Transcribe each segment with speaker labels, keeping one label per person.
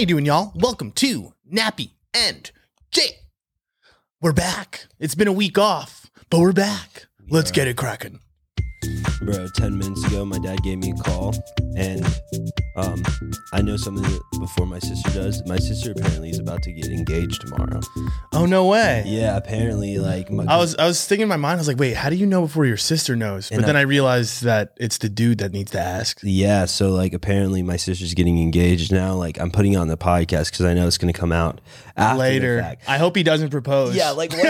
Speaker 1: you doing, y'all? Welcome to Nappy and Jake. We're back. It's been a week off, but we're back. Let's
Speaker 2: Yeah.
Speaker 1: get it cracking.
Speaker 2: Bro, 10 minutes ago, my dad gave me a call, and um, I know something that before my sister does. My sister apparently is about to get engaged tomorrow.
Speaker 1: Oh no way.
Speaker 2: Yeah, apparently, like, my,
Speaker 1: I was I was thinking in my mind, I was like, wait, how do you know before your sister knows? But
Speaker 2: And
Speaker 1: then I realized that it's the dude that needs to ask.
Speaker 2: yeah, so like, apparently, my sister's getting engaged now. Like, I'm putting it on the podcast because I know it's going to come out after the
Speaker 1: Later.
Speaker 2: fact.
Speaker 1: I hope he doesn't propose.
Speaker 2: Yeah, like, what,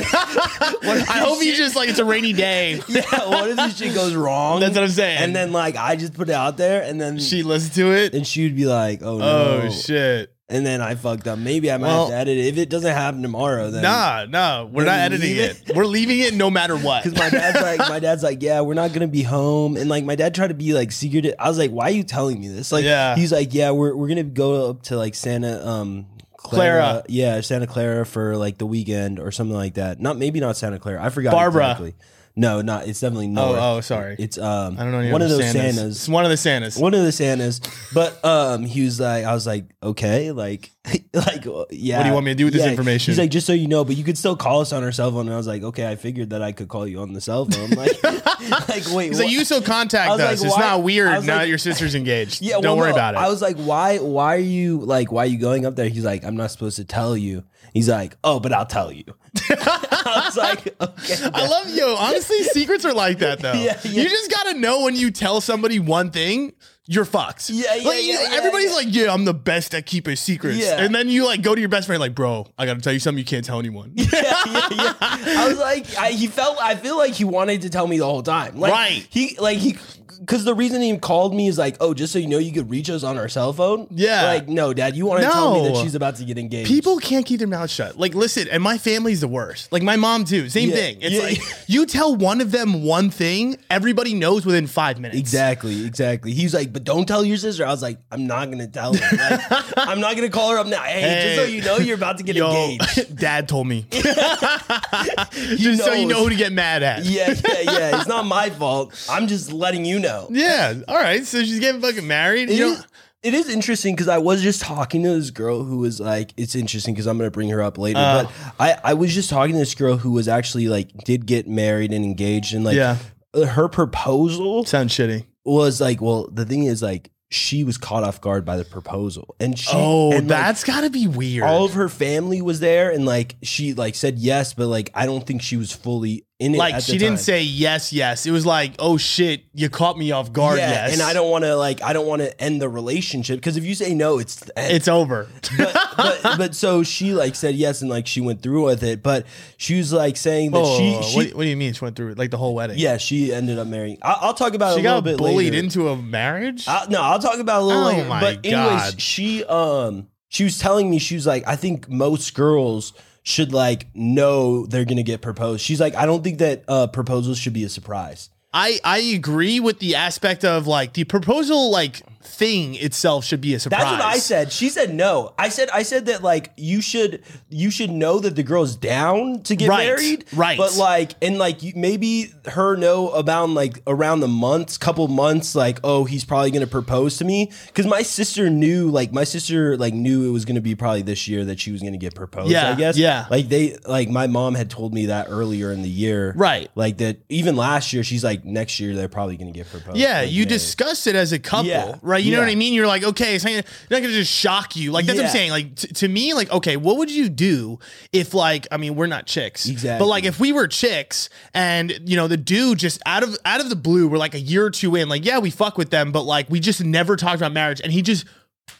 Speaker 2: what if
Speaker 1: I hope
Speaker 2: this
Speaker 1: he's
Speaker 2: shit-
Speaker 1: just like it's a rainy day.
Speaker 2: Yeah, what if this shit goes wrong?
Speaker 1: That's what I'm saying.
Speaker 2: And then, like, I just put it out there, and then
Speaker 1: she listens to it.
Speaker 2: and she would be like, "Oh no!"
Speaker 1: Oh shit.
Speaker 2: And then I fucked up. Maybe I might
Speaker 1: Well-
Speaker 2: have to edit it. If it doesn't happen tomorrow, then
Speaker 1: Nah, nah, we're
Speaker 2: Then
Speaker 1: not
Speaker 2: leave
Speaker 1: editing it.
Speaker 2: it.
Speaker 1: We're leaving it no matter what.
Speaker 2: Because my dad's like, my dad's like, yeah, we're not gonna be home, and like my dad tried to be like secretive. I was like, why are you telling me this? Like,
Speaker 1: Yeah.
Speaker 2: he's like, yeah, we're we're gonna go up to like Santa, um,
Speaker 1: Clara.
Speaker 2: yeah, Santa Clara for like the weekend or something like that. Not maybe not Santa Clara. I forgot.
Speaker 1: Barbara.
Speaker 2: exactly. No, not. It's definitely
Speaker 1: Oh,
Speaker 2: north.
Speaker 1: oh, sorry.
Speaker 2: It's um,
Speaker 1: I don't know any
Speaker 2: one of
Speaker 1: other
Speaker 2: those
Speaker 1: Santas. It's
Speaker 2: Santas.
Speaker 1: one of the Santas.
Speaker 2: One of the Santas, but um, he was like, I was like, okay, like, like, uh, yeah.
Speaker 1: What do you want me to do with this
Speaker 2: yeah.
Speaker 1: information?
Speaker 2: He's like, just so you know, but you could still call us on our cell phone. And I was like, okay, I figured that I could call you on the cell phone. Like, like wait,
Speaker 1: He's like,
Speaker 2: what?
Speaker 1: you still contact
Speaker 2: I was
Speaker 1: us.
Speaker 2: like,
Speaker 1: it's
Speaker 2: why-
Speaker 1: not
Speaker 2: I
Speaker 1: weird
Speaker 2: was
Speaker 1: now
Speaker 2: like-
Speaker 1: that your sister's engaged.
Speaker 2: yeah,
Speaker 1: Don't
Speaker 2: well,
Speaker 1: worry
Speaker 2: no,
Speaker 1: about it.
Speaker 2: I was like, why, why are you like, why are you going up there? He's like, I'm not supposed to tell you. He's like, oh, but I'll tell you. I was like, okay.
Speaker 1: I love yo. Honestly, secrets are like that though.
Speaker 2: Yeah, yeah.
Speaker 1: You just gotta know when you tell somebody one thing, you're fucked.
Speaker 2: Yeah, yeah,
Speaker 1: Like, you-
Speaker 2: yeah, yeah,
Speaker 1: everybody's
Speaker 2: yeah.
Speaker 1: like, yeah, I'm the best at keeping secrets.
Speaker 2: Yeah.
Speaker 1: And then you like go to your best friend, like, bro, I gotta tell you something you can't tell anyone.
Speaker 2: yeah, yeah, yeah. I was like, I, he felt. I feel like he wanted to tell me the whole time. Like,
Speaker 1: Right.
Speaker 2: He like he because the reason he called me is like, oh, just so you know, you could reach us on our cell phone.
Speaker 1: Yeah.
Speaker 2: Like, no, Dad, you want to tell me
Speaker 1: No.
Speaker 2: that she's about to get engaged.
Speaker 1: People can't keep their mouths shut. Like, listen, and my family's the worst. Like my mom too. Same
Speaker 2: Yeah,
Speaker 1: thing. It's
Speaker 2: yeah,
Speaker 1: like
Speaker 2: yeah.
Speaker 1: you tell one of them one thing, everybody knows within five minutes.
Speaker 2: Exactly, exactly. He's like, but don't tell your sister. I was like, I'm not gonna tell her. Like, I'm not gonna call her up now. Hey, just
Speaker 1: Hey.
Speaker 2: so you know, you're about to get
Speaker 1: Yo,
Speaker 2: engaged.
Speaker 1: dad told me. Just so you
Speaker 2: knows.
Speaker 1: know who to get mad at.
Speaker 2: Yeah, yeah, yeah. It's not my fault. I'm just letting you know.
Speaker 1: Yeah. All right. So she's getting fucking married.
Speaker 2: It
Speaker 1: You know,
Speaker 2: is- it is interesting because I was just talking to this girl who was like, it's interesting because I'm going to bring her up later.
Speaker 1: Uh.
Speaker 2: but I, I was just talking to this girl who was actually like, did get married and engaged. And like, uh,
Speaker 1: Yeah.
Speaker 2: her proposal
Speaker 1: sounds shitty.
Speaker 2: was like, well, the thing is, like, she was caught off guard by the proposal. And she,
Speaker 1: Oh,
Speaker 2: and, like,
Speaker 1: that's got to be weird.
Speaker 2: all of her family was there. And like, she like said yes, but like, I don't think she was fully in it.
Speaker 1: like
Speaker 2: at the
Speaker 1: she didn't
Speaker 2: time.
Speaker 1: say yes, yes. It was like, oh shit, you caught me off guard.
Speaker 2: Yeah,
Speaker 1: yes,
Speaker 2: and I don't want to like I don't want to end the relationship because if you say no, it's the end.
Speaker 1: It's over.
Speaker 2: but, but but so she like said yes and like she went through with it but she was like saying that
Speaker 1: Oh,
Speaker 2: she she
Speaker 1: what, what do you mean? She went through it, like the whole wedding.
Speaker 2: yeah she ended up marrying I, i'll talk about it
Speaker 1: she
Speaker 2: a little
Speaker 1: got
Speaker 2: bit
Speaker 1: bullied
Speaker 2: later
Speaker 1: into a marriage.
Speaker 2: I, no i'll talk about it a little
Speaker 1: Oh
Speaker 2: later
Speaker 1: my
Speaker 2: but anyways
Speaker 1: God.
Speaker 2: she um she was telling me she was like i think most girls should like know they're gonna get proposed she's like i don't think that uh proposals should be a surprise
Speaker 1: I I agree with the aspect of like the proposal like thing itself should be a surprise.
Speaker 2: That's what I said. She said no. I said I said that like you should you should know that the girl's down to get
Speaker 1: Right,
Speaker 2: married.
Speaker 1: right.
Speaker 2: But like and like you, maybe her know about like around the months, couple months, like oh he's probably gonna propose to me because my sister knew like my sister like knew it was gonna be probably this year that she was gonna get proposed.
Speaker 1: Yeah,
Speaker 2: I guess.
Speaker 1: yeah.
Speaker 2: Like they like my mom had told me that earlier in the year.
Speaker 1: Right.
Speaker 2: Like that even last year she's like next year they're probably gonna get proposed.
Speaker 1: Yeah,
Speaker 2: like,
Speaker 1: you
Speaker 2: married.
Speaker 1: discuss it as a couple,
Speaker 2: Yeah,
Speaker 1: right? You know
Speaker 2: yeah.
Speaker 1: what I mean? You're like, okay, it's not gonna, they're not gonna just shock you. Like that's what I'm
Speaker 2: Yeah.
Speaker 1: saying. Like t- to me, like okay, what would you do if like I mean we're not chicks, But
Speaker 2: Exactly.
Speaker 1: like if we were chicks, and you know the dude just out of out of the blue, we're like a year or two in, like yeah, we fuck with them, but like we just never talked about marriage, and he just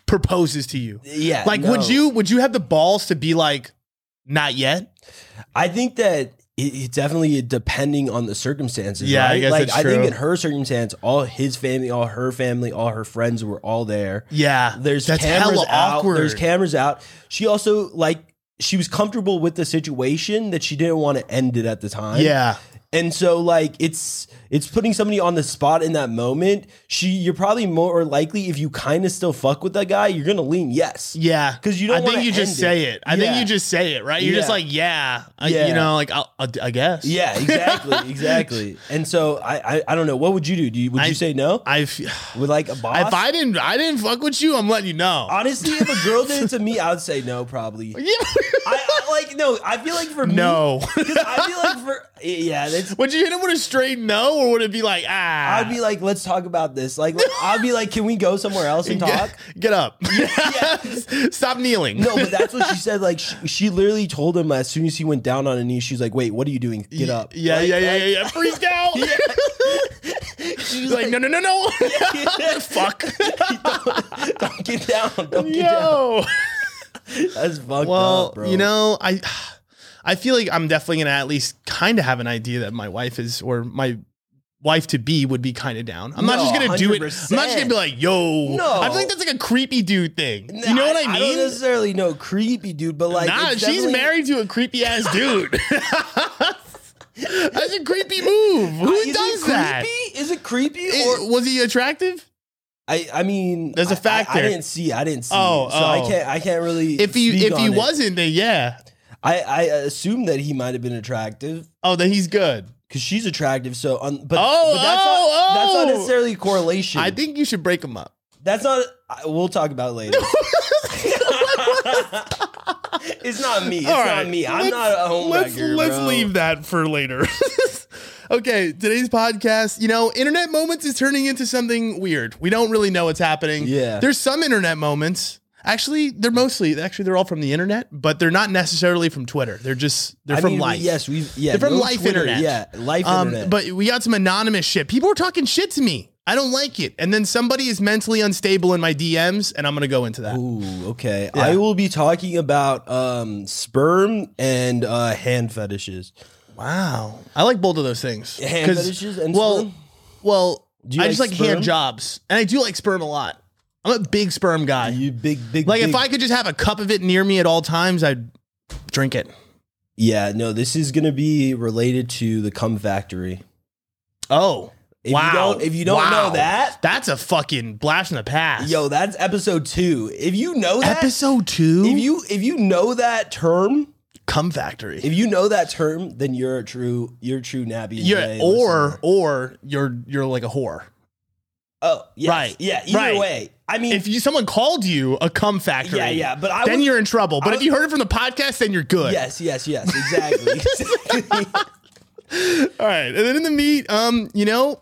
Speaker 1: proposes to you.
Speaker 2: Yeah.
Speaker 1: Like would
Speaker 2: no.
Speaker 1: you would you have the balls to be like, not yet?
Speaker 2: I think that it, it definitely depending on the circumstances.
Speaker 1: Yeah, I
Speaker 2: right?
Speaker 1: guess
Speaker 2: like
Speaker 1: that's
Speaker 2: I
Speaker 1: true.
Speaker 2: think in her circumstance, all his family, all her family, all her friends were all there.
Speaker 1: Yeah,
Speaker 2: There's
Speaker 1: that's
Speaker 2: cameras
Speaker 1: hella
Speaker 2: out.
Speaker 1: awkward.
Speaker 2: There's cameras out. She also like she was comfortable with the situation that she didn't want to end it at the time.
Speaker 1: yeah.
Speaker 2: And so like it's it's putting somebody on the spot in that moment. She you're probably more likely if you kind of still fuck with that guy, you're gonna lean yes.
Speaker 1: Yeah,
Speaker 2: 'Cause you don't
Speaker 1: I think
Speaker 2: wanna
Speaker 1: you just
Speaker 2: end
Speaker 1: say it.
Speaker 2: it.
Speaker 1: I
Speaker 2: Yeah.
Speaker 1: think you just say it, right? You're just
Speaker 2: Yeah.
Speaker 1: like, yeah, I,
Speaker 2: Yeah.
Speaker 1: you know, like I'll, I I guess.
Speaker 2: Yeah, exactly, exactly. And so I, I, I don't know. What would you do? Do you, would
Speaker 1: I-
Speaker 2: you say no?
Speaker 1: I've
Speaker 2: With like a boss?
Speaker 1: if I didn't I didn't fuck with you, I'm letting you know.
Speaker 2: Honestly, if a girl did it to me, I would say no, probably. I,
Speaker 1: Yeah.
Speaker 2: I like no. I feel like for me,
Speaker 1: no.
Speaker 2: Because I feel like for yeah, that's.
Speaker 1: would you hit him with a straight no, or would it be like ah?
Speaker 2: I'd be like, let's talk about this. Like, I'd be like, can we go somewhere else and talk?
Speaker 1: Get, get up. Stop kneeling.
Speaker 2: No, but that's what she said. Like, she, she literally told him as soon as he went down on a knee, she's like, wait, what are you doing? Get up.
Speaker 1: Yeah,
Speaker 2: Like-
Speaker 1: yeah, yeah,
Speaker 2: like-
Speaker 1: yeah, yeah. Freaked out.
Speaker 2: She's
Speaker 1: He's like, no, no, no, no.
Speaker 2: Yeah.
Speaker 1: Fuck.
Speaker 2: Don't get down. Don't get down.
Speaker 1: Yo.
Speaker 2: That's fucked
Speaker 1: Well,
Speaker 2: up, bro.
Speaker 1: you know, I I feel like I'm definitely gonna at least kind of have an idea that my wife is or my wife to be would be kind of down. I'm not
Speaker 2: No,
Speaker 1: just gonna do it. I'm not
Speaker 2: 100%.
Speaker 1: just gonna be like, yo.
Speaker 2: No.
Speaker 1: I feel like that's like a creepy dude thing. you know what I,
Speaker 2: I
Speaker 1: mean?
Speaker 2: don't necessarily know creepy dude, but like,
Speaker 1: nah,
Speaker 2: it's
Speaker 1: she's
Speaker 2: definitely-
Speaker 1: married to a creepy ass dude. that's a creepy move. Who
Speaker 2: Is it
Speaker 1: does
Speaker 2: creepy?
Speaker 1: that?
Speaker 2: Is it creepy or
Speaker 1: It- was he attractive?
Speaker 2: I, I mean,
Speaker 1: There's a
Speaker 2: I- I-
Speaker 1: factor.
Speaker 2: I, didn't see. I didn't see.
Speaker 1: Oh,
Speaker 2: so I
Speaker 1: oh.
Speaker 2: can't. I can't really.
Speaker 1: If he
Speaker 2: speak
Speaker 1: if he
Speaker 2: on it.
Speaker 1: wasn't, then yeah.
Speaker 2: I, I assume that he might have been attractive
Speaker 1: Oh, then he's good.
Speaker 2: because she's attractive. So, on but,
Speaker 1: Oh,
Speaker 2: but that's,
Speaker 1: oh,
Speaker 2: not, that's not
Speaker 1: oh.
Speaker 2: necessarily a correlation.
Speaker 1: I think you should break him up.
Speaker 2: that's not. I, we'll talk about it later. it's not me. It's
Speaker 1: All
Speaker 2: not
Speaker 1: right.
Speaker 2: me. I'm
Speaker 1: Let's-
Speaker 2: not a homewrecker.
Speaker 1: Let's let's
Speaker 2: bro.
Speaker 1: leave that for later. okay, today's podcast, you know, internet moments is turning into something weird. We don't really know what's happening.
Speaker 2: Yeah.
Speaker 1: There's some internet moments. Actually, they're mostly actually they're all from the internet, but they're not necessarily from Twitter. They're just they're
Speaker 2: I
Speaker 1: from
Speaker 2: mean, we-
Speaker 1: life.
Speaker 2: Yes, we've yeah.
Speaker 1: They're from
Speaker 2: no
Speaker 1: life
Speaker 2: Twitter,
Speaker 1: internet.
Speaker 2: Yeah, life
Speaker 1: Um,
Speaker 2: internet.
Speaker 1: but we got some anonymous shit. People were talking shit to me. I don't like it. And then somebody is mentally unstable in my DMs, and I'm gonna go into that.
Speaker 2: Ooh, okay.
Speaker 1: Yeah.
Speaker 2: I will be talking about um, sperm and uh, hand fetishes.
Speaker 1: Wow, I like both of those things.
Speaker 2: Hand
Speaker 1: 'Cause-
Speaker 2: fetishes and
Speaker 1: well,
Speaker 2: sperm?
Speaker 1: well,
Speaker 2: Do you
Speaker 1: I
Speaker 2: like
Speaker 1: just like hand
Speaker 2: sperm?
Speaker 1: jobs, and I do like sperm a lot. I'm a big sperm guy.
Speaker 2: You big, big.
Speaker 1: like if
Speaker 2: big-
Speaker 1: I could just have a cup of it near me at all times, I'd drink it.
Speaker 2: yeah, no, this is gonna be related to the cum factory.
Speaker 1: Oh,
Speaker 2: If
Speaker 1: wow!
Speaker 2: you don't, if you don't
Speaker 1: Wow.
Speaker 2: know that,
Speaker 1: that's a fucking blast from the past.
Speaker 2: yo, that's episode two. If you know that,
Speaker 1: episode two,
Speaker 2: if you if you know that term,
Speaker 1: cum factory.
Speaker 2: if you know that term, then you're a true, you're a true nappy. and
Speaker 1: you're
Speaker 2: Jay
Speaker 1: or
Speaker 2: listener.
Speaker 1: or you're you're like a whore.
Speaker 2: oh, yes,
Speaker 1: Right,
Speaker 2: yeah. Either
Speaker 1: right.
Speaker 2: way, I mean,
Speaker 1: If you someone called you a cum factory,
Speaker 2: yeah, yeah. But I
Speaker 1: then
Speaker 2: would-
Speaker 1: you're in trouble. But
Speaker 2: I
Speaker 1: if
Speaker 2: was-
Speaker 1: you heard it from the podcast, then you're good.
Speaker 2: yes, yes, yes, exactly. exactly.
Speaker 1: All right, and then in the meat, um, you know,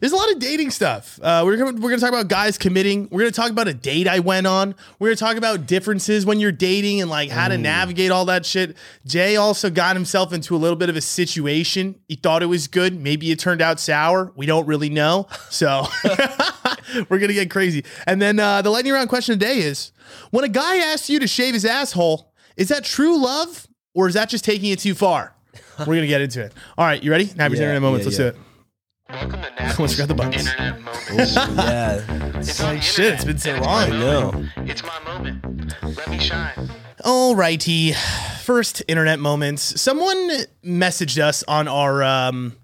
Speaker 1: there's a lot of dating stuff. Uh, we're gonna, we're gonna talk about guys committing. We're gonna talk about a date I went on. We're gonna talk about differences when you're dating and like how
Speaker 2: Mm.
Speaker 1: to navigate all that shit. Jay also got himself into a little bit of a situation. He thought it was good. Maybe it turned out sour. We don't really know. So we're gonna get crazy. And then uh, the lightning round question today is: When a guy asks you to shave his asshole, is that true love or is that just taking it too far? We're gonna get into it. All right, you ready? Happy
Speaker 2: Yeah,
Speaker 1: internet moments.
Speaker 2: yeah,
Speaker 1: Let's
Speaker 2: yeah.
Speaker 1: do it.
Speaker 3: Welcome to
Speaker 1: Let's grab the
Speaker 3: Nappy's
Speaker 1: buttons.
Speaker 3: Internet Moments.
Speaker 2: yeah.
Speaker 3: It's on the
Speaker 1: shit, Oh, it's
Speaker 3: internet,
Speaker 1: been so
Speaker 3: and it's my
Speaker 1: long.
Speaker 2: I
Speaker 3: moment. It's my moment. Let me shine.
Speaker 1: Alrighty. First internet moments. Someone messaged us on our um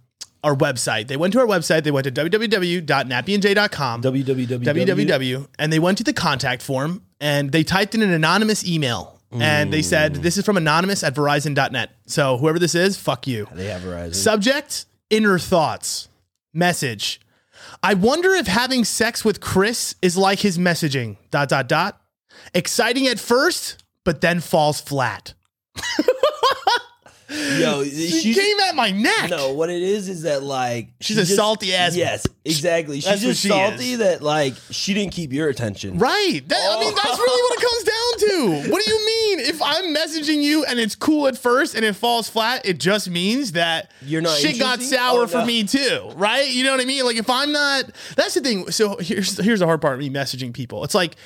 Speaker 1: our website. They went to our website. They went to www.nappyandj.com.
Speaker 2: www.
Speaker 1: www and they went to the contact form and they typed in an anonymous email and they said this is from anonymous at verizon.net. So whoever this is, fuck you.
Speaker 2: They have Verizon.
Speaker 1: Subject: Inner thoughts. Message: I wonder if having sex with Chris is like his messaging. Dot dot dot. Exciting at first, but then falls flat.
Speaker 2: Yo,
Speaker 1: She
Speaker 2: she's
Speaker 1: came at my neck.
Speaker 2: no. What it is is that like
Speaker 1: She's
Speaker 2: she
Speaker 1: a
Speaker 2: just-
Speaker 1: salty ass.
Speaker 2: Yes, exactly. She's
Speaker 1: That's what
Speaker 2: just
Speaker 1: she
Speaker 2: salty
Speaker 1: is.
Speaker 2: that like she didn't keep your attention.
Speaker 1: Right. That, I mean, that's really what it comes down to. What do you mean? If I'm messaging you and it's cool at first and it falls flat, it just means that
Speaker 2: You're not
Speaker 1: shit got
Speaker 2: interesting?
Speaker 1: sour
Speaker 2: Oh,
Speaker 1: for
Speaker 2: no.
Speaker 1: me too, right? You know what I mean? Like if I'm not, that's the thing. So here's here's the hard part of me messaging people. It's like,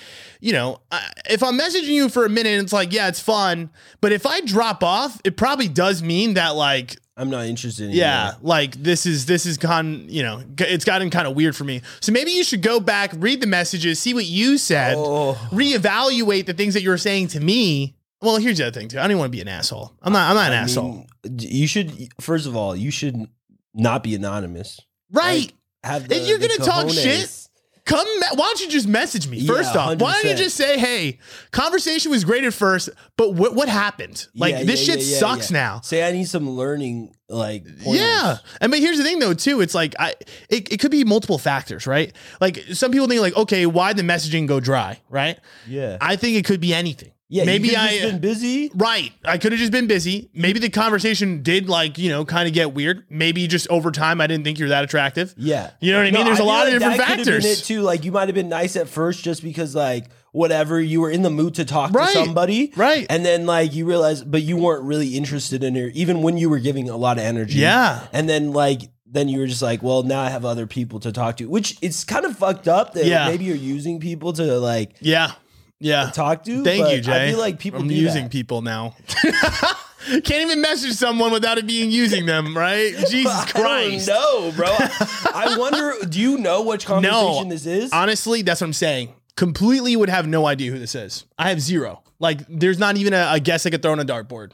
Speaker 1: you know, I, if I'm messaging you for a minute, it's like, yeah, it's fun, but if I drop off, it probably does mean that like
Speaker 2: I'm not interested. in
Speaker 1: yeah, like this is this has gone, you know, g- it's gotten kind of weird for me. So maybe you should go back, read the messages, see what you said,
Speaker 2: Oh.
Speaker 1: reevaluate the things that you were saying to me. Well, here's the other thing too. I don't even want to be an asshole. I'm not. I'm not an
Speaker 2: I
Speaker 1: asshole.
Speaker 2: mean, you should first of all, you should not be anonymous.
Speaker 1: right?
Speaker 2: Like, have the,
Speaker 1: If you're
Speaker 2: the
Speaker 1: gonna talk
Speaker 2: cojones.
Speaker 1: shit, Come, me- why don't you just message me first
Speaker 2: Yeah,
Speaker 1: off? Why don't you
Speaker 2: 100%.
Speaker 1: just say, "Hey, conversation was great at first, but what what happened? Like
Speaker 2: Yeah,
Speaker 1: this
Speaker 2: yeah,
Speaker 1: shit
Speaker 2: yeah, yeah,
Speaker 1: sucks
Speaker 2: yeah.
Speaker 1: now."
Speaker 2: Say I need some learning, like pointers.
Speaker 1: Yeah. I mean, here's the thing though, too. It's like I it, it could be multiple factors, right? Like some people think like, okay, why the messaging go dry, right?
Speaker 2: yeah,
Speaker 1: I think it could be anything.
Speaker 2: yeah. you
Speaker 1: Maybe
Speaker 2: could've
Speaker 1: I
Speaker 2: just been busy.
Speaker 1: Right. I could have just been busy. Maybe the conversation did like, you know, kind of get weird. Maybe just over time I didn't think you're that attractive.
Speaker 2: Yeah,
Speaker 1: You know what I mean? There's a
Speaker 2: a
Speaker 1: lot of different
Speaker 2: Been
Speaker 1: factors.
Speaker 2: it too, like you might have been nice at first, just because like whatever you were in the mood to talk
Speaker 1: Right.
Speaker 2: to somebody,
Speaker 1: Right.
Speaker 2: And then like you realize, but you weren't really interested in her, even when you were giving a lot of energy.
Speaker 1: Yeah.
Speaker 2: and then like then you were just like, well, now I have other people to talk to, which it's kind of fucked up that
Speaker 1: Yeah.
Speaker 2: maybe you're using people to like
Speaker 1: Yeah. Yeah.
Speaker 2: talk to.
Speaker 1: Thank
Speaker 2: but
Speaker 1: you, Jay.
Speaker 2: I feel like people
Speaker 1: I'm
Speaker 2: do
Speaker 1: using
Speaker 2: that.
Speaker 1: people now. Can't even message someone without it being using them, right? Jesus Christ.
Speaker 2: No, bro. I wonder. Do you know which conversation this is?
Speaker 1: Honestly, that's what I'm saying. Completely would have no idea who this is. I have zero. Like, there's not even a, a guess I could throw on a dartboard.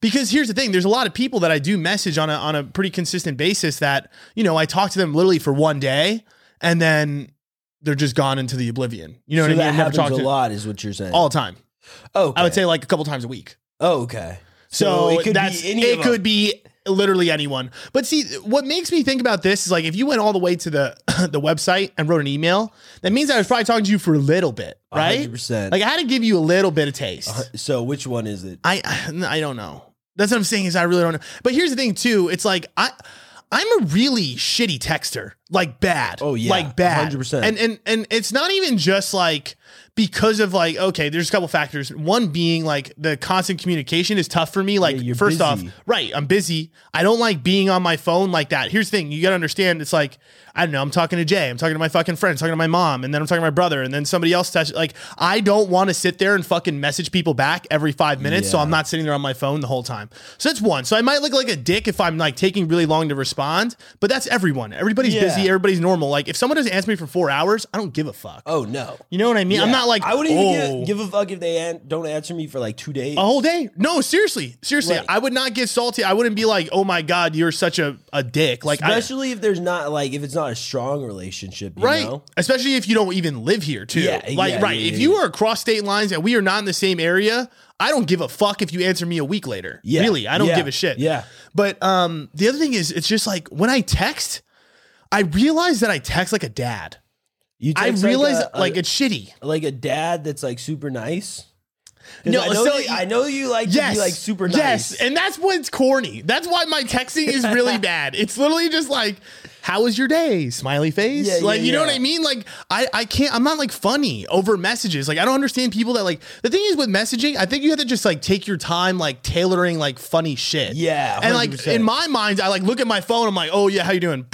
Speaker 1: Because here's the thing: there's a lot of people that I do message on a on a pretty consistent basis. That you know, I talk to them literally for one day, and then they're just gone into the oblivion. You know what
Speaker 2: so
Speaker 1: I mean?
Speaker 2: that
Speaker 1: I've never
Speaker 2: happens
Speaker 1: talked
Speaker 2: a
Speaker 1: to them
Speaker 2: lot, is what you're saying.
Speaker 1: all the time.
Speaker 2: okay.
Speaker 1: I would say like a couple times a week.
Speaker 2: Oh, okay.
Speaker 1: So,
Speaker 2: it could
Speaker 1: that's
Speaker 2: be any
Speaker 1: it
Speaker 2: of
Speaker 1: could
Speaker 2: them.
Speaker 1: be literally anyone. But see, what makes me think about this is like if you went all the way to the the website and wrote an email, that means I was probably talking to you for a little bit, right?
Speaker 2: 100%.
Speaker 1: Like I had to give you a little bit of taste.
Speaker 2: So which one is it?
Speaker 1: I I don't know. That's what I'm saying is I really don't know. But here's the thing too. It's like I I'm a really shitty texter. Like bad.
Speaker 2: Oh, yeah.
Speaker 1: Like bad.
Speaker 2: 100%.
Speaker 1: And and and it's not even just like because of like okay, there's a couple factors. One being like the constant communication is tough for me. Like
Speaker 2: you're
Speaker 1: first off,
Speaker 2: busy.
Speaker 1: right, I'm busy. I don't like being on my phone like that. Here's the thing, you got to understand it's like I don't know, I'm talking to Jay, I'm talking to my fucking friend, I'm talking to my mom, and then I'm talking to my brother, and then somebody else touch like I don't want to sit there and fucking message people back every 5 minutes so
Speaker 2: Yeah.
Speaker 1: I'm not sitting there on my phone the whole time. So that's one. So I might look like a dick if I'm like taking really long to respond, but that's everyone. Everybody's
Speaker 2: Yeah.
Speaker 1: busy, everybody's normal. Like if someone doesn't answer me for 4 hours, I don't give a fuck.
Speaker 2: Oh no.
Speaker 1: You know what I mean? I'm
Speaker 2: Yeah.
Speaker 1: not like
Speaker 2: I wouldn't
Speaker 1: "Oh."
Speaker 2: even give, give a fuck if they an- don't answer me for like two days.
Speaker 1: a whole day. Oh, No, seriously, seriously,
Speaker 2: Right.
Speaker 1: I would not get salty. I wouldn't be like, "Oh my god, you're such a, a dick." Like, I,
Speaker 2: Especially if there's not like if it's not a strong relationship, you
Speaker 1: right?
Speaker 2: know?
Speaker 1: Especially if you don't even live here, too.
Speaker 2: Yeah,
Speaker 1: like,
Speaker 2: yeah,
Speaker 1: right?
Speaker 2: yeah,
Speaker 1: if
Speaker 2: yeah,
Speaker 1: you
Speaker 2: yeah.
Speaker 1: are across state lines and we are not in the same area, I don't give a fuck if you answer me a week later.
Speaker 2: Yeah.
Speaker 1: Really, I don't
Speaker 2: Yeah.
Speaker 1: give a shit.
Speaker 2: Yeah.
Speaker 1: But um, the other thing is, it's just like when I text, I realize that I text like a dad.
Speaker 2: You
Speaker 1: I
Speaker 2: text,
Speaker 1: realize like,
Speaker 2: a- a-
Speaker 1: it's shitty.
Speaker 2: like a dad that's like super nice. 'Cause
Speaker 1: No,
Speaker 2: I know,
Speaker 1: so
Speaker 2: you,
Speaker 1: you-
Speaker 2: I know you like to be like super nice.
Speaker 1: Yes, and that's what's corny. That's why my texting is really bad. It's literally just like, "How was your day?" Smiley face.
Speaker 2: Yeah, yeah,
Speaker 1: like you know
Speaker 2: yeah.
Speaker 1: what I mean? Like I I can't. I'm not like funny over messages. Like I don't understand people that like. The thing is with messaging, I think you have to just like take your time, like tailoring like funny shit.
Speaker 2: Yeah,
Speaker 1: and like
Speaker 2: 100%.
Speaker 1: in my mind, I like look at my phone. I'm like, "Oh yeah, how you doing?"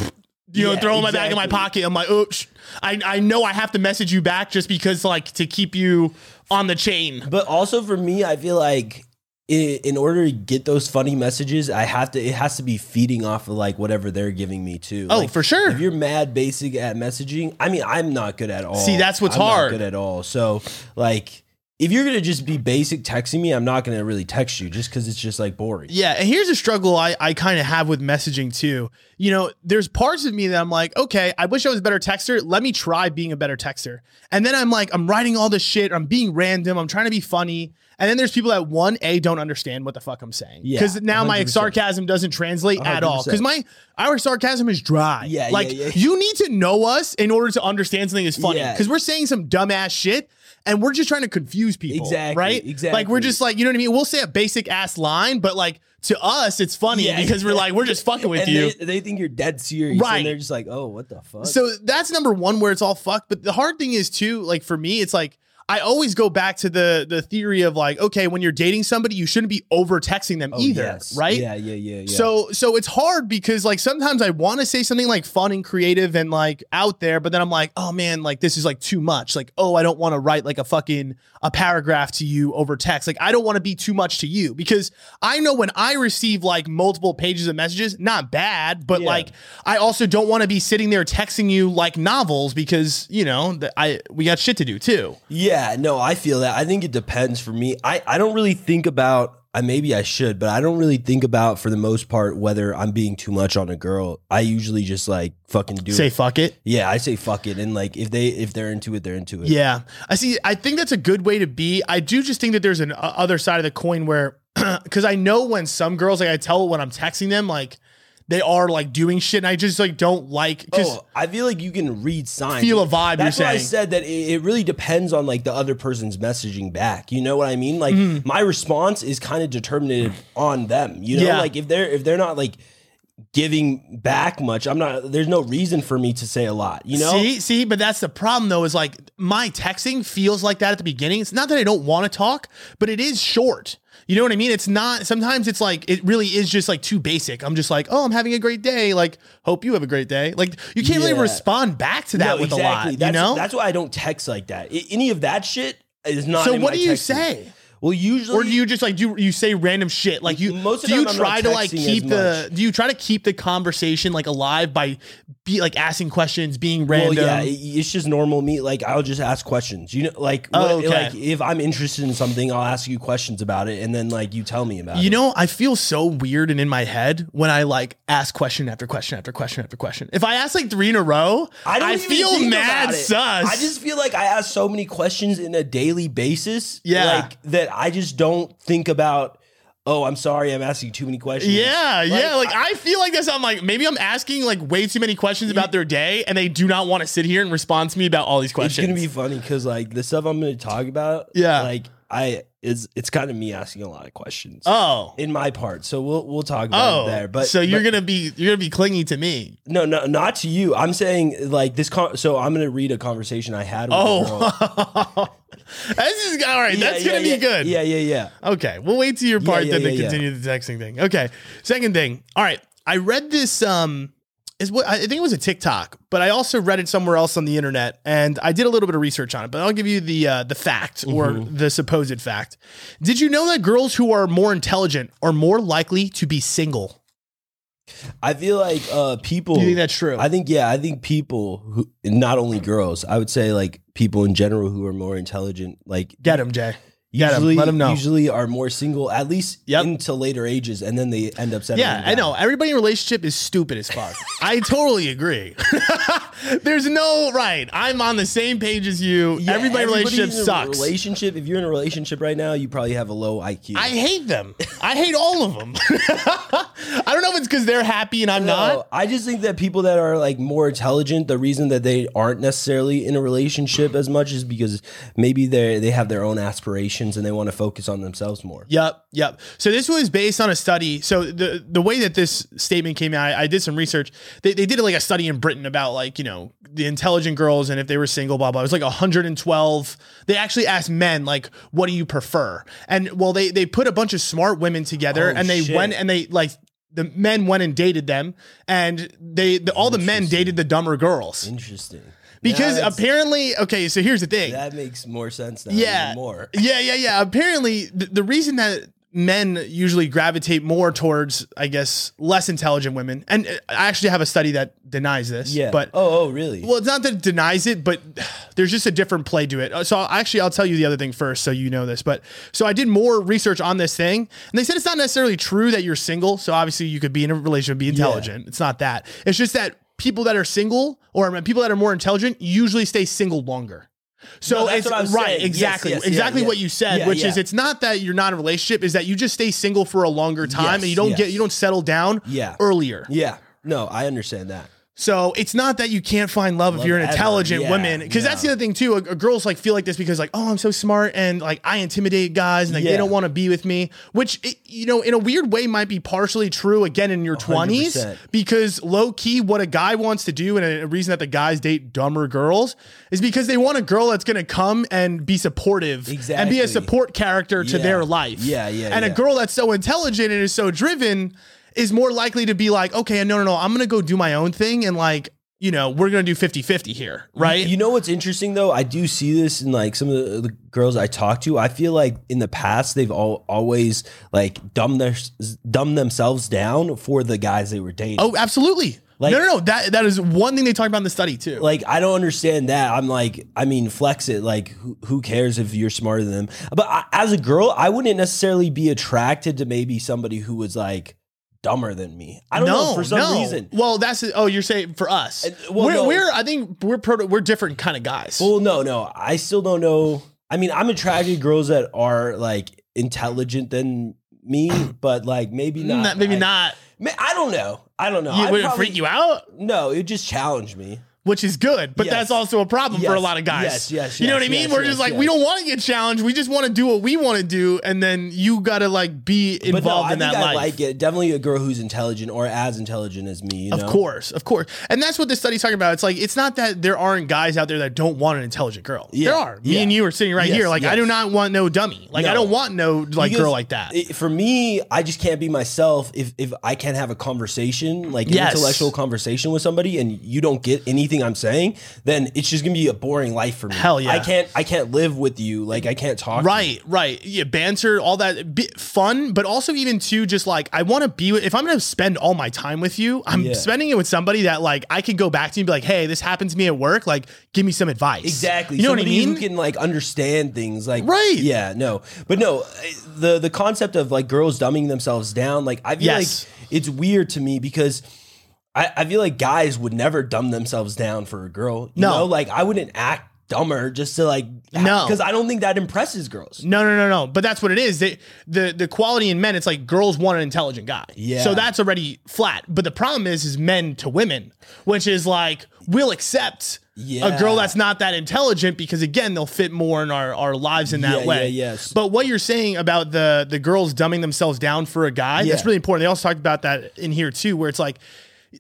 Speaker 1: You know,
Speaker 2: Yeah,
Speaker 1: throw my bag in my
Speaker 2: exactly.
Speaker 1: pocket. I'm like, oops. I, I know I have to message you back just because like to keep you on the chain.
Speaker 2: But also for me, I feel like i in order to get those funny messages, I have to. It has to be feeding off of like whatever they're giving me too.
Speaker 1: Oh,
Speaker 2: Like,
Speaker 1: for sure.
Speaker 2: If you're mad basic at messaging, I mean, I'm not good at all.
Speaker 1: See, that's what's
Speaker 2: I'm not
Speaker 1: hard.
Speaker 2: good at all. So like. If you're gonna just be basic texting me, I'm not gonna really text you just because it's just like boring.
Speaker 1: Yeah, and here's a struggle I, I kind of have with messaging too. You know, there's parts of me that I'm like, okay, I wish I was a better texter. Let me try being a better texter. And then I'm like, I'm writing all this shit. I'm being random. I'm trying to be funny. And then there's people that one a don't understand what the fuck I'm saying
Speaker 2: Yeah,
Speaker 1: because now my
Speaker 2: 100%.
Speaker 1: sarcasm doesn't translate at all because my our sarcasm is dry.
Speaker 2: Yeah, yeah,
Speaker 1: like
Speaker 2: yeah.
Speaker 1: you need to know us in order to understand something is funny
Speaker 2: Yeah.
Speaker 1: because we're saying some dumbass shit. And we're just trying to confuse people,
Speaker 2: Exactly,
Speaker 1: right? Like we're
Speaker 2: exactly.
Speaker 1: just like you know what I mean. We'll say a basic ass line, but like to us, it's funny
Speaker 2: Yeah.
Speaker 1: because we're like we're just fucking with
Speaker 2: and
Speaker 1: you.
Speaker 2: They, they think you're dead serious,
Speaker 1: Right.
Speaker 2: And they're just like, "Oh, what the fuck?"
Speaker 1: so that's number one where it's all fucked. But the hard thing is too, like for me, it's like I always go back to the the theory of like, okay, when you're dating somebody, you shouldn't be over texting them
Speaker 2: Oh,
Speaker 1: either,
Speaker 2: yes.
Speaker 1: right?
Speaker 2: Yeah, yeah, yeah, yeah.
Speaker 1: So so it's hard because like sometimes I want to say something like fun and creative and like out there, but then I'm like, oh man, like this is like too much. Like, oh, I don't want to write like a fucking a paragraph to you over text. Like, I don't want to be too much to you because I know when I receive like multiple pages of messages, not bad, but
Speaker 2: Yeah.
Speaker 1: like I also don't want to be sitting there texting you like novels because you know that I we got shit to do too.
Speaker 2: Yeah, no, I feel that. I think it depends for me. I, I don't really think about I maybe I should, but I don't really think about for the most part whether I'm being too much on a girl. I usually just like fucking do
Speaker 1: Say
Speaker 2: it.
Speaker 1: fuck it.
Speaker 2: Yeah, I say fuck it, and like if they if they're into it, they're into it.
Speaker 1: Yeah, I see. I think that's a good way to be. I do just think that there's an o- other side of the coin where, because I know when some girls, like I tell when I'm texting them, like they are like doing shit, and I just like don't like because
Speaker 2: Oh, I feel like you can read signs,
Speaker 1: Feel a vibe,
Speaker 2: That's
Speaker 1: you're
Speaker 2: why I
Speaker 1: saying.
Speaker 2: said that it, it really depends on like the other person's messaging back. You know what I mean? Like
Speaker 1: Mm.
Speaker 2: my response is kind of determinative on them. You know,
Speaker 1: Yeah.
Speaker 2: like if they're if they're not like giving back much, I'm not. There's no reason for me to say a lot. You know?
Speaker 1: See, see, but that's the problem though. Is like my texting feels like that at the beginning. It's not that I don't want to talk, but it is short. You know what I mean? It's not. Sometimes it's like it really is just like too basic. I'm just like, oh, I'm having a great day. Like, hope you have a great day. Like, you can't really
Speaker 2: Yeah.
Speaker 1: respond back to that
Speaker 2: No,
Speaker 1: with a lot.
Speaker 2: That's,
Speaker 1: you know?
Speaker 2: that's why I don't text like that. I- any of that shit is not.
Speaker 1: so
Speaker 2: in
Speaker 1: what
Speaker 2: my
Speaker 1: do you
Speaker 2: texting.
Speaker 1: say?
Speaker 2: Well, usually,
Speaker 1: Or do you just like do you say random shit like you?
Speaker 2: Most of
Speaker 1: do
Speaker 2: the
Speaker 1: you
Speaker 2: time I'm
Speaker 1: try
Speaker 2: not
Speaker 1: to like
Speaker 2: texting as
Speaker 1: keep the? Do you try to keep the conversation like alive by be like asking questions, being random?
Speaker 2: Well, yeah, it- it's just normal me. Like I'll just ask questions. You know, like
Speaker 1: Oh,
Speaker 2: what-
Speaker 1: okay.
Speaker 2: like if I'm interested in something, I'll ask you questions about it, and then like you tell me about
Speaker 1: You
Speaker 2: it.
Speaker 1: know, I feel so weird and in my head when I like ask question after question after question after question. If I ask like three in a row, I,
Speaker 2: don't even
Speaker 1: feel
Speaker 2: think
Speaker 1: mad
Speaker 2: about it.
Speaker 1: sus.
Speaker 2: I just feel like I ask so many questions in a daily basis.
Speaker 1: Yeah.
Speaker 2: like that I just don't think about. Oh, I'm sorry, I'm asking too many questions.
Speaker 1: yeah, yeah. Like
Speaker 2: I-
Speaker 1: I, feel like this. I'm like maybe I'm asking like way too many questions about their day, and they do not want to sit here and respond to me about all these
Speaker 2: it's
Speaker 1: questions.
Speaker 2: gonna be funny because like the stuff I'm gonna talk about.
Speaker 1: Yeah.
Speaker 2: like I is it's kind of me asking a lot of questions.
Speaker 1: oh,
Speaker 2: in my part, so we'll we'll talk about
Speaker 1: oh.
Speaker 2: it there. But
Speaker 1: so
Speaker 2: but-
Speaker 1: you're gonna be you're gonna be clingy to me.
Speaker 2: No, no, not to you. I'm saying like this. Con- so I'm gonna read a conversation I had. With a girl.
Speaker 1: Oh, this is all right.
Speaker 2: Yeah,
Speaker 1: that's
Speaker 2: yeah,
Speaker 1: gonna
Speaker 2: yeah,
Speaker 1: be good.
Speaker 2: Yeah, yeah, yeah.
Speaker 1: Okay, we'll wait to your part
Speaker 2: yeah,
Speaker 1: then to
Speaker 2: yeah, yeah.
Speaker 1: continue the texting thing. Okay, second thing. All right, I read this. Um, is what I think it was a TikTok, but I also read it somewhere else on the internet, and I did a little bit of research on it. But I'll give you the uh, the fact or
Speaker 2: Mm-hmm.
Speaker 1: the supposed fact. Did you know that girls who are more intelligent are more likely to be single?
Speaker 2: I feel like uh people.
Speaker 1: Do you think that's true?
Speaker 2: I think yeah. I think people who, not only girls. I would say like people in general who are more intelligent, like
Speaker 1: Get him, Jay. Get 'em.
Speaker 2: usually
Speaker 1: Let 'em know.
Speaker 2: usually are more single, at least
Speaker 1: Yep.
Speaker 2: into later ages, and then they end up settling.
Speaker 1: Yeah, I
Speaker 2: down.
Speaker 1: know. Everybody in a relationship is stupid as fuck. I totally agree. There's no right. I'm on the same page as you.
Speaker 2: Yeah,
Speaker 1: Everybody in a relationship
Speaker 2: in a
Speaker 1: sucks.
Speaker 2: Relationship. If you're in a relationship right now, you probably have a low IQ.
Speaker 1: I hate them. I hate all of them. I don't know if it's because they're happy and I'm
Speaker 2: No,
Speaker 1: not.
Speaker 2: I just think that people that are like more intelligent, the reason that they aren't necessarily in a relationship as much is because maybe they they have their own aspirations and they want to focus on themselves more.
Speaker 1: Yep, yep. So this was based on a study. So the the way that this statement came out, I, I did some research. They, they did like a study in Britain about like you know the intelligent girls and if they were single, blah blah. It was like 112. They actually asked men like, "What do you prefer?" And well, they they put a bunch of smart women together
Speaker 2: Oh,
Speaker 1: and they
Speaker 2: shit.
Speaker 1: went and they like the men went and dated them, and they the, all the men dated the dumber girls
Speaker 2: Interesting.
Speaker 1: because
Speaker 2: Now that's-
Speaker 1: apparently okay. So here's the thing.
Speaker 2: that makes more sense now.
Speaker 1: yeah
Speaker 2: even more.
Speaker 1: yeah yeah yeah apparently the, the reason that men usually gravitate more towards i guess less intelligent women and uh, i actually have a study that denies this
Speaker 2: Yeah.
Speaker 1: but
Speaker 2: oh, oh, really?
Speaker 1: well it's not that it denies it but there's just a different play to it Uh, so I'll, actually i'll tell you the other thing first so you know this but so i did more research on this thing and they said it's not necessarily true that you're single so obviously you could be in a relationship be intelligent it's not that it's just that people that are single or people that are more intelligent usually stay single longer so
Speaker 2: No, that's
Speaker 1: it's
Speaker 2: what I was
Speaker 1: right,
Speaker 2: saying. Yes,
Speaker 1: exactly,
Speaker 2: yes, yeah,
Speaker 1: exactly
Speaker 2: yeah.
Speaker 1: what you said,
Speaker 2: Yeah,
Speaker 1: which
Speaker 2: yeah.
Speaker 1: is it's not that you're not in a relationship, is that you just stay single for a longer time
Speaker 2: Yes,
Speaker 1: and you don't
Speaker 2: yes.
Speaker 1: get you don't settle down
Speaker 2: Yeah.
Speaker 1: earlier.
Speaker 2: yeah. No, I understand that.
Speaker 1: So it's not that you can't find love, if
Speaker 2: Love
Speaker 1: you're an
Speaker 2: ever,
Speaker 1: intelligent
Speaker 2: yeah,
Speaker 1: woman, because that's the
Speaker 2: no.
Speaker 1: other thing too. A, a girls like feel like this because like, oh, I'm so smart and like I intimidate guys and like they
Speaker 2: Yeah.
Speaker 1: don't want to be with me, which it, you know in a weird way might be partially true again in your twenties
Speaker 2: 100%.
Speaker 1: because low key what a guy wants to do and a, a reason that the guys date dumber girls is because they want a girl that's going to come and be supportive and be a
Speaker 2: Exactly.
Speaker 1: support character to
Speaker 2: Yeah.
Speaker 1: their life.
Speaker 2: Yeah, yeah,
Speaker 1: And a
Speaker 2: yeah.
Speaker 1: girl girl that's so intelligent and is so driven is more likely to be like, okay, no, no, no, I'm going to go do my own thing. And like, you know, we're going to do 50 50 here. Right.
Speaker 2: You know what's interesting though? I do see this in like some of the, the girls I talk to. I feel like in the past they've all always like dumbed their dumbed themselves down for the guys they were dating.
Speaker 1: oh, absolutely.
Speaker 2: Like,
Speaker 1: no, no, no. That that is one thing they talk about in the study too.
Speaker 2: like I don't understand that. I'm like, I mean, flex it. Like, who, who cares if you're smarter than them? But I, as a girl, I wouldn't necessarily be attracted to maybe somebody who was like dumber than me. I don't know for some reason.
Speaker 1: Well, that's oh, you're saying for us.
Speaker 2: Uh, well,
Speaker 1: we're,
Speaker 2: no.
Speaker 1: we're I think we're proto- we're different kind of guys.
Speaker 2: Well, no, no. I still don't know. I mean, I'm attracted to girls that are like intelligent than me, but like maybe not.
Speaker 1: Not- Mm, maybe
Speaker 2: I,
Speaker 1: not.
Speaker 2: Ma- I don't know. I don't know.
Speaker 1: You,
Speaker 2: I'd
Speaker 1: would it
Speaker 2: probably-
Speaker 1: freak you out?
Speaker 2: No, it just challenged me.
Speaker 1: Which is good, but
Speaker 2: Yes.
Speaker 1: that's also a problem for a
Speaker 2: Yes.
Speaker 1: lot of guys.
Speaker 2: Yes, yes,
Speaker 1: You know
Speaker 2: yes,
Speaker 1: what I mean?
Speaker 2: yes,
Speaker 1: We're
Speaker 2: yes,
Speaker 1: just like
Speaker 2: yes.
Speaker 1: we don't want to get challenged. We just want to do what we want to do, and then you got to like be
Speaker 2: But no,
Speaker 1: involved
Speaker 2: I
Speaker 1: in
Speaker 2: think
Speaker 1: that
Speaker 2: I
Speaker 1: life.
Speaker 2: like it. Definitely a girl who's intelligent or as intelligent as me. You
Speaker 1: Of
Speaker 2: know?
Speaker 1: course, of course, and that's what this study's talking about. It's like it's not that there aren't guys out there that don't want an intelligent girl.
Speaker 2: Yeah,
Speaker 1: There are. Me
Speaker 2: yeah.
Speaker 1: and you are sitting right
Speaker 2: Yes,
Speaker 1: here. Like I do
Speaker 2: yes.
Speaker 1: not want no dummy. Like I
Speaker 2: No.
Speaker 1: don't want no like
Speaker 2: Because
Speaker 1: girl like that.
Speaker 2: it- for me, I just can't be myself if if I can't have a conversation, like an
Speaker 1: Yes.
Speaker 2: intellectual conversation with somebody, and you don't get anything I'm saying, then it's just gonna be a boring life for me.
Speaker 1: Hell yeah.
Speaker 2: I can't I can't live with you. Like I can't talk. to you.
Speaker 1: Right, right. Yeah, banter, all that Be- fun, but also even too just like I want to be with if I'm going to spend all my time with you, I'm
Speaker 2: Yeah.
Speaker 1: spending it with somebody that like I could go back to and be like, "Hey, this happened to me at work, like give me some advice."
Speaker 2: Exactly.
Speaker 1: You know
Speaker 2: Somebody
Speaker 1: what I mean?
Speaker 2: Who can like understand things like
Speaker 1: Right.
Speaker 2: Yeah, no. But no, I- the the concept of like girls dumbing themselves down, like I feel
Speaker 1: Yes.
Speaker 2: like it's weird to me because I, I feel like guys would never dumb themselves down for a girl. You
Speaker 1: No.
Speaker 2: know, like I wouldn't act dumber just to like
Speaker 1: No.
Speaker 2: because I don't think that impresses girls.
Speaker 1: no, no, no, no. But that's what it is. They, the the quality in men, it's like girls want an intelligent guy.
Speaker 2: Yeah.
Speaker 1: So that's already flat. But the problem is, is men to women, which is like we'll accept a
Speaker 2: Yeah.
Speaker 1: girl that's not that intelligent because again, they'll fit more in our our lives in that
Speaker 2: Yeah,
Speaker 1: way.
Speaker 2: yeah, yes.
Speaker 1: But what you're saying about the the girls dumbing themselves down for a guy, that's
Speaker 2: Yeah.
Speaker 1: really important. They also talked about that in here too, where it's like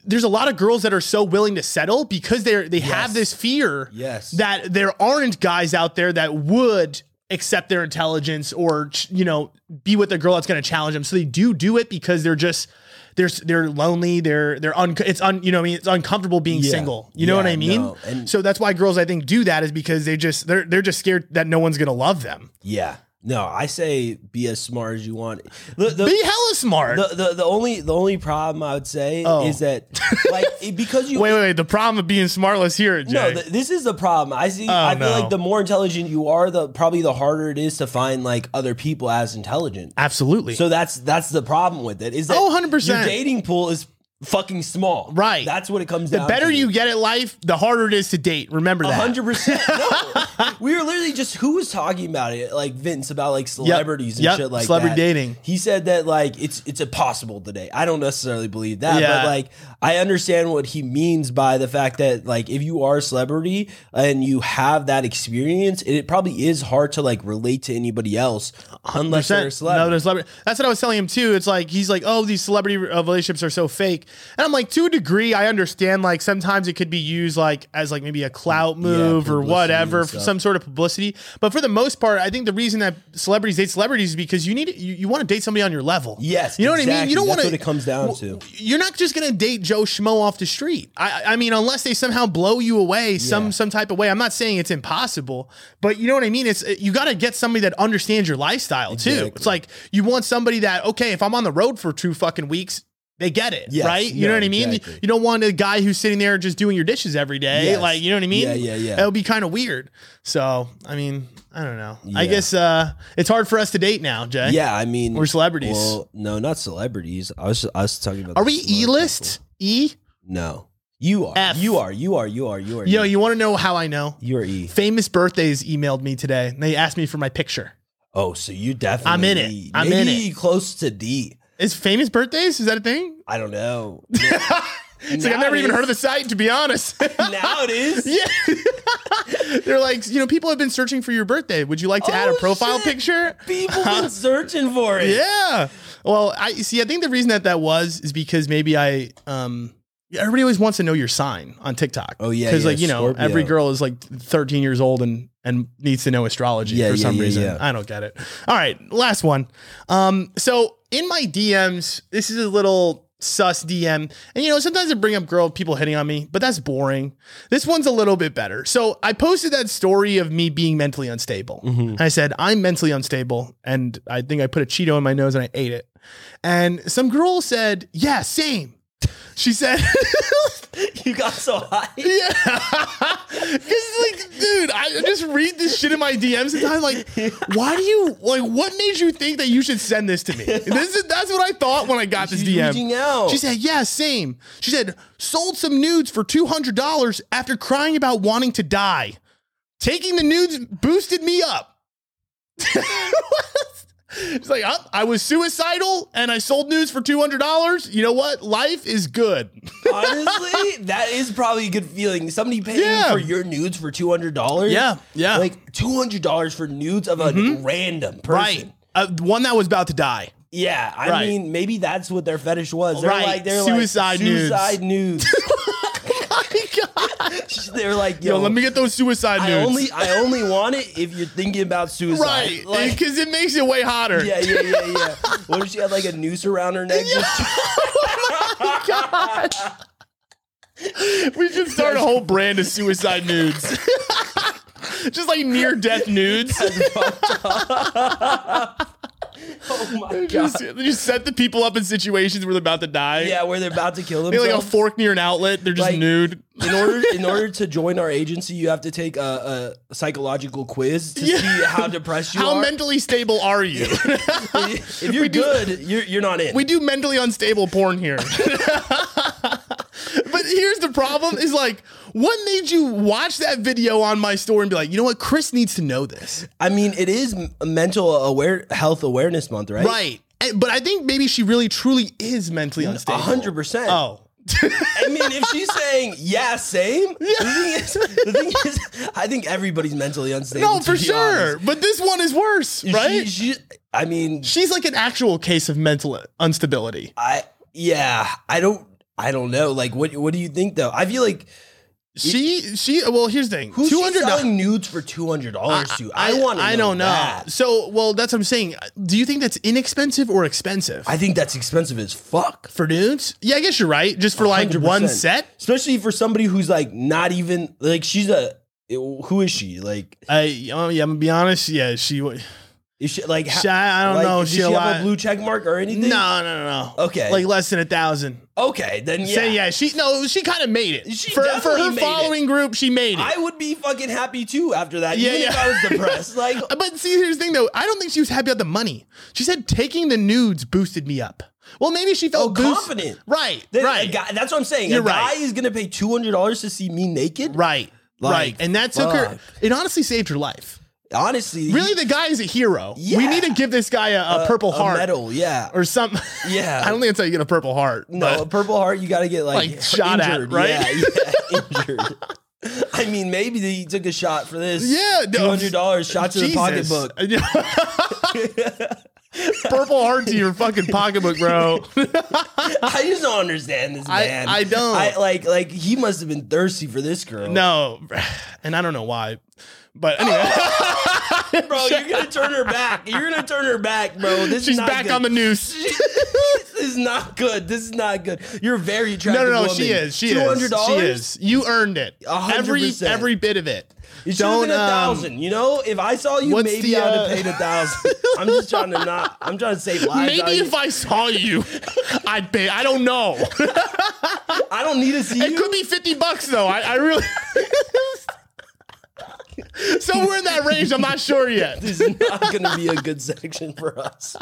Speaker 1: there's a lot of girls that are so willing to settle because they're they have
Speaker 2: Yes.
Speaker 1: this fear
Speaker 2: Yes.
Speaker 1: that there aren't guys out there that would accept their intelligence or ch- you know be with a girl that's going to challenge them so they do do it because they're just they're s- they're lonely they're they're un it's un you know what I mean it's uncomfortable being
Speaker 2: Yeah.
Speaker 1: single you know
Speaker 2: Yeah,
Speaker 1: what I mean
Speaker 2: no, and-
Speaker 1: so that's why girls I think do that is because they just they're they're just scared that no one's going to love them
Speaker 2: Yeah. No, I say be as smart as you want. The- the-
Speaker 1: be hella smart
Speaker 2: the, the the only the only problem I would say
Speaker 1: Oh.
Speaker 2: is that like it- because you
Speaker 1: wait wait wait the problem of being smart let's hear it Jay
Speaker 2: No, th- this is the problem. I see. I feel
Speaker 1: Oh, no.
Speaker 2: like the more intelligent you are, the probably the harder it is to find like other people as intelligent.
Speaker 1: absolutely
Speaker 2: So that's that's the problem with it. Is that
Speaker 1: Oh, 100%.
Speaker 2: your dating pool is fucking small?
Speaker 1: Right.
Speaker 2: That's what it comes
Speaker 1: the
Speaker 2: down.
Speaker 1: better
Speaker 2: to.
Speaker 1: you get at life the harder it is to date remember that
Speaker 2: hundred percent. No, we were literally just who was talking about it, like Vince about like celebrities and
Speaker 1: Yep.
Speaker 2: shit like
Speaker 1: Celebrity
Speaker 2: that.
Speaker 1: dating.
Speaker 2: He said that like it's it's impossible today. I don't necessarily believe that,
Speaker 1: Yeah.
Speaker 2: but like I understand what he means by the fact that like if you are a celebrity and you have that experience, it, probably is hard to like relate to anybody else unless they're
Speaker 1: percent.
Speaker 2: a
Speaker 1: No,
Speaker 2: celebrity.
Speaker 1: they're celebrity. That's what I was telling him too. It's like he's like, oh, these celebrity uh, relationships are so fake, and I'm like, to a degree, I understand. Like sometimes it could be used like as like maybe a clout move or
Speaker 2: publicity
Speaker 1: whatever,
Speaker 2: and
Speaker 1: for
Speaker 2: stuff.
Speaker 1: some sort of publicity. But for the most part, I think the reason that celebrities date celebrities is because you need you, you want to date somebody on your level.
Speaker 2: Yes,
Speaker 1: you know what I mean.
Speaker 2: exactly.
Speaker 1: You don't
Speaker 2: That's
Speaker 1: want
Speaker 2: what it comes down to.
Speaker 1: You're not just gonna date Joe Schmo off the street. I, I mean, unless they somehow blow you away some some type of way. I'm not saying it's impossible, but you know what I mean. It's you got to get somebody that understands your lifestyle too.
Speaker 2: Exactly.
Speaker 1: It's like you want somebody that okay, if I'm on the road for two fucking weeks. They get it,
Speaker 2: Yes.
Speaker 1: right? You
Speaker 2: No,
Speaker 1: know what I mean.
Speaker 2: exactly.
Speaker 1: You don't want a guy who's sitting there just doing your dishes every day,
Speaker 2: Yes.
Speaker 1: like you know what I mean.
Speaker 2: Yeah, yeah, yeah.
Speaker 1: That would be kind of weird. So, I mean, I don't know. I
Speaker 2: Yeah.
Speaker 1: guess uh, it's hard for us to date now, Jay.
Speaker 2: Yeah, I mean
Speaker 1: We're celebrities.
Speaker 2: Well, no, not celebrities. I was I was talking about.
Speaker 1: Are
Speaker 2: the
Speaker 1: we
Speaker 2: smart
Speaker 1: E list? E?
Speaker 2: people. No, you are.
Speaker 1: F.
Speaker 2: You are. You are. You are. You are.
Speaker 1: Yo, you want to know how I know?
Speaker 2: You are E.
Speaker 1: Famous Birthdays emailed me today and they asked me for my picture.
Speaker 2: Oh, so you definitely. E.
Speaker 1: I'm in it. I'm in
Speaker 2: maybe close to D.
Speaker 1: Is Famous Birthdays? Is that a thing?
Speaker 2: I don't know.
Speaker 1: It's like I've never even heard of the site, to be honest.
Speaker 2: now it is.
Speaker 1: yeah. They're like, you know, people have been searching for your birthday. Would you like to add a
Speaker 2: Oh,
Speaker 1: profile
Speaker 2: shit.
Speaker 1: picture?
Speaker 2: People been searching for it.
Speaker 1: Yeah. Well, I see. I think the reason that that was is because maybe I um. Everybody always wants to know your sign on TikTok.
Speaker 2: Oh, yeah,
Speaker 1: because
Speaker 2: yeah,
Speaker 1: like you know,
Speaker 2: Scorpio.
Speaker 1: every girl is like 13 years old and and needs to know astrology
Speaker 2: Yeah,
Speaker 1: for
Speaker 2: yeah,
Speaker 1: some
Speaker 2: yeah,
Speaker 1: reason.
Speaker 2: yeah.
Speaker 1: I don't get it. All right, last one. Um, so in my DMs, this is a little sus DM, and you know sometimes I bring up girl people hitting on me, but that's boring. This one's a little bit better. So I posted that story of me being mentally unstable.
Speaker 2: Mm-hmm.
Speaker 1: And I said, I'm mentally unstable. And I think I put a Cheeto in my nose and I ate it. And some girl said, Yeah, same. She said,
Speaker 2: You got so high.
Speaker 1: It's like, dude, I just read this shit in my DMs and I'm like, why do you like? What made you think that you should send this to me? This is that's what I thought when I got this
Speaker 2: She's
Speaker 1: DM.
Speaker 2: reaching out.
Speaker 1: She said, yeah, same. She said, sold some nudes for two hundred dollars after crying about wanting to die. Taking the nudes boosted me up. it's like up. I was suicidal and I sold nudes for two hundred dollars. You know what? Life is good.
Speaker 2: Honestly, that is probably a good feeling. Somebody paying
Speaker 1: Yeah.
Speaker 2: for your nudes for two hundred dollars.
Speaker 1: Yeah, yeah. Mm-hmm.
Speaker 2: Like two hundred dollars for nudes of a random person.
Speaker 1: Right. Uh, one that was about to die.
Speaker 2: Yeah, I
Speaker 1: Right.
Speaker 2: mean, maybe that's what their fetish was. They're
Speaker 1: Right.
Speaker 2: like, they're
Speaker 1: Suicide
Speaker 2: like,
Speaker 1: nudes. Oh
Speaker 2: suicide nudes.
Speaker 1: My God.
Speaker 2: they're like, yo,
Speaker 1: Yo, let me get those suicide
Speaker 2: I
Speaker 1: nudes.
Speaker 2: only, I only want it if you're thinking about suicide.
Speaker 1: right,
Speaker 2: Like,
Speaker 1: because it makes it way hotter.
Speaker 2: yeah, yeah, yeah, yeah. What if she had like a noose around her neck? Just-
Speaker 1: We should start a whole brand of suicide nudes. Just like near death nudes.
Speaker 2: oh my god.
Speaker 1: Just, just set the people up in situations where they're about to die.
Speaker 2: Yeah, where they're about to kill
Speaker 1: They like a
Speaker 2: themselves.
Speaker 1: fork near an outlet. They're just
Speaker 2: Like-
Speaker 1: nude.
Speaker 2: in order, in order to join our agency, you have to take a, a psychological quiz to
Speaker 1: Yeah.
Speaker 2: see how depressed you
Speaker 1: How
Speaker 2: are.
Speaker 1: mentally stable are you?
Speaker 2: if you're good, you're, you're not in.
Speaker 1: we do mentally unstable porn here. but here's the problem is like, what made you watch that video on my store and be like, you know what? Chris needs to know this.
Speaker 2: I mean, it is m- mental aware health awareness month, right?
Speaker 1: Right. And- But I think maybe she really truly is mentally
Speaker 2: A
Speaker 1: unstable.
Speaker 2: hundred percent.
Speaker 1: Oh.
Speaker 2: I mean, if she's saying yeah, same. The, thing is, the thing is, I think everybody's mentally unstable.
Speaker 1: No,
Speaker 2: to
Speaker 1: for
Speaker 2: be
Speaker 1: sure.
Speaker 2: honest.
Speaker 1: But this one is worse, right?
Speaker 2: She, she, I mean,
Speaker 1: She's like an actual case of mental instability.
Speaker 2: I yeah, I don't, I don't know. Like, what what do you think though? I feel like
Speaker 1: She she well, here's the thing.
Speaker 2: who's she
Speaker 1: $200
Speaker 2: selling nudes for two hundred dollars to? I, want.
Speaker 1: I don't know.
Speaker 2: that.
Speaker 1: So, well, that's what I'm saying. Do you think that's inexpensive or expensive?
Speaker 2: I think that's expensive as fuck.
Speaker 1: for nudes? Yeah, I guess you're right. Just for like one
Speaker 2: 100%.
Speaker 1: set?
Speaker 2: especially for somebody who's like not even like she's a. Who is she? Like,
Speaker 1: I oh, yeah, I'm going to be honest, yeah, she wa-
Speaker 2: is she like?
Speaker 1: She- I don't know if
Speaker 2: Does she
Speaker 1: she'll
Speaker 2: have
Speaker 1: lie.
Speaker 2: a blue check mark or anything?
Speaker 1: No, no, no, no.
Speaker 2: Okay.
Speaker 1: Like less than a thousand.
Speaker 2: Okay, then yeah.
Speaker 1: Yeah. Say yeah, she no, she kind of made it.
Speaker 2: She
Speaker 1: for for
Speaker 2: definitely
Speaker 1: her
Speaker 2: made it.
Speaker 1: following group, she made it.
Speaker 2: I would be fucking happy too after that.
Speaker 1: Yeah,
Speaker 2: even if
Speaker 1: yeah.
Speaker 2: I was depressed. Like
Speaker 1: Uh, but see, here's the thing though. I don't think she was happy about the money. She said taking the nudes boosted me up. Well, maybe she felt
Speaker 2: Oh,
Speaker 1: boost-
Speaker 2: confident.
Speaker 1: Right,
Speaker 2: that- a
Speaker 1: right,
Speaker 2: guy- that's what I'm saying.
Speaker 1: You're
Speaker 2: a guy
Speaker 1: right.
Speaker 2: is gonna pay two hundred dollars to see me naked.
Speaker 1: right,
Speaker 2: Like,
Speaker 1: right. And that took her.
Speaker 2: fuck.
Speaker 1: It honestly saved her life.
Speaker 2: Honestly,
Speaker 1: Really, the guy is a hero. We
Speaker 2: Yeah.
Speaker 1: need to give this guy a, a purple
Speaker 2: a
Speaker 1: heart
Speaker 2: medal. Yeah,
Speaker 1: or something.
Speaker 2: Yeah.
Speaker 1: I don't think that's how you get a purple heart.
Speaker 2: no, a
Speaker 1: but-
Speaker 2: purple heart. You gotta get like,
Speaker 1: Like, shot at,
Speaker 2: injured.
Speaker 1: right?
Speaker 2: Yeah, yeah, injured. I mean, maybe he took a shot for this.
Speaker 1: yeah,
Speaker 2: two
Speaker 1: no,
Speaker 2: hundred dollars shot to the
Speaker 1: Jesus.
Speaker 2: pocketbook.
Speaker 1: purple heart to your fucking pocketbook, bro.
Speaker 2: I just don't understand this
Speaker 1: I-
Speaker 2: man.
Speaker 1: I don't.
Speaker 2: I, like, like he must have been thirsty for this girl.
Speaker 1: no, and I don't know why, but anyway.
Speaker 2: Oh, bro, you're gonna turn her back. You're gonna turn her back, bro. This is
Speaker 1: She's
Speaker 2: not
Speaker 1: back
Speaker 2: good.
Speaker 1: on the noose.
Speaker 2: this is not good. This is not good. You're a very
Speaker 1: No,
Speaker 2: attractive.
Speaker 1: no, no.
Speaker 2: woman.
Speaker 1: She is. She is. She
Speaker 2: $200?
Speaker 1: is. You earned it.
Speaker 2: A hundred
Speaker 1: Every
Speaker 2: percent.
Speaker 1: every bit of it.
Speaker 2: It should have been a
Speaker 1: um,
Speaker 2: thousand. you know, if I saw you,
Speaker 1: what's
Speaker 2: maybe
Speaker 1: the,
Speaker 2: I would
Speaker 1: uh,
Speaker 2: have paid a thousand. I'm just trying to not. I'm trying to save lives.
Speaker 1: Maybe if I saw you, I'd pay. I don't know. It
Speaker 2: I don't need to see you.
Speaker 1: could be fifty bucks though. I, I really. Somewhere in that range, I'm not sure yet.
Speaker 2: this is not going to be a good section for us.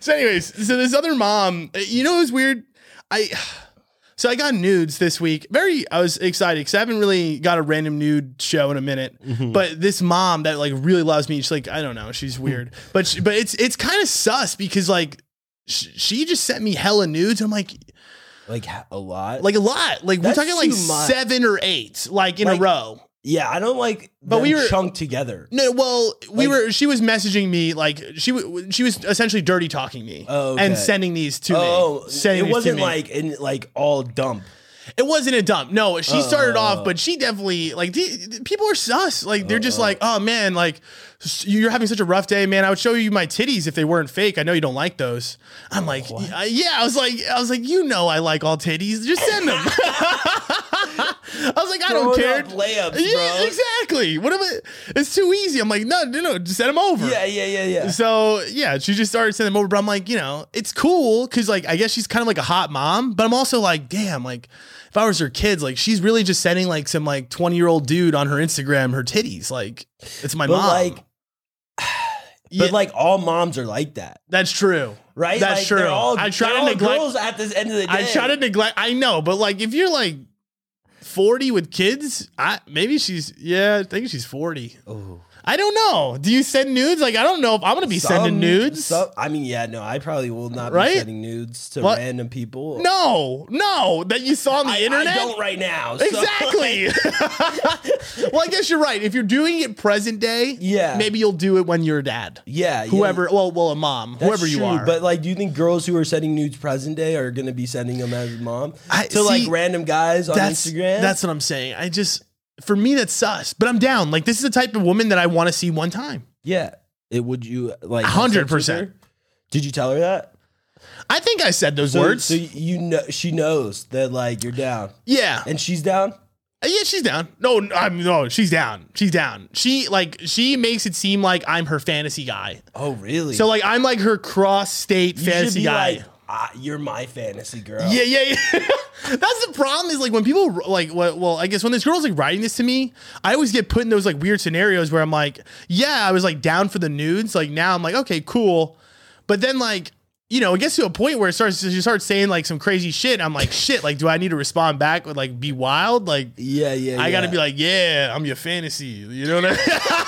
Speaker 1: So, anyways, so this other mom, eh, you know, it was weird. I so I got nudes this week. Very, I was excited because I haven't really got a random nude show in a minute.
Speaker 2: Mm-hmm.
Speaker 1: But this mom that like really loves me, she's like, I don't know, she's weird, but she, but it's it's kind of sus because like sh- she just sent me hella nudes. I'm like,
Speaker 2: Like ha- a lot.
Speaker 1: like a lot. Like
Speaker 2: That's
Speaker 1: we're talking like
Speaker 2: too much.
Speaker 1: seven or eight, like in
Speaker 2: Like-
Speaker 1: a row.
Speaker 2: yeah, I don't like.
Speaker 1: But
Speaker 2: them
Speaker 1: we were-
Speaker 2: chunked together.
Speaker 1: No, well, we
Speaker 2: Like-
Speaker 1: were. She was messaging me like she w- she was essentially dirty talking me
Speaker 2: Oh, okay.
Speaker 1: and sending these to
Speaker 2: Oh,
Speaker 1: me. Sending
Speaker 2: it
Speaker 1: these to
Speaker 2: wasn't
Speaker 1: me.
Speaker 2: like in like all dump.
Speaker 1: It wasn't a dump. No, she started
Speaker 2: Oh.
Speaker 1: off, but she definitely like the, the people are sus. Like they're just like, oh man, like s- you're having such a rough day, man. I would show you my titties if they weren't fake. I know you don't like those.
Speaker 2: Oh,
Speaker 1: I'm like, "Yeah, yeah. I was like, I was like, you know, I like all titties. Just send them. I was like, I don't
Speaker 2: Throwing
Speaker 1: care.
Speaker 2: up layups,
Speaker 1: Yeah,
Speaker 2: bro.
Speaker 1: exactly. What am I? It's too easy. I'm like, no, no, no, just send him over.
Speaker 2: Yeah, yeah, yeah, yeah.
Speaker 1: So yeah, she just started sending them over. But I'm like, you know, it's cool because like I guess she's kind of like a hot mom, but I'm also like, damn, like if I was her kids, like she's really just sending like some like 20 year old dude on her Instagram her titties. Like it's my
Speaker 2: But
Speaker 1: mom.
Speaker 2: like,
Speaker 1: Yeah,
Speaker 2: but like all moms are like that,
Speaker 1: that's true.
Speaker 2: right?
Speaker 1: That's
Speaker 2: like,
Speaker 1: true.
Speaker 2: They're all,
Speaker 1: I try
Speaker 2: they're
Speaker 1: to
Speaker 2: all
Speaker 1: neglect-
Speaker 2: girls at this end of the day.
Speaker 1: I try to neglect. I know, but like if you're like 40 with kids, I maybe she's yeah, I think she's 40.
Speaker 2: Ooh.
Speaker 1: I don't know. Do you send nudes? Like I don't know if I'm gonna be sending
Speaker 2: Some-
Speaker 1: nudes.
Speaker 2: some- I mean, yeah, no, I probably will not
Speaker 1: Right?
Speaker 2: be sending nudes to
Speaker 1: What?
Speaker 2: random people.
Speaker 1: no, no, that you saw on the
Speaker 2: I,
Speaker 1: internet.
Speaker 2: I don't right now. so-
Speaker 1: Exactly. well, I guess you're right. If you're doing it present day,
Speaker 2: Yeah.
Speaker 1: maybe you'll do it when you're a dad,
Speaker 2: yeah, yeah.
Speaker 1: whoever. Well, well, a mom,
Speaker 2: That's
Speaker 1: whoever you
Speaker 2: true,
Speaker 1: are.
Speaker 2: But like, do you think girls who are sending nudes present day are going to be sending them as mom
Speaker 1: I-
Speaker 2: to like
Speaker 1: see,
Speaker 2: random guys on
Speaker 1: that's
Speaker 2: Instagram?
Speaker 1: that's what I'm saying. I just for me that's sus. But I'm down. Like this is the type of woman that I want to see one time.
Speaker 2: yeah. It would you like have
Speaker 1: hundred
Speaker 2: sex with
Speaker 1: percent.
Speaker 2: her? Did you tell her that
Speaker 1: I think I said those
Speaker 2: so,
Speaker 1: words.
Speaker 2: So you know she knows that like you're down
Speaker 1: yeah,
Speaker 2: and she's down.
Speaker 1: yeah, she's down. No, n- I'm no, she's down. She's down. She like she makes it seem like I'm her fantasy guy.
Speaker 2: Oh really?
Speaker 1: So like I'm like her cross state
Speaker 2: you should
Speaker 1: fantasy
Speaker 2: be
Speaker 1: guy.
Speaker 2: like, ah, you're my fantasy girl.
Speaker 1: Yeah, yeah, yeah. That's the problem is like when people like well, well, I guess when this girl's like writing this to me, I always get put in those like weird scenarios where I'm like, yeah, I was like down for the nudes. Like now I'm like, okay, cool. But then like, you know, it gets to a point where it starts you start saying like some crazy shit. I'm like, shit, like do I need to respond back with like be wild? Like
Speaker 2: yeah, yeah.
Speaker 1: I gotta
Speaker 2: yeah.
Speaker 1: be like, yeah, I'm your fantasy. You know what I mean?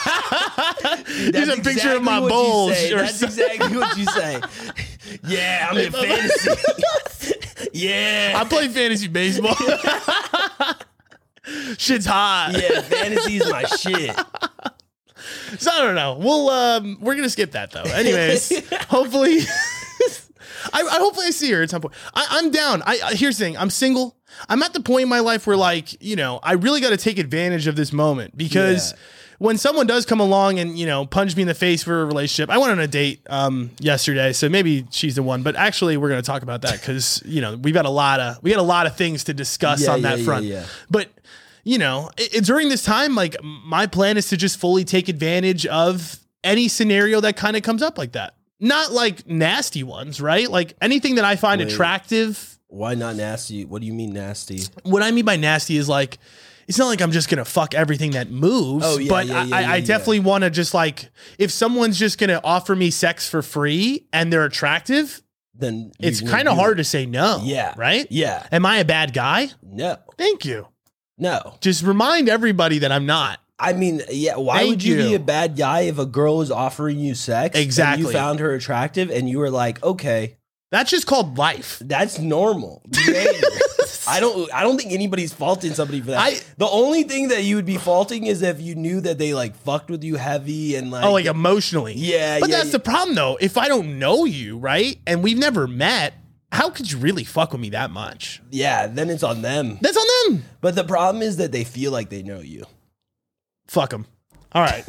Speaker 2: That's
Speaker 1: Here's a picture of my
Speaker 2: what you
Speaker 1: balls
Speaker 2: say.
Speaker 1: or
Speaker 2: That's
Speaker 1: something.
Speaker 2: exactly what you say. Yeah, I'm in fantasy.
Speaker 1: I
Speaker 2: yeah.
Speaker 1: play fantasy baseball. Shit's hot.
Speaker 2: yeah, fantasy is my shit.
Speaker 1: So I don't know. We'll um we're gonna skip that though. Anyways, hopefully I, I hopefully I see her at some point. I, I'm down. I, I here's the thing, I'm single. I'm at the point in my life where like, you know, I really gotta take advantage of this moment because
Speaker 2: Yeah.
Speaker 1: When someone does come along and you know punch me in the face for a relationship, I went on a date um, yesterday, so maybe she's the one. But actually, we're going to talk about that because you know we've got a lot of we got a lot of things to discuss
Speaker 2: Yeah,
Speaker 1: on that
Speaker 2: yeah, yeah,
Speaker 1: front.
Speaker 2: yeah.
Speaker 1: But you know, i i- during this time, like m- my plan is to just fully take advantage of any scenario that kind of comes up like that. Not like nasty ones, right? Like anything that I find
Speaker 2: Wait.
Speaker 1: attractive.
Speaker 2: Why not nasty? What do you mean nasty?
Speaker 1: What I mean by nasty is like, it's not like I'm just gonna fuck everything that moves,
Speaker 2: Oh, yeah,
Speaker 1: but
Speaker 2: yeah, yeah,
Speaker 1: I,
Speaker 2: yeah,
Speaker 1: I
Speaker 2: yeah.
Speaker 1: definitely want to just like if someone's just gonna offer me sex for free and they're attractive,
Speaker 2: Then you're
Speaker 1: it's
Speaker 2: gonna
Speaker 1: kind of
Speaker 2: do
Speaker 1: hard to
Speaker 2: it.
Speaker 1: say no.
Speaker 2: Yeah.
Speaker 1: right.
Speaker 2: Yeah.
Speaker 1: Am I a bad guy?
Speaker 2: No.
Speaker 1: Thank you.
Speaker 2: No.
Speaker 1: Just remind everybody that I'm not.
Speaker 2: I mean, yeah. Why
Speaker 1: Thank
Speaker 2: would you, be
Speaker 1: you.
Speaker 2: a bad guy if a girl is offering you sex? and
Speaker 1: Exactly.
Speaker 2: you found her attractive, and you were like, okay,
Speaker 1: That's just called life.
Speaker 2: that's normal. behavior. I don't. I don't think anybody's faulting somebody for that.
Speaker 1: I-
Speaker 2: the only thing that you would be faulting is if you knew that they like fucked with you heavy and like.
Speaker 1: Oh, like emotionally.
Speaker 2: Yeah,
Speaker 1: But
Speaker 2: yeah,
Speaker 1: that's
Speaker 2: yeah.
Speaker 1: the problem though. If I don't know you, right? And we've never met, how could you really fuck with me that much?
Speaker 2: yeah. Then it's on them.
Speaker 1: That's on them.
Speaker 2: But the problem is that they feel like they know you.
Speaker 1: Fuck them. All right.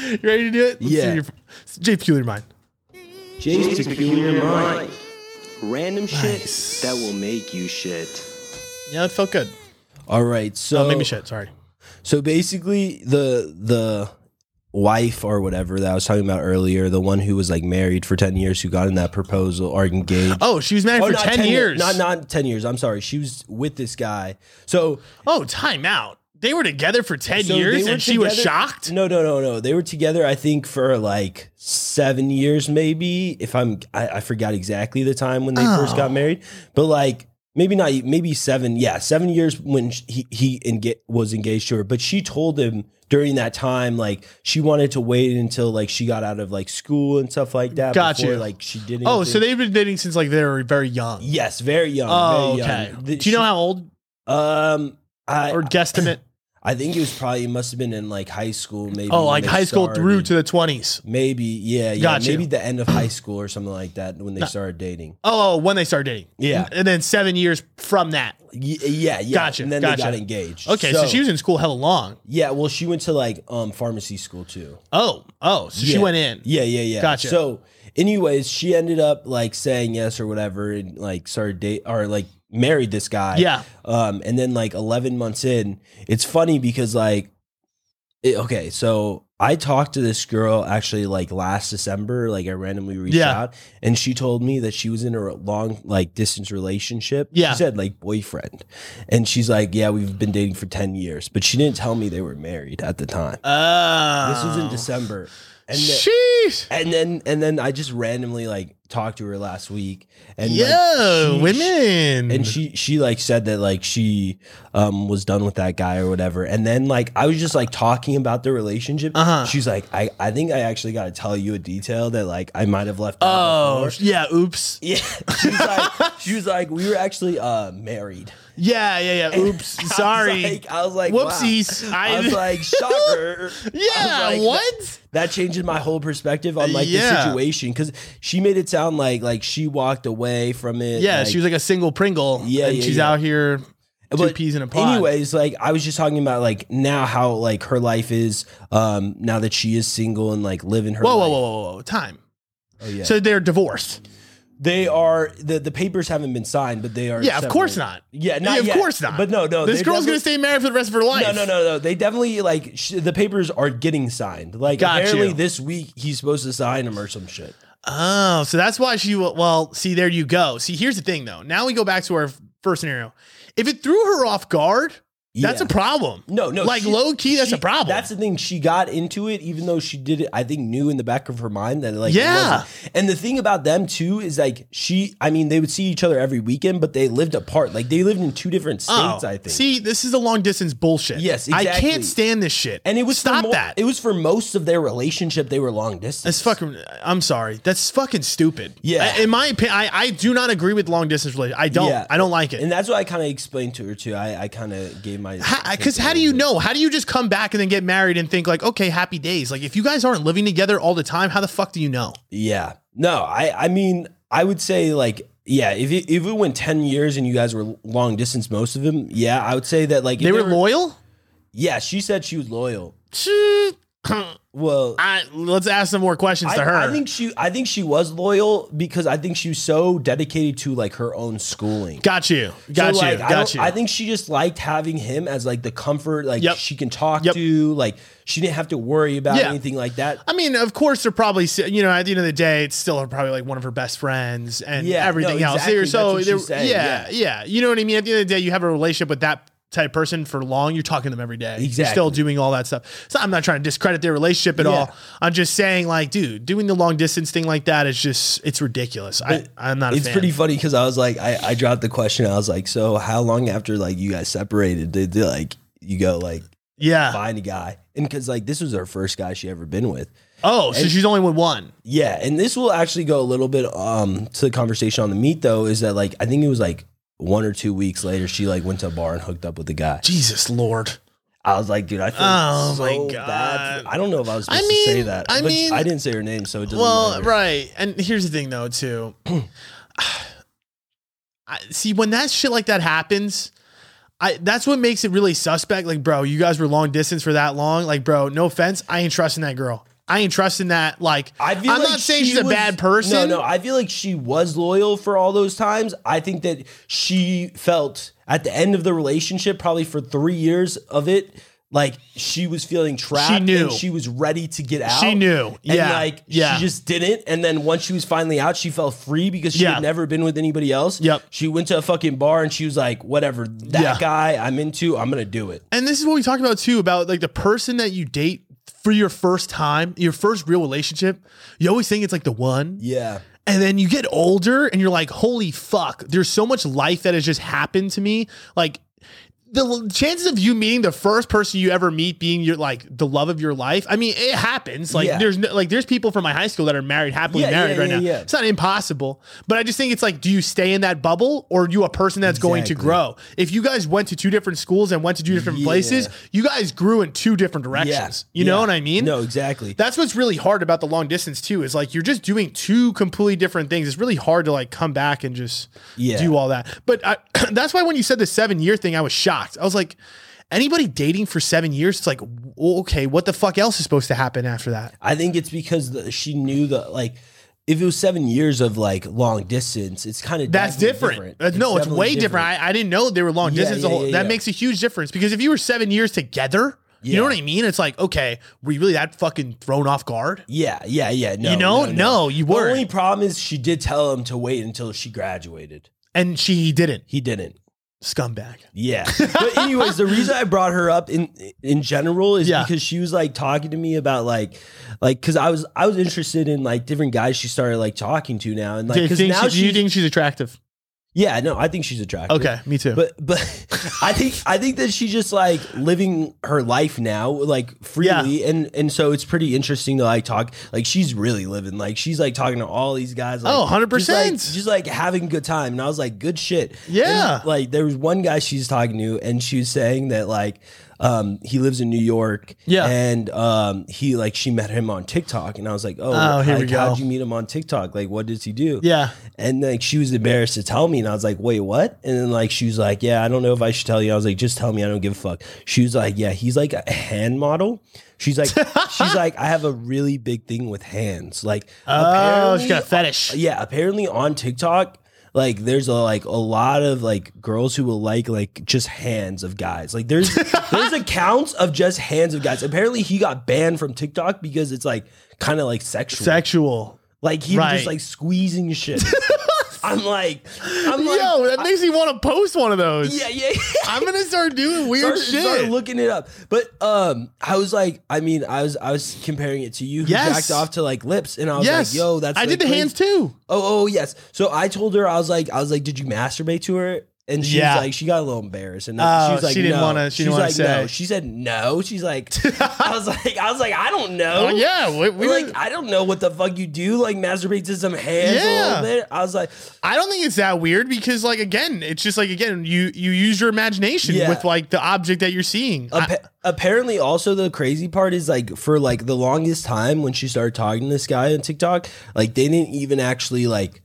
Speaker 1: you ready to do it? Let's
Speaker 2: Yeah.
Speaker 1: see your- Jay Peculiar Mind.
Speaker 2: Jay's peculiar mind.
Speaker 4: Random shit that will make you shit.
Speaker 1: Yeah, it felt good.
Speaker 2: All right, so
Speaker 1: Oh, made me shit. Sorry.
Speaker 2: So basically, the the wife or whatever that I was talking about earlier, the one who was like married for ten years, who got in that proposal or engaged.
Speaker 1: Oh, she was married
Speaker 2: Oh,
Speaker 1: for
Speaker 2: not
Speaker 1: 10, years.
Speaker 2: Not not ten years. I'm sorry. She was with this guy. So
Speaker 1: oh, time out. They were together for 10
Speaker 2: so
Speaker 1: years
Speaker 2: they were
Speaker 1: and she was
Speaker 2: together-
Speaker 1: shocked?
Speaker 2: No, no, no, no. They were together, I think, for like seven years, maybe. If I'm, I, I forgot exactly the time when they first
Speaker 1: Oh.
Speaker 2: got married, but like maybe not, maybe seven. Yeah, seven years when sh- he he enga- was engaged to her, but she told him during that time like she wanted to wait until like she got out of like school and stuff like that.
Speaker 1: Got
Speaker 2: before,
Speaker 1: you.
Speaker 2: Like she didn't.
Speaker 1: Oh, so they've been dating since like they were very young.
Speaker 2: Yes, very young.
Speaker 1: Oh,
Speaker 2: very
Speaker 1: okay.
Speaker 2: young.
Speaker 1: Do you know how old
Speaker 2: how? Um, I
Speaker 1: or guesstimate?
Speaker 2: I think it was probably it must have been in like high school, maybe.
Speaker 1: Oh,
Speaker 2: when
Speaker 1: like
Speaker 2: they
Speaker 1: high school through
Speaker 2: started.
Speaker 1: to the 20s.
Speaker 2: Maybe, yeah, yeah.
Speaker 1: Got you.
Speaker 2: maybe the end of high school or something like that when they started dating.
Speaker 1: Oh, when they started dating.
Speaker 2: Yeah.
Speaker 1: And then seven years from that.
Speaker 2: Y- yeah, yeah.
Speaker 1: Gotcha,
Speaker 2: And then
Speaker 1: gotcha.
Speaker 2: they got engaged.
Speaker 1: Okay, so, she was in school hella long.
Speaker 2: Yeah, well, she went to like um pharmacy school too.
Speaker 1: Oh, oh, so she
Speaker 2: Yeah.
Speaker 1: went in.
Speaker 2: Yeah, yeah, yeah.
Speaker 1: Gotcha.
Speaker 2: So, anyways, she ended up like saying yes or whatever, and like started date or like married this guy.
Speaker 1: Yeah.
Speaker 2: Um, and then like 11 months in, it's funny because like, it, okay, so I talked to this girl actually like last December. Like I randomly reached
Speaker 1: Yeah.
Speaker 2: out, and she told me that she was in a re- long like distance relationship.
Speaker 1: Yeah.
Speaker 2: she said like boyfriend, and she's like, yeah, we've been dating for 10 years, but she didn't tell me they were married at the time.
Speaker 1: Oh.
Speaker 2: This was in December, and. the-
Speaker 1: Sheesh.
Speaker 2: and then and then I just randomly like talked to her last week and like,
Speaker 1: Yo,
Speaker 2: she-
Speaker 1: women.
Speaker 2: and she she like said that like she um was done with that guy or whatever and then like i was just like talking about the relationship
Speaker 1: Uh-huh.
Speaker 2: she's like i i think i actually gotta tell you a detail that like i might have left out
Speaker 1: Oh,
Speaker 2: before."
Speaker 1: yeah. Oops.
Speaker 2: yeah she's like she was like we were actually uh married
Speaker 1: Yeah, yeah, yeah. Oops.
Speaker 2: I was
Speaker 1: Sorry.
Speaker 2: like- i was like wow.
Speaker 1: Whoopsies.
Speaker 2: I, was like shocker
Speaker 1: yeah,
Speaker 2: I was like,
Speaker 1: what?
Speaker 2: that changes my whole perspective on like
Speaker 1: Yeah.
Speaker 2: the situation because she made it sound like like she walked away from it
Speaker 1: Yeah,
Speaker 2: like,
Speaker 1: she was like a single Pringle.
Speaker 2: Yeah,
Speaker 1: and
Speaker 2: yeah,
Speaker 1: she's
Speaker 2: yeah.
Speaker 1: out here two
Speaker 2: But
Speaker 1: peas in a pod.
Speaker 2: Anyways, like I was just talking about like now how like her life is um now that she is single and like living her
Speaker 1: whoa, whoa,
Speaker 2: life.
Speaker 1: whoa, whoa, whoa, time.
Speaker 2: Oh, yeah.
Speaker 1: So they're divorced.
Speaker 2: they are the the papers haven't been signed, but they are
Speaker 1: yeah, of course
Speaker 2: separated.
Speaker 1: not.
Speaker 2: Yeah, not
Speaker 1: Yeah, of
Speaker 2: yet.
Speaker 1: course not.
Speaker 2: But no, no.
Speaker 1: this
Speaker 2: they're
Speaker 1: girl's gonna
Speaker 2: definitely-
Speaker 1: stay married for the rest of her life.
Speaker 2: No, no, no, no. They definitely like sh- the papers are getting signed. Like
Speaker 1: Got
Speaker 2: apparently
Speaker 1: you.
Speaker 2: this week he's supposed to sign them or some shit.
Speaker 1: Oh, so that's why she. wa- Well, see, there you go. See, here's the thing, though. Now we go back to our f- first scenario. If it threw her off guard, that's
Speaker 2: Yeah.
Speaker 1: a problem.
Speaker 2: No, no.
Speaker 1: Like, low-key, that's a problem.
Speaker 2: That's the thing. She got into it, even though she did it, I think, knew in the back of her mind that, like, it
Speaker 1: Yeah.
Speaker 2: wasn't. And the thing about them, too, is like, she, I mean, they would see each other every weekend, but they lived apart. Like, they lived in two different
Speaker 1: Oh,
Speaker 2: states, I think.
Speaker 1: see, this is the long distance bullshit.
Speaker 2: Yes,
Speaker 1: I
Speaker 2: exactly.
Speaker 1: can't stand this shit.
Speaker 2: and it was for
Speaker 1: stop
Speaker 2: mo-
Speaker 1: that.
Speaker 2: It was for most of their relationship, they were long distance.
Speaker 1: That's fucking. I'm sorry. That's fucking stupid.
Speaker 2: Yeah.
Speaker 1: I- in my opinion, I, I do not agree with long distance relations. I don't. I don't like
Speaker 2: And
Speaker 1: it.
Speaker 2: that's what I kind of explained to her, too. I, I kind of gave my.
Speaker 1: Because how do you know? How do you just come back and then get married and think like, okay, happy days? Like, if you guys aren't living together all the time, how the fuck do you know?
Speaker 2: Yeah. No, I I mean, I would say like yeah, if it, if it went 10 years and you guys were long distance most of them, yeah, I would say that like if
Speaker 1: They were loyal.
Speaker 2: Yeah, she said she was loyal. Well,
Speaker 1: I, let's ask some more questions
Speaker 2: I,
Speaker 1: to her.
Speaker 2: I think she I think she was loyal because I think she was so dedicated to like her own schooling.
Speaker 1: got you. Got
Speaker 2: So,
Speaker 1: you.
Speaker 2: like, I
Speaker 1: got
Speaker 2: don't-
Speaker 1: you.
Speaker 2: I think she just liked having him as like the comfort like
Speaker 1: Yep.
Speaker 2: she can talk
Speaker 1: Yep.
Speaker 2: to, like she didn't have to worry about
Speaker 1: Yeah.
Speaker 2: anything like that.
Speaker 1: I mean, of course, they're probably si- you know at the end of the day, it's still probably like one of her best friends and
Speaker 2: Yeah, no,
Speaker 1: everything else. They were
Speaker 2: exactly.
Speaker 1: so
Speaker 2: That's what
Speaker 1: they're-
Speaker 2: she's saying,
Speaker 1: yeah, yeah, You know what I mean? At the end of the day, you have a relationship with that type of person for long. You're talking to them every day. You're still
Speaker 2: Exactly.
Speaker 1: doing all that stuff. So I'm not trying to discredit their relationship at
Speaker 2: Yeah.
Speaker 1: all. I'm just saying, like, dude, doing the long distance thing like that is just it's ridiculous. I I'm not. A
Speaker 2: it's
Speaker 1: fan.
Speaker 2: pretty funny because I was like, I, I dropped the question. I was like, so how long after like you guys separated did, did like you go like
Speaker 1: Yeah.
Speaker 2: find a guy? And because like this was her first guy she ever been with.
Speaker 1: Oh, so she's only with one.
Speaker 2: Yeah, and this will actually go a little bit um to the conversation on the meet though. Is that like I think it was like one or two weeks later she like went to a bar and hooked up with a guy.
Speaker 1: Jesus Lord.
Speaker 2: I was like, dude, I feel
Speaker 1: Oh,
Speaker 2: so
Speaker 1: my
Speaker 2: bad.
Speaker 1: God.
Speaker 2: for- I don't know if I was
Speaker 1: I
Speaker 2: supposed to say
Speaker 1: mean-
Speaker 2: that.
Speaker 1: I
Speaker 2: but
Speaker 1: mean-
Speaker 2: I didn't say her name, so it doesn't.
Speaker 1: Well,
Speaker 2: matter.
Speaker 1: right. And here's the thing, though, too. I, see, when that shit like that happens, I that's what makes it really suspect. Like, bro, you guys were long distance for that long. Like, bro, no offense, I ain't trusting that girl. I ain't trusting that. Like,
Speaker 2: I feel
Speaker 1: I'm
Speaker 2: like
Speaker 1: not saying
Speaker 2: she
Speaker 1: she's a
Speaker 2: was-
Speaker 1: bad person.
Speaker 2: No, no. I feel like she was loyal for all those times. I think that she felt at the end of the relationship, probably for three years of it, like she was feeling trapped.
Speaker 1: knew.
Speaker 2: And she was ready to get out.
Speaker 1: She knew. Yeah.
Speaker 2: And like
Speaker 1: Yeah.
Speaker 2: she just didn't. And then once she was finally out, she felt free because she
Speaker 1: Yeah.
Speaker 2: had never been with anybody else.
Speaker 1: Yep.
Speaker 2: She went to a fucking bar and she was like, whatever, that
Speaker 1: Yeah.
Speaker 2: guy I'm into, I'm gonna do it.
Speaker 1: and this is what we talked about too about like the person that you date for your first time, your first real relationship. You always think it's like the one.
Speaker 2: Yeah.
Speaker 1: And then you get older and you're like, holy fuck, there's so much life that has just happened to me. Like, the l- chances of you meeting the first person you ever meet being your like the love of your life. I mean, it happens. Like
Speaker 2: Yeah.
Speaker 1: there's no, like there's people from my high school that are married, happily
Speaker 2: Yeah,
Speaker 1: married
Speaker 2: yeah,
Speaker 1: right
Speaker 2: yeah,
Speaker 1: now.
Speaker 2: yeah.
Speaker 1: It's not impossible, but I just think it's like, do you stay in that bubble or are you a person that's going to
Speaker 2: Exactly.
Speaker 1: grow? If you guys went to two different schools and went to two different places, you guys grew in two different directions.
Speaker 2: Yeah.
Speaker 1: You know
Speaker 2: Yeah.
Speaker 1: what I mean?
Speaker 2: No, exactly.
Speaker 1: that's what's really hard about the long distance too is like you're just doing two completely different things it's really hard to like come back and just
Speaker 2: Yeah.
Speaker 1: do all that but I, that's why when you said the seven year thing i was shocked i was like anybody dating for seven years it's like w- okay what the fuck else is supposed to happen after that
Speaker 2: I think it's because the, she knew that like if it was seven years of like long distance, it's kind of
Speaker 1: That's different. Uh, no, it's way different. I, I didn't know they were long
Speaker 2: Yeah,
Speaker 1: distance.
Speaker 2: yeah,
Speaker 1: whole,
Speaker 2: yeah,
Speaker 1: that
Speaker 2: yeah.
Speaker 1: makes a huge difference because if you were seven years together, you know
Speaker 2: Yeah.
Speaker 1: what I mean? It's like, okay, were you really that fucking thrown off guard?
Speaker 2: yeah, yeah, yeah. No,
Speaker 1: You know? No, you
Speaker 2: The
Speaker 1: weren't.
Speaker 2: only problem is she did tell him to wait until she graduated.
Speaker 1: And she didn't.
Speaker 2: He didn't.
Speaker 1: Scumbag.
Speaker 2: Yeah. But anyways, the reason I brought her up in in general is
Speaker 1: Yeah.
Speaker 2: because she was like talking to me about like like cuz I was I was interested in like different guys she started like talking to now and
Speaker 1: Do
Speaker 2: like
Speaker 1: you
Speaker 2: cuz
Speaker 1: think
Speaker 2: now
Speaker 1: she- do you
Speaker 2: she's
Speaker 1: think she's attractive?
Speaker 2: Yeah, no, I think she's attractive.
Speaker 1: Okay, me too.
Speaker 2: But but I think I think that she's just like living her life now like freely and and so it's pretty interesting to like talk like she's really living like she's like talking to all these guys like,
Speaker 1: Oh, 100%.
Speaker 2: just, like, just like having a good time and I was like good shit
Speaker 1: Yeah.
Speaker 2: And, like there was one guy she's talking to and she was saying that like um he lives in New York
Speaker 1: Yeah.
Speaker 2: and um he like she met him on TikTok and I was like oh,
Speaker 1: Oh, here we
Speaker 2: like,
Speaker 1: go.
Speaker 2: how'd you meet him on TikTok like what does he do
Speaker 1: yeah.
Speaker 2: and like she was embarrassed to tell me, and I was like, "Wait, what?" And then like she was like, "Yeah, I don't know if I should tell you." I was like, "Just tell me, I don't give a fuck." She was like, "Yeah, he's like a hand model." She's like, "She's like, I have a really big thing with hands." Like,
Speaker 1: Oh, she's
Speaker 2: apparently-
Speaker 1: got a fetish.
Speaker 2: yeah, apparently on TikTok, like there's a like a lot of like girls who will like like just hands of guys. Like there's there's accounts of just hands of guys. Apparently he got banned from TikTok because it's like kind of like sexual.
Speaker 1: Sexual.
Speaker 2: Like he was
Speaker 1: Right.
Speaker 2: just like squeezing shit. I'm like, I'm like,
Speaker 1: Yo, that makes me want to post one of those.
Speaker 2: yeah, yeah.
Speaker 1: I'm gonna start doing weird
Speaker 2: Started,
Speaker 1: shit.
Speaker 2: started looking it up, but um, I was like, I mean, I was I was comparing it to you, who
Speaker 1: Yes.
Speaker 2: jacked off to like lips, and I was
Speaker 1: yes,
Speaker 2: like, yo, that's
Speaker 1: I
Speaker 2: like
Speaker 1: did the
Speaker 2: crazy.
Speaker 1: hands too.
Speaker 2: Oh, oh yes. So I told her I was like, I was like, did you masturbate to her? And she
Speaker 1: Yeah.
Speaker 2: was like, she got a little embarrassed, and
Speaker 1: Oh,
Speaker 2: she was like,
Speaker 1: she didn't
Speaker 2: no.
Speaker 1: wanna- she didn't
Speaker 2: She's
Speaker 1: wanna
Speaker 2: like,
Speaker 1: say.
Speaker 2: no. She said no. She's like, I was like, I was like, I don't
Speaker 1: Oh
Speaker 2: know.
Speaker 1: yeah, we, we
Speaker 2: Oh? like
Speaker 1: didn't-
Speaker 2: I don't know what the fuck you do. Like masturbate to some hands
Speaker 1: Yeah.
Speaker 2: a little bit. I was like,
Speaker 1: I don't think it's that weird because like again, it's just like again, you you use your imagination
Speaker 2: Yeah.
Speaker 1: with like the object that you're seeing. I-
Speaker 2: Appa- apparently, also the crazy part is like for like the longest time when she started talking to this guy on TikTok, like they didn't even actually like,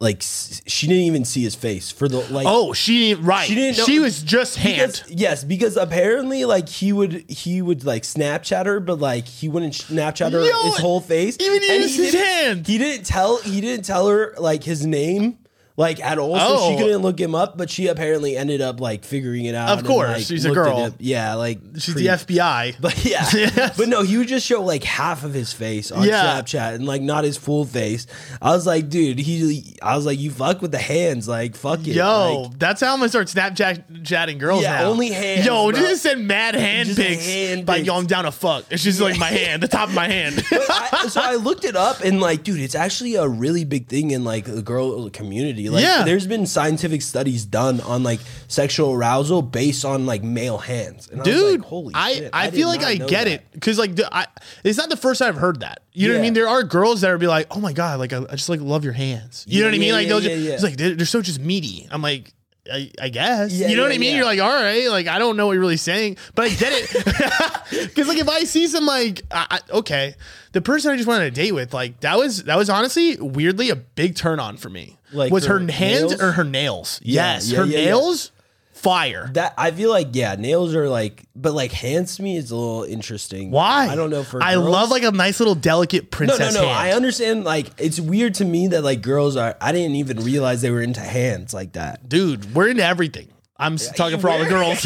Speaker 2: like s- she didn't even see his face for the like.
Speaker 1: oh, she didn't right. She,
Speaker 2: She didn't know-
Speaker 1: was just hand.
Speaker 2: Because, yes, because apparently, like he would, he would like Snapchat her, but like he wouldn't Snapchat her
Speaker 1: Yo,
Speaker 2: his whole face.
Speaker 1: even
Speaker 2: And
Speaker 1: use
Speaker 2: he
Speaker 1: his
Speaker 2: didn't-
Speaker 1: hand.
Speaker 2: He didn't tell. He didn't tell her like his name, like at all. So
Speaker 1: Oh.
Speaker 2: she couldn't look him up. But she apparently ended up like figuring it out.
Speaker 1: Of
Speaker 2: and,
Speaker 1: course,
Speaker 2: like,
Speaker 1: she's a
Speaker 2: looked it
Speaker 1: girl.
Speaker 2: up. Yeah, like
Speaker 1: She's
Speaker 2: creep.
Speaker 1: the FBI.
Speaker 2: But yeah,
Speaker 1: Yes.
Speaker 2: but no, he would just show like half of his face on
Speaker 1: Yeah.
Speaker 2: Snapchat and like not his full face. I was like, dude, he. I was like, you fuck with the hands, like fuck it,
Speaker 1: Yo,
Speaker 2: Like,
Speaker 1: that's how I'm gonna start Snapchat chatting girls
Speaker 2: Yeah,
Speaker 1: now.
Speaker 2: only hands,
Speaker 1: Yo,
Speaker 2: bro.
Speaker 1: just send mad hand
Speaker 2: Just
Speaker 1: pics.
Speaker 2: hand
Speaker 1: like
Speaker 2: pics.
Speaker 1: yo, I'm down to fuck. It's just like my hand, the top of my hand.
Speaker 2: But I, so I looked it up and like, dude, it's actually a really big thing in like the girl community. Like,
Speaker 1: Yeah.
Speaker 2: there's been scientific studies done on like sexual arousal based on like male hands. And I was
Speaker 1: dude
Speaker 2: like, holy
Speaker 1: I,
Speaker 2: shit,
Speaker 1: I,
Speaker 2: did
Speaker 1: feel like
Speaker 2: not
Speaker 1: i
Speaker 2: know
Speaker 1: get
Speaker 2: that.
Speaker 1: it because like the- I, it's not the first time i've heard that you know what i
Speaker 2: Yeah.
Speaker 1: mean there are girls that would be like oh my god like i, I just like love your hands you know
Speaker 2: Yeah,
Speaker 1: what i mean
Speaker 2: yeah,
Speaker 1: like
Speaker 2: yeah,
Speaker 1: they'll
Speaker 2: yeah,
Speaker 1: just
Speaker 2: yeah.
Speaker 1: it's like they're, they're so just meaty i'm like I, I guess
Speaker 2: Yeah,
Speaker 1: you know
Speaker 2: yeah,
Speaker 1: what I mean.
Speaker 2: yeah.
Speaker 1: You're like, all right, like I don't know what you're really saying, but I get it. Because like if I see some like, I, I, okay, the person I just went on a date with, like that was that was honestly weirdly a big turn on for me. Like
Speaker 2: Like
Speaker 1: was her,
Speaker 2: her
Speaker 1: hands
Speaker 2: nails?
Speaker 1: or her nails?
Speaker 2: Yeah,
Speaker 1: yes,
Speaker 2: yeah,
Speaker 1: her
Speaker 2: yeah, yeah.
Speaker 1: nails, fire.
Speaker 2: That I feel like yeah, nails are like, but like hands to me is a little interesting.
Speaker 1: Why?
Speaker 2: I don't know. For
Speaker 1: I
Speaker 2: girls.
Speaker 1: love like a nice little delicate
Speaker 2: no, no,
Speaker 1: princess.
Speaker 2: no. I
Speaker 1: Hand.
Speaker 2: understand. Like it's weird to me that like girls are. I didn't even realize they were into hands like that.
Speaker 1: dude, we're into everything. I'm s- talking for all the girls.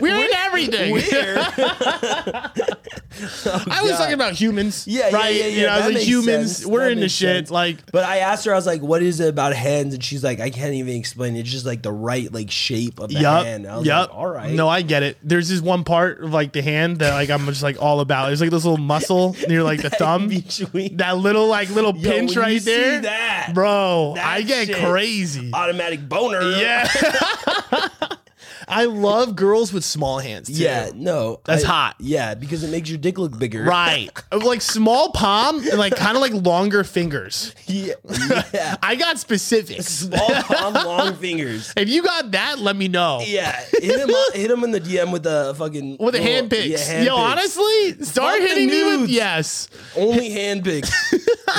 Speaker 1: we're into everything. I was
Speaker 2: Oh, God.
Speaker 1: talking about humans.
Speaker 2: Yeah, yeah,
Speaker 1: right.
Speaker 2: yeah,
Speaker 1: You know, I
Speaker 2: yeah,
Speaker 1: was
Speaker 2: that
Speaker 1: like
Speaker 2: makes
Speaker 1: humans.
Speaker 2: sense.
Speaker 1: We're
Speaker 2: That
Speaker 1: into
Speaker 2: makes
Speaker 1: shit.
Speaker 2: sense.
Speaker 1: Like
Speaker 2: But I asked her, I was like, "What is it about hands?" And she's like, "I can't even explain. It's just like the right like shape of the hand." I
Speaker 1: Yep.
Speaker 2: was
Speaker 1: Yep.
Speaker 2: like, "All right."
Speaker 1: No, I get it. There's this one part of like the hand that like I'm just like all about. It's like this little muscle near like the thumb.
Speaker 2: between
Speaker 1: um, That little like little
Speaker 2: Yo,
Speaker 1: pinch
Speaker 2: when you
Speaker 1: right
Speaker 2: see
Speaker 1: there.
Speaker 2: that-
Speaker 1: Bro,
Speaker 2: that
Speaker 1: I get
Speaker 2: shit.
Speaker 1: crazy.
Speaker 2: automatic boner.
Speaker 1: yeah. I love girls with small hands. Too.
Speaker 2: Yeah, no,
Speaker 1: That's
Speaker 2: I-
Speaker 1: hot.
Speaker 2: Yeah, because it makes your dick look bigger.
Speaker 1: Right. like small palm and like kind of like longer fingers.
Speaker 2: yeah, yeah.
Speaker 1: I got specifics.
Speaker 2: small palm, long fingers.
Speaker 1: If you got that, let me know.
Speaker 2: Yeah, hit him, up, hit him in the DM with the fucking
Speaker 1: With the
Speaker 2: little-
Speaker 1: hand pics.
Speaker 2: Yeah, hand
Speaker 1: Yo,
Speaker 2: pics.
Speaker 1: honestly, start
Speaker 2: Fuck the
Speaker 1: hitting me with
Speaker 2: nudes.
Speaker 1: yes.
Speaker 2: only hand pics.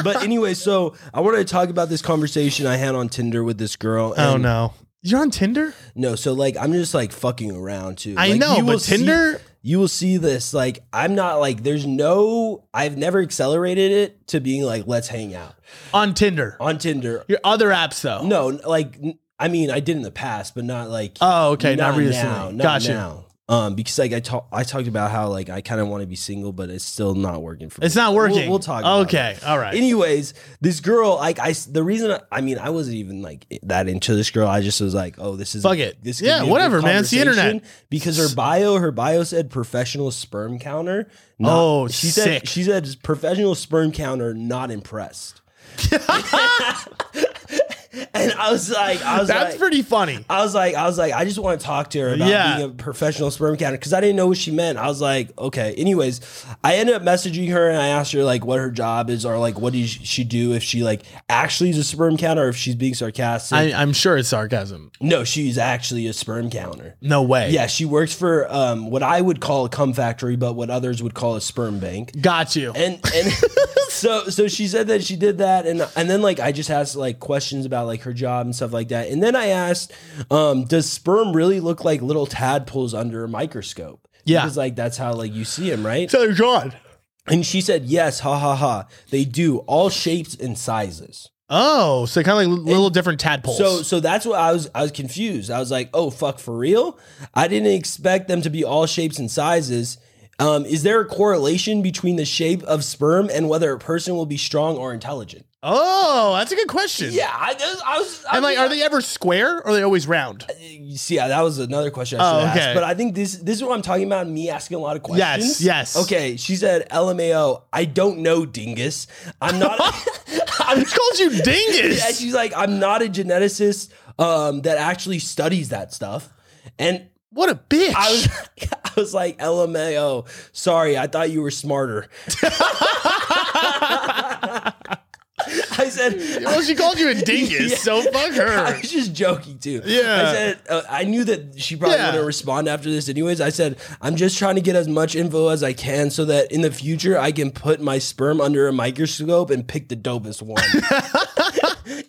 Speaker 2: but anyway, so I wanted to talk about this conversation I had on Tinder with this girl.
Speaker 1: Oh
Speaker 2: and-
Speaker 1: no. You're on Tinder?
Speaker 2: No, so like I'm just like fucking around too.
Speaker 1: I
Speaker 2: Like,
Speaker 1: know,
Speaker 2: you will
Speaker 1: but
Speaker 2: see-
Speaker 1: Tinder
Speaker 2: you will see this. Like, I'm not like, there's no, I've never accelerated it to being like, let's hang out
Speaker 1: on Tinder.
Speaker 2: on Tinder.
Speaker 1: Your other apps though.
Speaker 2: No, n- like, n- I mean, I did in the past, but not like,
Speaker 1: Oh, okay. Not, recently.
Speaker 2: now, not
Speaker 1: gotcha.
Speaker 2: now. Um, because like I talk, I talked about how like I kind of want to be single, but it's still not working for me.
Speaker 1: It's not
Speaker 2: We'll-
Speaker 1: working.
Speaker 2: We'll, talk. about it.
Speaker 1: okay. All right.
Speaker 2: Anyways, this girl, like I, s- the reason I, I mean, I wasn't even like that into this girl. I just was like, oh, this is
Speaker 1: Fuck it.
Speaker 2: This could
Speaker 1: Yeah,
Speaker 2: be a good
Speaker 1: whatever, man. It's the internet.
Speaker 2: conversation. Because her bio, her bio said professional sperm counter.
Speaker 1: Oh,
Speaker 2: she
Speaker 1: sick.
Speaker 2: said she said professional sperm counter. Not impressed. and I was like, I was
Speaker 1: That's
Speaker 2: like,
Speaker 1: pretty funny.
Speaker 2: I was like, I was like, I just want to talk to her about
Speaker 1: Yeah.
Speaker 2: being a professional sperm counter because I didn't know what she meant. I was like, okay. Anyways, I ended up messaging her and I asked her like what her job is or like what does she do if she like actually is a sperm counter or if she's being sarcastic.
Speaker 1: I, I'm sure it's sarcasm.
Speaker 2: no, she's actually a sperm counter.
Speaker 1: No way.
Speaker 2: Yeah, she works for um, what I would call a cum factory, but what others would call a sperm bank
Speaker 1: Got you.
Speaker 2: and and so so she said that she did that and and then like I just asked like questions about like her job and stuff like that and then I asked um does sperm really look like little tadpoles under a microscope
Speaker 1: Yeah.
Speaker 2: because like that's how like you see them right
Speaker 1: so they're gone.
Speaker 2: and she said yes ha ha ha they do all shapes and sizes
Speaker 1: Oh, so kind of like little different tadpoles.
Speaker 2: so so that's what I was I was confused. I was like, "Oh fuck, for real? I didn't expect them to be all shapes and sizes." Um, is there a correlation between the shape of sperm and whether a person will be strong or intelligent?
Speaker 1: oh, that's a good question.
Speaker 2: Yeah, I, was- I was. I
Speaker 1: And like,
Speaker 2: was-
Speaker 1: are they ever square or are they always round?
Speaker 2: You see, yeah, that was another question I
Speaker 1: Oh,
Speaker 2: should have
Speaker 1: okay.
Speaker 2: asked. But I think this this is what I'm talking about. Me asking a lot of
Speaker 1: Yes,
Speaker 2: questions.
Speaker 1: yes.
Speaker 2: Okay, she said, "LMAO, I don't know, dingus. I'm not." I'm,
Speaker 1: It's called you dingus.
Speaker 2: Yeah, she's like, I'm not a geneticist um, that actually studies that stuff. And
Speaker 1: what a bitch.
Speaker 2: I was, I was like, LMAO, sorry, I thought you were smarter. I said,
Speaker 1: well, she called you a dingus,
Speaker 2: Yeah.
Speaker 1: so fuck
Speaker 2: I
Speaker 1: her.
Speaker 2: was just joking too.
Speaker 1: Yeah.
Speaker 2: I said uh, I knew that she probably
Speaker 1: Yeah.
Speaker 2: wouldn't respond after this, anyways. I said I'm just trying to get as much info as I can so that in the future I can put my sperm under a microscope and pick the dopest one.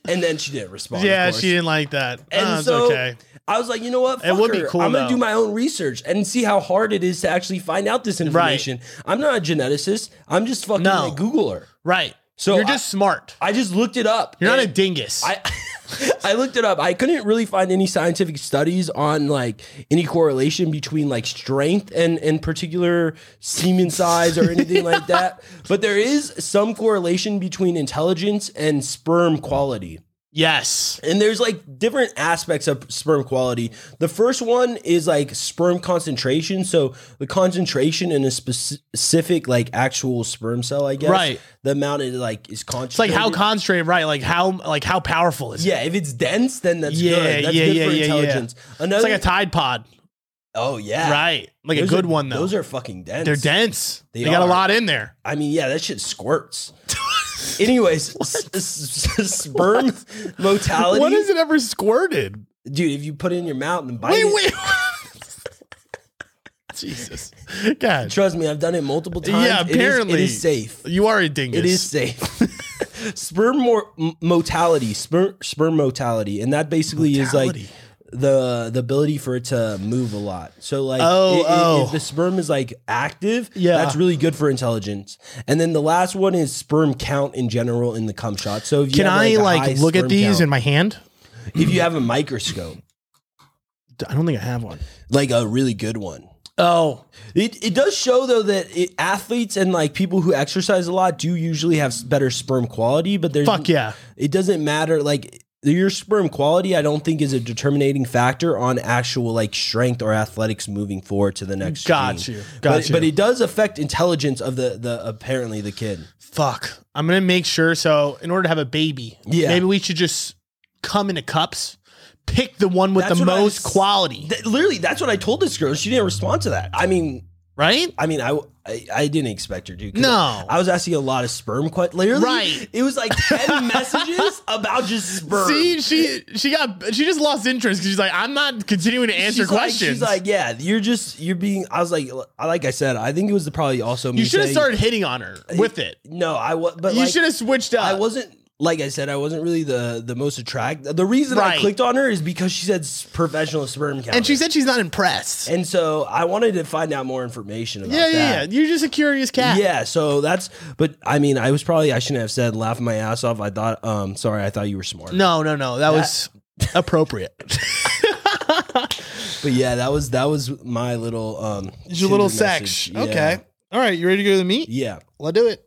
Speaker 2: and then she didn't respond. of
Speaker 1: Yeah,
Speaker 2: course.
Speaker 1: she didn't like that.
Speaker 2: And
Speaker 1: Uh, it's
Speaker 2: so
Speaker 1: okay.
Speaker 2: I was like, you know what?
Speaker 1: It would be
Speaker 2: Fuck her.
Speaker 1: cool,
Speaker 2: I'm
Speaker 1: though.
Speaker 2: gonna do my own research and see how hard it is to actually find out this information. I'm not a geneticist. I'm just fucking
Speaker 1: No.
Speaker 2: a Googler.
Speaker 1: Right. So
Speaker 2: So
Speaker 1: you're
Speaker 2: I-
Speaker 1: just smart.
Speaker 2: I just looked it up.
Speaker 1: You're not a
Speaker 2: and-
Speaker 1: dingus.
Speaker 2: I I looked it up. I couldn't really find any scientific studies on like any correlation between like strength and and particular semen size or anything like that. But there is some correlation between intelligence and sperm quality.
Speaker 1: yes.
Speaker 2: And there's like different aspects of sperm quality. The first one is like sperm concentration. So the concentration in a speci- specific like actual sperm cell, I guess.
Speaker 1: Right.
Speaker 2: The amount it like is
Speaker 1: It's like
Speaker 2: concentrated.
Speaker 1: how concentrated, right? Like how like how powerful is it?
Speaker 2: Yeah, if it's dense, then that's
Speaker 1: Yeah,
Speaker 2: good. That's
Speaker 1: yeah,
Speaker 2: good
Speaker 1: yeah,
Speaker 2: for
Speaker 1: yeah, yeah.
Speaker 2: intelligence. Another,
Speaker 1: It's like a Tide Pod,
Speaker 2: oh yeah,
Speaker 1: right? Like
Speaker 2: Those
Speaker 1: a good
Speaker 2: are-
Speaker 1: one though.
Speaker 2: Those are fucking dense.
Speaker 1: They're dense. They,
Speaker 2: They
Speaker 1: got a
Speaker 2: are.
Speaker 1: lot in there.
Speaker 2: I mean, yeah, that shit squirts. Anyways, s- s- s- sperm motality.
Speaker 1: When is it ever squirted?
Speaker 2: dude? If you put it in your mouth and bite
Speaker 1: Wait,
Speaker 2: it,
Speaker 1: wait. Jesus. God.
Speaker 2: trust me, I've done it multiple times.
Speaker 1: Yeah,
Speaker 2: It is-
Speaker 1: apparently.
Speaker 2: it is safe.
Speaker 1: You are a dingus.
Speaker 2: It is safe. sperm mor- m- motality, sperm sperm motality, and that basically
Speaker 1: Motality.
Speaker 2: is like the the ability for it to move a lot. So like,
Speaker 1: Oh, oh.
Speaker 2: if the sperm is like active,
Speaker 1: Yeah.
Speaker 2: that's really good for intelligence. And then the last one is sperm count in general in the cum shot. So if you
Speaker 1: Can
Speaker 2: have,
Speaker 1: I
Speaker 2: a
Speaker 1: like
Speaker 2: high
Speaker 1: look at
Speaker 2: sperm
Speaker 1: these in
Speaker 2: count,
Speaker 1: my hand?
Speaker 2: if you have a microscope,
Speaker 1: I don't think I have one.
Speaker 2: like a really good one.
Speaker 1: Oh,
Speaker 2: It, it does show though that it, athletes and like people who exercise a lot do usually have s- better sperm quality, but there's
Speaker 1: fuck yeah.
Speaker 2: it doesn't matter like your sperm quality i don't think is a determinating factor on actual like strength or athletics moving forward to the next
Speaker 1: Got
Speaker 2: gene.
Speaker 1: you. Got
Speaker 2: but,
Speaker 1: you.
Speaker 2: but it does affect intelligence of the the apparently the kid
Speaker 1: Fuck. I'm going to make sure. So, in order to have a baby,
Speaker 2: Yeah.
Speaker 1: maybe we should just come into cups, pick the one with
Speaker 2: That's
Speaker 1: the
Speaker 2: what I
Speaker 1: most
Speaker 2: was-
Speaker 1: quality,
Speaker 2: That- literally that's what i told this girl she didn't respond to that i mean
Speaker 1: right?
Speaker 2: i mean i i, I didn't expect her to 'cause
Speaker 1: No.
Speaker 2: I was asking a lot of sperm questions. Literally,
Speaker 1: Right.
Speaker 2: it was like 10 messages about just sperm.
Speaker 1: See, she she got she just lost interest because she's like, I'm not continuing to answer
Speaker 2: She's like-
Speaker 1: questions.
Speaker 2: she's like, yeah, you're just, you're being, I was like, like I said, I think it was probably also me
Speaker 1: you should have
Speaker 2: saying-
Speaker 1: started hitting on her with it.
Speaker 2: No, I was, but
Speaker 1: You
Speaker 2: like,
Speaker 1: should have switched up.
Speaker 2: I wasn't like I said, I wasn't really the the most attractive. The reason
Speaker 1: Right.
Speaker 2: I clicked on her is because she said s- professional sperm count,
Speaker 1: And she said she's not impressed.
Speaker 2: and so I wanted to find out more information about
Speaker 1: Yeah, yeah, yeah.
Speaker 2: that.
Speaker 1: You're just a curious cat.
Speaker 2: Yeah, so that's but I mean I was probably I shouldn't have said laughing my ass off. I thought um sorry, I thought you were smart.
Speaker 1: No, no, no. That was appropriate.
Speaker 2: But yeah, that was that was my little um
Speaker 1: It's your little
Speaker 2: Tinder
Speaker 1: sex.
Speaker 2: message. Yeah.
Speaker 1: Okay. All right. You ready to go to the meat?
Speaker 2: Yeah.
Speaker 1: Let's do it.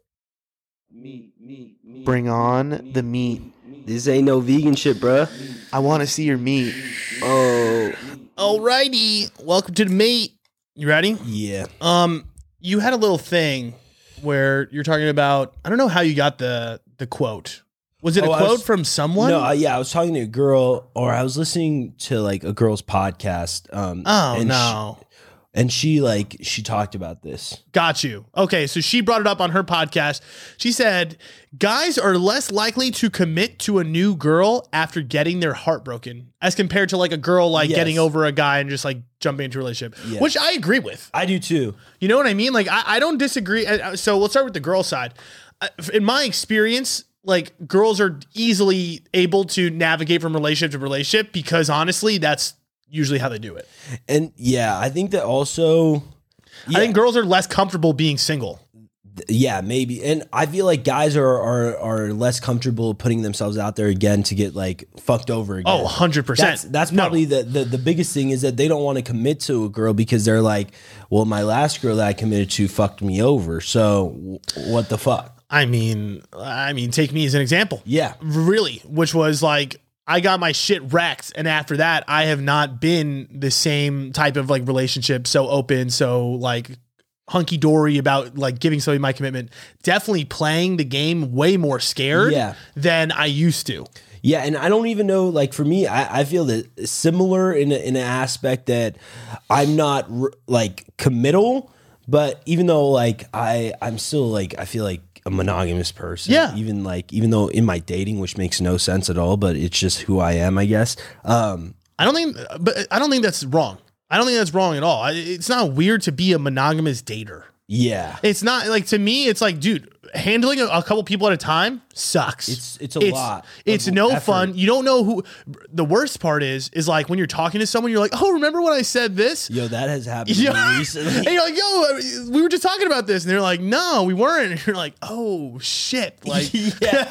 Speaker 5: Bring on the meat.
Speaker 4: This ain't no vegan shit, bruh.
Speaker 5: I want to see your meat.
Speaker 4: Oh,
Speaker 1: All righty. Welcome to the meat. You ready?
Speaker 2: Yeah.
Speaker 1: Um, you had a little thing where you're talking about. I don't know how you got the the quote. Was it
Speaker 2: Oh,
Speaker 1: a
Speaker 2: I
Speaker 1: quote
Speaker 2: was-
Speaker 1: from someone?
Speaker 2: No, I, yeah, I was talking to a girl or I was listening to like a girl's podcast um
Speaker 1: oh
Speaker 2: and
Speaker 1: no,
Speaker 2: she, and she like she talked about this.
Speaker 1: got you. Okay, so she brought it up on her podcast. She said guys are less likely to commit to a new girl after getting their heart broken, as compared to like a girl like
Speaker 2: Yes.
Speaker 1: getting over a guy and just like jumping into a relationship,
Speaker 2: Yeah.
Speaker 1: which I agree with.
Speaker 2: I do too.
Speaker 1: You know what I mean? Like, I, I don't disagree. I- I- So we'll start with the girl side. Uh, In my experience, like girls are easily able to navigate from relationship to relationship because honestly, that's usually how they do it.
Speaker 2: And yeah, I think that also
Speaker 1: I think girls are less comfortable being single.
Speaker 2: yeah, maybe. And I feel like guys are are are less comfortable putting themselves out there again to get like fucked over again.
Speaker 1: Oh, 100%.
Speaker 2: That's that's probably the, the the biggest thing is that they don't want to commit to a girl because they're like, well, my last girl that I committed to fucked me over. So w- what the fuck?
Speaker 1: I mean, I mean, take me as an example.
Speaker 2: Yeah,
Speaker 1: Really, which was like, I got my shit wrecked. And after that, I have not been the same type of like relationship, so open, so like hunky dory about like giving somebody my commitment. Definitely playing the game way more scared
Speaker 2: Yeah.
Speaker 1: than I used to.
Speaker 2: yeah. And I don't even know. Like for me, I, I feel that similar in a, in an aspect that I'm not r- like committal, but even though like I I'm still like I feel like a monogamous person.
Speaker 1: Yeah.
Speaker 2: Even like even though in my dating, which makes no sense at all, but it's just who I am, I guess. Um,
Speaker 1: I don't think, but I don't think that's wrong. I don't think that's wrong at all. I, it's not weird to be a monogamous dater.
Speaker 2: yeah.
Speaker 1: It's not like to me. It's like, dude, handling a, a couple people at a time sucks.
Speaker 2: It's- it's a lot
Speaker 1: It's
Speaker 2: of
Speaker 1: no
Speaker 2: effort.
Speaker 1: fun. You don't know who. The worst part is, is like when you're talking to someone, you're like, oh, remember when I said this?
Speaker 2: Yo, that has happened
Speaker 1: Yo.
Speaker 2: to me recently.
Speaker 1: And you're like, yo, we were just talking about this, and they're like, no, we weren't. And you're like, oh shit, like
Speaker 2: yeah,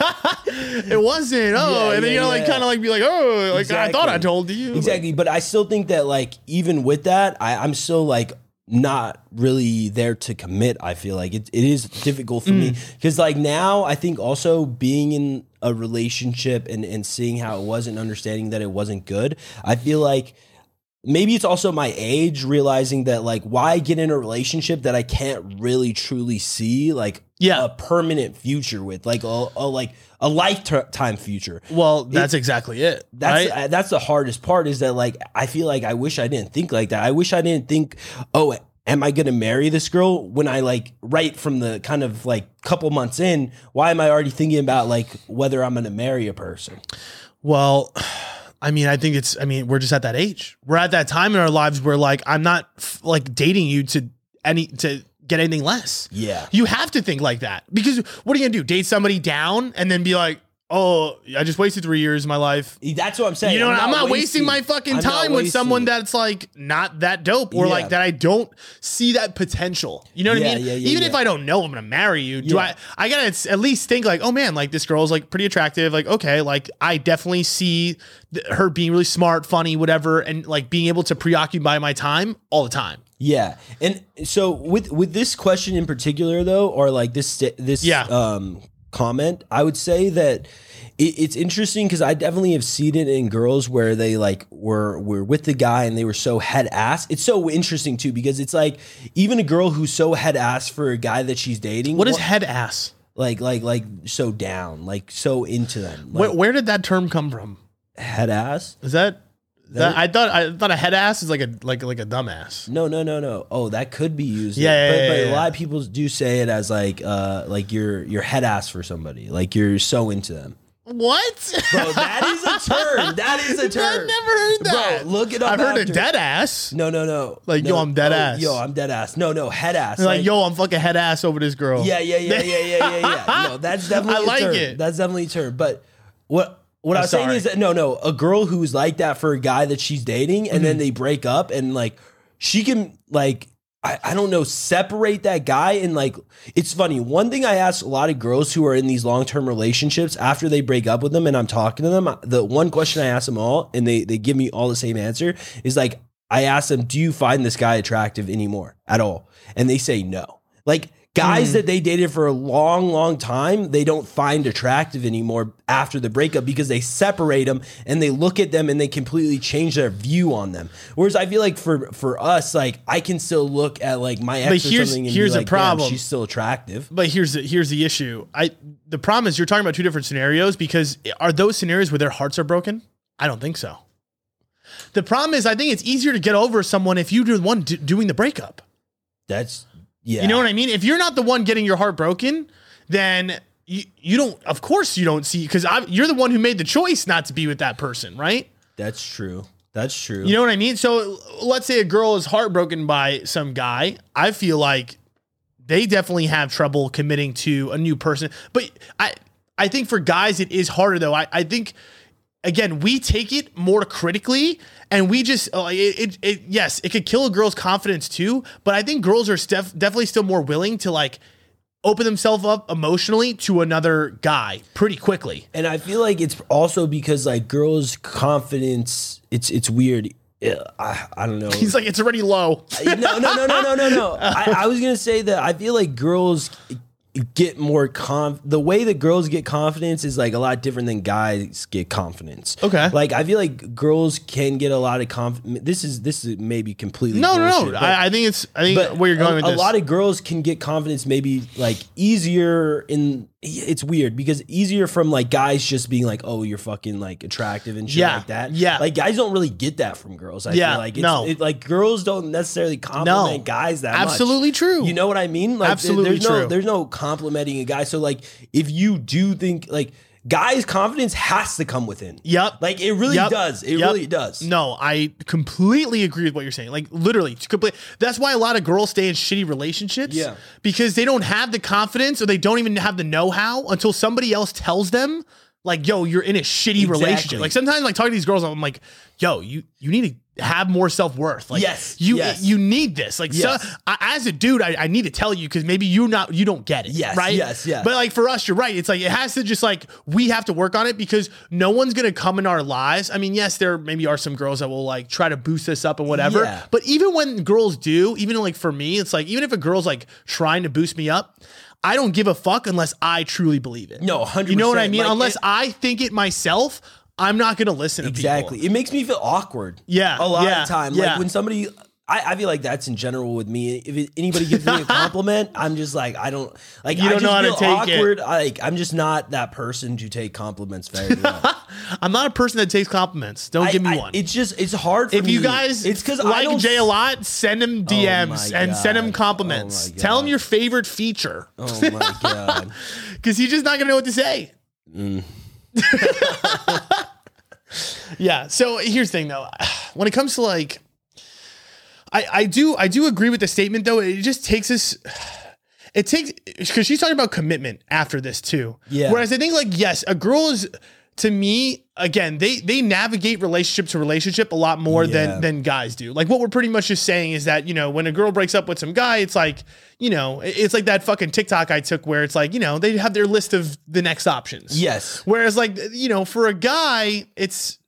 Speaker 1: it wasn't. Oh,
Speaker 2: Yeah,
Speaker 1: and then
Speaker 2: yeah,
Speaker 1: you're like,
Speaker 2: yeah.
Speaker 1: kind of like, be like, oh, like I thought I
Speaker 2: Exactly.
Speaker 1: told you.
Speaker 2: exactly. But I still think that, like, even with that, I, I'm still like not really there to commit. I feel like it, it is difficult for me
Speaker 1: Mm.
Speaker 2: because, like, now I think also being in a relationship and, and seeing how it was and understanding that it wasn't good, I feel like maybe it's also my age realizing that, like, why get in a relationship that I can't really truly see, like,
Speaker 1: Yeah.
Speaker 2: a permanent future with, like, a, a like a lifetime future.
Speaker 1: Well, that's exactly it.
Speaker 2: That's
Speaker 1: right?
Speaker 2: uh, that's the hardest part is that like I feel like I wish I didn't think like that. I wish I didn't think, oh, am I gonna marry this girl when I like right from the kind of like couple months in? Why am I already thinking about like whether I'm gonna marry a person?
Speaker 1: Well, I mean, I think it's, I mean, we're just at that age. We're at that time in our lives where like, I'm not f- like dating you to any, to get anything less.
Speaker 2: Yeah,
Speaker 1: You have to think like that because what are you gonna do? Date somebody down and then be like, oh, I just wasted three years of my life.
Speaker 2: that's what I'm saying.
Speaker 1: You know, I'm not, wasting, my fucking
Speaker 2: I'm not
Speaker 1: time with
Speaker 2: wasting
Speaker 1: someone
Speaker 2: it.
Speaker 1: that's like not that dope or
Speaker 2: Yeah.
Speaker 1: like that I don't see that potential. You know what I
Speaker 2: Yeah,
Speaker 1: mean?
Speaker 2: yeah, yeah,
Speaker 1: Even
Speaker 2: yeah.
Speaker 1: if I don't know I'm gonna marry you, do
Speaker 2: Yeah.
Speaker 1: I? I gotta s- at least think like, oh man, like this girl's like pretty attractive. Like okay, like I definitely see th- her being really smart, funny, whatever, and like being able to preoccupy my time all the time.
Speaker 2: Yeah, and so with with this question in particular, though, or like this sta- this
Speaker 1: Yeah.
Speaker 2: um, comment, I would say that it, it's interesting because I definitely have seen it in girls where they like were were with the guy and they were so head ass. It's so interesting too because it's like even a girl who's so head ass for a guy that she's dating.
Speaker 1: What is
Speaker 2: wha-
Speaker 1: head ass?
Speaker 2: like like like so down, like so into them,
Speaker 1: Where,
Speaker 2: like
Speaker 1: where did that term come from?
Speaker 2: head ass?
Speaker 1: Is that, that I thought I thought a head ass is like a like like a dumbass.
Speaker 2: No, no, no, no. Oh, that could be used.
Speaker 1: Yeah,
Speaker 2: but,
Speaker 1: yeah,
Speaker 2: but
Speaker 1: yeah, yeah.
Speaker 2: a lot of people do say it as like, uh, like you're you're head ass for somebody, like you're so into them.
Speaker 1: What?
Speaker 2: Bro, that is a term. That is a term.
Speaker 1: I've never heard that.
Speaker 2: Bro, look it up.
Speaker 1: I've heard
Speaker 2: after.
Speaker 1: a dead ass.
Speaker 2: No, no, no.
Speaker 1: Like,
Speaker 2: No,
Speaker 1: yo, I'm dead
Speaker 2: oh,
Speaker 1: ass.
Speaker 2: Yo, I'm dead ass. No, no, head ass.
Speaker 1: Like, yo, I'm fucking head ass over this girl.
Speaker 2: Yeah, yeah, yeah, yeah, yeah, yeah, yeah. No, that's definitely.
Speaker 1: I
Speaker 2: a
Speaker 1: like
Speaker 2: term.
Speaker 1: it.
Speaker 2: That's definitely a term. But what what i
Speaker 1: I'm
Speaker 2: was saying
Speaker 1: sorry.
Speaker 2: is that no, no, a girl who's like that for a guy that she's dating, and
Speaker 1: Mm-hmm.
Speaker 2: then they break up, and like she can like. I, I don't know, separate that guy and like it's funny. One thing I ask a lot of girls who are in these long term relationships after they break up with them and I'm talking to them, the one question I ask them all, and they they give me all the same answer, is like I ask them, Do you find this guy attractive anymore at all? And they say no. Like guys
Speaker 1: Hmm.
Speaker 2: that they dated for a long, long time, they don't find attractive anymore after the breakup because they separate them and they look at them and they completely change their view on them. Whereas I feel like for for us, like I can still look at like my ex
Speaker 1: But
Speaker 2: or
Speaker 1: here's-
Speaker 2: something and
Speaker 1: here's
Speaker 2: be
Speaker 1: the
Speaker 2: like, "Damn,
Speaker 1: problem."
Speaker 2: she's still attractive.
Speaker 1: But here's the, here's the issue. I the problem is you're talking about two different scenarios because are those scenarios where their hearts are broken? I don't think so. The problem is I think it's easier to get over someone if you're the one do, doing the breakup.
Speaker 2: That's yeah.
Speaker 1: You know what I mean? If you're not the one getting your heart broken, then you, you don't. Of course, you don't see because you're the one who made the choice not to be with that person, right?
Speaker 2: That's true. That's true.
Speaker 1: You know what I mean? So let's say a girl is heartbroken by some guy. I feel like they definitely have trouble committing to a new person. But I I think for guys it is harder though. I, I think again, we take it more critically and we just uh, it, it, it yes, it could kill a girl's confidence too, but I think girls are stef- definitely still more willing to like open themselves up emotionally to another guy pretty quickly.
Speaker 2: And I feel like it's also because like girls' confidence, it's it's weird. Yeah, I, I don't know.
Speaker 1: He's like it's already low.
Speaker 2: no, no, no, no, no, no, no. I, I was gonna say that I feel like girls get more conf. The way that girls get confidence is like a lot different than guys get confidence.
Speaker 1: Okay.
Speaker 2: Like I feel like girls can get a lot of confidence. This is this is maybe completely
Speaker 1: No, no,
Speaker 2: bullshit,
Speaker 1: no.
Speaker 2: but-
Speaker 1: I, I think it's I think
Speaker 2: but
Speaker 1: where you're going
Speaker 2: a,
Speaker 1: with
Speaker 2: a
Speaker 1: this.
Speaker 2: lot of girls can get confidence maybe like easier in it's weird because easier from like guys just being like oh you're fucking like attractive and shit
Speaker 1: Yeah,
Speaker 2: like that
Speaker 1: yeah.
Speaker 2: like guys don't really get that from girls I
Speaker 1: Yeah,
Speaker 2: feel like it's,
Speaker 1: no.
Speaker 2: it, like girls don't necessarily compliment
Speaker 1: No.
Speaker 2: guys that
Speaker 1: Absolutely
Speaker 2: much.
Speaker 1: true.
Speaker 2: you know what I mean like
Speaker 1: Absolutely
Speaker 2: there's no
Speaker 1: true.
Speaker 2: there's no complimenting a guy so like if you do think like guys confidence has to come within
Speaker 1: Yep.
Speaker 2: like it really
Speaker 1: Yep.
Speaker 2: does it
Speaker 1: Yep.
Speaker 2: really does
Speaker 1: No, I completely agree with what you're saying. Like literally, it's complete. That's why a lot of girls stay in shitty relationships.
Speaker 2: Yeah.
Speaker 1: Because they don't have the confidence or they don't even have the know-how until somebody else tells them, like, yo, you're in a shitty
Speaker 2: Exactly.
Speaker 1: relationship. Like sometimes like talking to these girls, I'm like, yo, you you need to have more self-worth. Like
Speaker 2: Yes,
Speaker 1: you
Speaker 2: yes.
Speaker 1: you need this. Like so,
Speaker 2: Yes.
Speaker 1: I, as a dude, I, I need to tell you because maybe you not you don't get it.
Speaker 2: Yes,
Speaker 1: Right?
Speaker 2: yes, yes.
Speaker 1: But but, like for us, you're right. It's like it has to just like we have to work on it because no one's gonna come in our lives. I mean, yes, there maybe are some girls that will like try to boost us up and whatever.
Speaker 2: Yeah.
Speaker 1: But even when girls do, even like for me, it's like even if a girl's like trying to boost me up, I don't give a fuck unless I truly believe it.
Speaker 2: No, 100%.
Speaker 1: You know what I mean?
Speaker 2: Like,
Speaker 1: unless
Speaker 2: it-
Speaker 1: I think it myself, I'm not gonna listen to
Speaker 2: Exactly.
Speaker 1: people.
Speaker 2: It makes me feel awkward.
Speaker 1: Yeah,
Speaker 2: A lot
Speaker 1: yeah,
Speaker 2: of time.
Speaker 1: yeah.
Speaker 2: Like when somebody, I, I feel like that's in general with me. If it, anybody gives me a compliment, I'm just like, I don't, like,
Speaker 1: You
Speaker 2: I
Speaker 1: don't
Speaker 2: just
Speaker 1: know how to
Speaker 2: feel
Speaker 1: take it.
Speaker 2: awkward. I, like, I'm just not that person to take compliments very well.
Speaker 1: I'm not a person that takes compliments. Don't give me
Speaker 2: I- I-
Speaker 1: one.
Speaker 2: It's just, it's hard for
Speaker 1: if
Speaker 2: me.
Speaker 1: you guys
Speaker 2: it's because I
Speaker 1: like
Speaker 2: don't, Oh
Speaker 1: Jay a lot, send him DMs
Speaker 2: my
Speaker 1: and send
Speaker 2: God.
Speaker 1: him
Speaker 2: Oh
Speaker 1: compliments.
Speaker 2: my
Speaker 1: Tell him
Speaker 2: God.
Speaker 1: your favorite feature.
Speaker 2: Oh my God.
Speaker 1: because he's just not gonna know what to say.
Speaker 2: Mm.
Speaker 1: yeah. So here's the thing, though. When it comes to like, I I do I do agree with the statement though. It just takes us. It takes because she's talking about commitment after this too.
Speaker 2: Yeah.
Speaker 1: Whereas I think like yes, a girl is to me again they they navigate relationship to relationship a lot more
Speaker 2: Yeah.
Speaker 1: than than guys do. Like what we're pretty much just saying is that you know when a girl breaks up with some guy, it's like you know it- it's like that fucking TikTok I took where it's like you know they have their list of the next options.
Speaker 2: Yes.
Speaker 1: Whereas like you know for a guy it's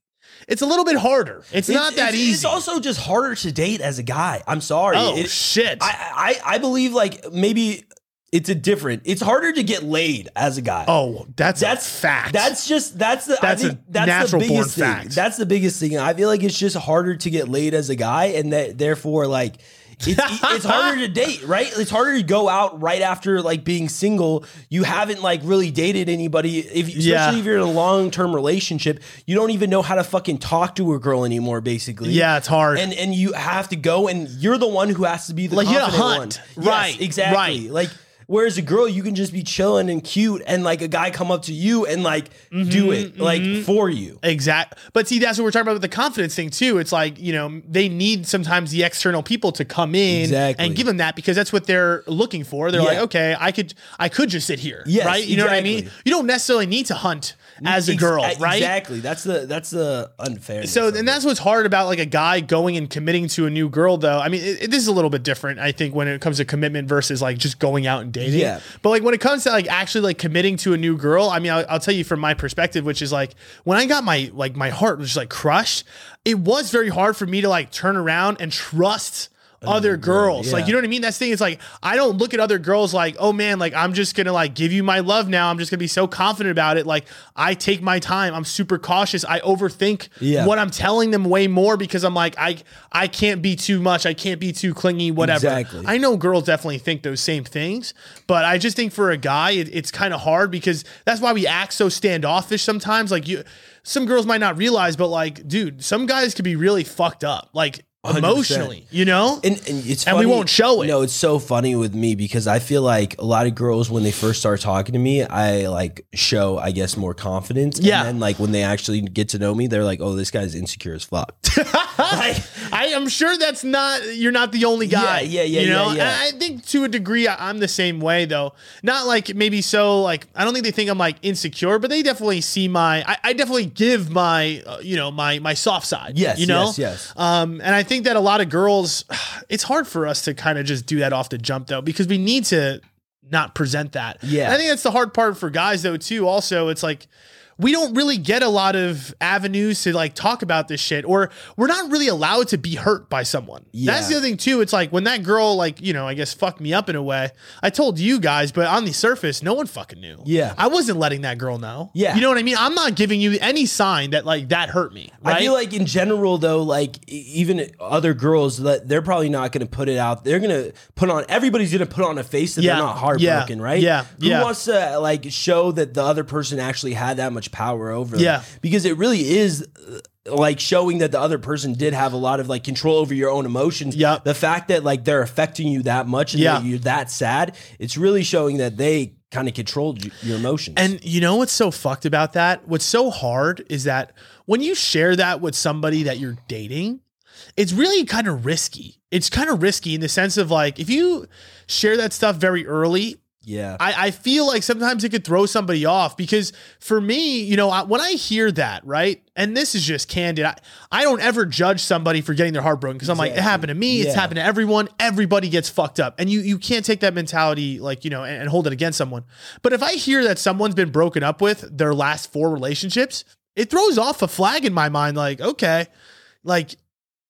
Speaker 1: it's a little bit harder. It's, not that
Speaker 2: it's,
Speaker 1: easy.
Speaker 2: It's also just harder to date as a guy. I'm sorry.
Speaker 1: oh
Speaker 2: It-
Speaker 1: shit.
Speaker 2: I, I, I believe like maybe it's a different, it's harder to get laid as a guy.
Speaker 1: oh that's
Speaker 2: that's
Speaker 1: that's fact.
Speaker 2: That's just that's the
Speaker 1: That's
Speaker 2: I think
Speaker 1: a
Speaker 2: that's
Speaker 1: natural
Speaker 2: the
Speaker 1: born
Speaker 2: biggest thing.
Speaker 1: fact.
Speaker 2: That's the biggest thing. I feel like it's just harder to get laid as a guy, and that therefore like. It's, it's harder to date, right? It's harder to go out right after like being single. You haven't like really dated anybody, if, especially
Speaker 1: Yeah.
Speaker 2: if you're in a long term relationship. You don't even know how to fucking talk to a girl anymore, basically.
Speaker 1: yeah, it's hard.
Speaker 2: and and you have to go, and you're the one who has to be the
Speaker 1: Like, you gotta
Speaker 2: confident
Speaker 1: hunt.
Speaker 2: one. Yes,
Speaker 1: Right,
Speaker 2: exactly.
Speaker 1: right.
Speaker 2: Like Whereas a girl, you can just be chilling and cute, and like a guy come up to you and like
Speaker 1: Mm-hmm,
Speaker 2: do it like for you.
Speaker 1: Exact. But see, that's what we're talking about with the confidence thing too. It's like you know they need sometimes the external people to come in
Speaker 2: Exactly.
Speaker 1: and give them that because that's what they're looking for. They're like,
Speaker 2: Yeah.
Speaker 1: okay, I could I could just sit here,
Speaker 2: Yes,
Speaker 1: right? You know what I mean?
Speaker 2: exactly.
Speaker 1: You don't necessarily need to hunt as a
Speaker 2: Ex-
Speaker 1: girl,
Speaker 2: e-
Speaker 1: right?
Speaker 2: Exactly. That's the that's the unfairness.
Speaker 1: So,
Speaker 2: of it.
Speaker 1: and that's what's hard about like a guy going and committing to a new girl, though. I mean, it, it- this is a little bit different, I think, when it comes to commitment versus like just going out and dating.
Speaker 2: Yeah.
Speaker 1: But like when it comes to like actually like committing to a new girl, I mean, I'll, I'll tell you from my perspective, which is like when I got my like my heart was just like crushed. It was very hard for me to like turn around and trust. Other girls, like
Speaker 2: yeah.
Speaker 1: you know what I mean. That's the thing. It's like I don't look at other girls like, oh man, like I'm just gonna like give you my love now. I'm just gonna be so confident about it. Like I take my time. I'm super cautious. I overthink
Speaker 2: Yeah.
Speaker 1: what I'm telling them way more because I'm like I I can't be too much. I can't be too clingy. Whatever.
Speaker 2: Exactly.
Speaker 1: I know girls definitely think those same things, but I just think for a guy it, it's kind of hard because that's why we act so standoffish sometimes. Like you, some girls might not realize, but like dude, some guys could be really fucked up, like
Speaker 2: 100%.
Speaker 1: emotionally. You know.
Speaker 2: And, and it's
Speaker 1: And we
Speaker 2: funny-
Speaker 1: won't show it.
Speaker 2: No, it's so funny with me because I feel like a lot of girls when they first start talking to me, I like show, I guess, more confidence.
Speaker 1: Yeah.
Speaker 2: And then like when they actually get to know me, they're like, "Oh, this guy's insecure as fuck." Like,
Speaker 1: I am sure that's not you're not the only guy.
Speaker 2: Yeah, yeah, yeah,
Speaker 1: You know,
Speaker 2: yeah, yeah.
Speaker 1: And I think to a degree I, I'm the same way though. Not like maybe so like I don't think they think I'm like insecure, but they definitely see my I, I definitely give my uh, you know my my soft side.
Speaker 2: Yes,
Speaker 1: you know,
Speaker 2: yes, yes.
Speaker 1: Um, and I think that a lot of girls, it's hard for us to kind of just do that off the jump though because we need to not present that.
Speaker 2: Yeah.
Speaker 1: And I think that's the hard part for guys though too. Also, it's like we don't really get a lot of avenues to like talk about this shit, or we're not really allowed to be hurt by someone. That's
Speaker 2: Yeah.
Speaker 1: the other thing too. It's like when that girl, like you know, I guess fucked me up in a way. I told you guys, but on the surface, no one fucking knew.
Speaker 2: Yeah.
Speaker 1: I wasn't letting that girl know.
Speaker 2: Yeah.
Speaker 1: you know what I mean. I'm not giving you any sign that like that hurt me. Right?
Speaker 2: I feel like in general though, like e- even other girls, that they're probably not going to put it out. They're going to put on everybody's going to put on a face that
Speaker 1: Yeah,
Speaker 2: they're not heartbroken,
Speaker 1: yeah,
Speaker 2: right?
Speaker 1: yeah,
Speaker 2: Who
Speaker 1: yeah.
Speaker 2: wants to like show that the other person actually had that much power over?
Speaker 1: Yeah.
Speaker 2: them? because it really is. uh, Like showing that the other person did have a lot of like control over your own emotions.
Speaker 1: Yep.
Speaker 2: The fact that like they're affecting you that much and
Speaker 1: Yeah.
Speaker 2: that you're that sad, it's really showing that they kind of controlled y- your emotions.
Speaker 1: And you know what's so fucked about that? What's so hard is that when you share that with somebody that you're dating, it's really kind of risky. It's kind of risky in the sense of like if you share that stuff very early,
Speaker 2: yeah.
Speaker 1: I, I feel like sometimes it could throw somebody off because for me, you know, I, when I hear that, right, and this is just candid, I, I don't ever judge somebody for getting their heart broken because I'm like, it
Speaker 2: Exactly.
Speaker 1: happened to me, it's
Speaker 2: Yeah.
Speaker 1: happened to everyone, everybody gets fucked up, and you you can't take that mentality like you know and, and hold it against someone. But if I hear that someone's been broken up with their last four relationships, it throws off a flag in my mind, like okay, like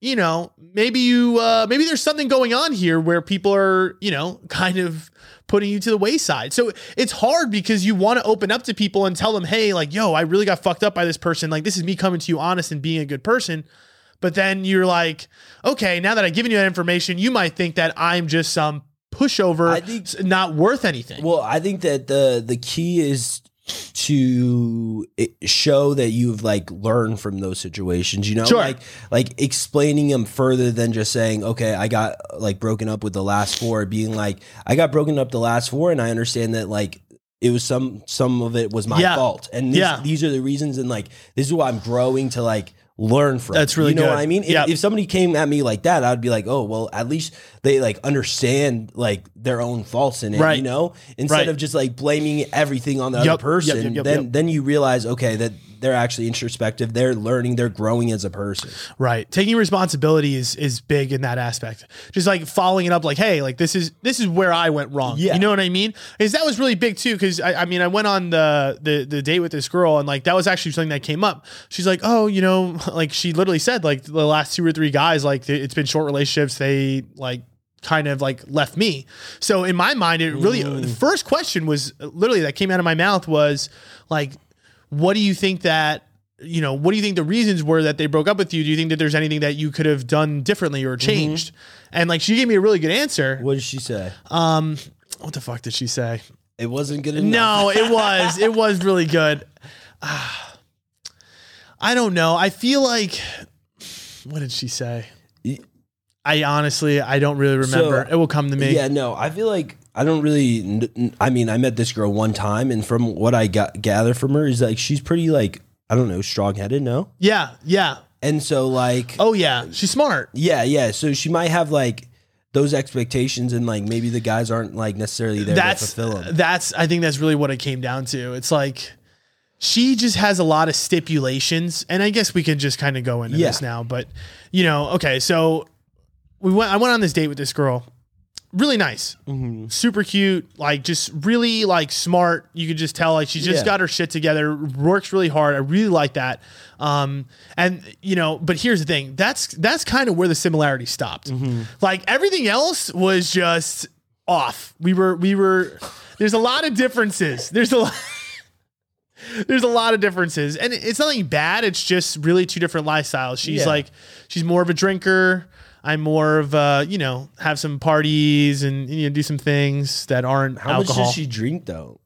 Speaker 1: you know, maybe you, uh, maybe there's something going on here where people are, you know, kind of putting you to the wayside. So it's hard because you want to open up to people and tell them, hey, like, yo, I really got fucked up by this person. Like, this is me coming to you honest and being a good person. But then you're like, okay, now that I've given you that information, you might think that I'm just some pushover,
Speaker 2: I think-
Speaker 1: s- not worth anything.
Speaker 2: Well, I think that the the key is to i- show that you've like learned from those situations. You know,
Speaker 1: Sure.
Speaker 2: like like explaining them further than just saying, "Okay, I got like broken up with the last four, being like, "I got broken up the last four, and I understand that like." It was some some of it was my
Speaker 1: Yeah.
Speaker 2: fault, and this,
Speaker 1: Yeah.
Speaker 2: these are the reasons, and like this is what I'm growing to like learn from.
Speaker 1: That's really
Speaker 2: you know
Speaker 1: good.
Speaker 2: what I mean. If,
Speaker 1: Yep.
Speaker 2: if somebody came at me like that, I'd be like, oh well, at least they like understand like their own faults in it,
Speaker 1: Right.
Speaker 2: you know instead
Speaker 1: Right.
Speaker 2: of just like blaming everything on the
Speaker 1: Yup, yup,
Speaker 2: other person
Speaker 1: yup, yup,
Speaker 2: then
Speaker 1: yup.
Speaker 2: then you realize okay that they're actually introspective they're learning they're growing as a person
Speaker 1: Right. Taking responsibility is is big in that aspect. Just like following it up like, hey, like this is this is where I went wrong.
Speaker 2: Yeah.
Speaker 1: You know what I mean? Is that was really big too, because I, I mean I went on the, the the date with this girl and like that was actually something that came up. She's like, Oh, you know, like she literally said like the last two or three guys, like th- it's been short relationships, they like kind of like left me. So in my mind, it really the first question was literally that came out of my mouth was like, what do you think that you know what do you think the reasons were that they broke up with you do you think that there's anything that you could have done differently or changed and like she gave me a really good answer Um,
Speaker 2: what did she say
Speaker 1: what the fuck did she say
Speaker 2: it wasn't good enough
Speaker 1: no it was it was really good Ah. i don't know i feel like what did she say
Speaker 2: Y-
Speaker 1: i honestly i don't really remember it will come to me
Speaker 2: yeah no i feel like I don't really. kn- kn- I mean, I met this girl one time, and from what I got gather from her is like she's pretty like I don't know, strong headed. No,
Speaker 1: Yeah, yeah.
Speaker 2: and so like
Speaker 1: Oh yeah, she's smart.
Speaker 2: yeah, yeah. So she might have like those expectations, and like maybe the guys aren't like necessarily there
Speaker 1: that's uh,
Speaker 2: to fulfill them.
Speaker 1: that's I think that's really what it came down to. It's like she just has a lot of stipulations, and I guess we can just kind of go into
Speaker 2: Yeah.
Speaker 1: this now. But you know, okay, so we went. I went on this date with this girl. Really nice,
Speaker 2: Mm-hmm.
Speaker 1: super cute, like just really like smart. You could just tell like she just
Speaker 2: Yeah.
Speaker 1: got her shit together, works really hard. I really like that. Um, and you know, but here's the thing. That's that's kind of where the similarity stopped.
Speaker 2: Mm-hmm.
Speaker 1: Like everything else was just off. We were we were there's a lot of differences. There's a lot there's a lot of differences. And it's nothing bad. It's just really two different lifestyles. She's
Speaker 2: Yeah.
Speaker 1: like she's more of a drinker. I'm more of uh, you know, have some parties and you know, do some things that aren't
Speaker 2: How
Speaker 1: alcohol.
Speaker 2: much does she drink though?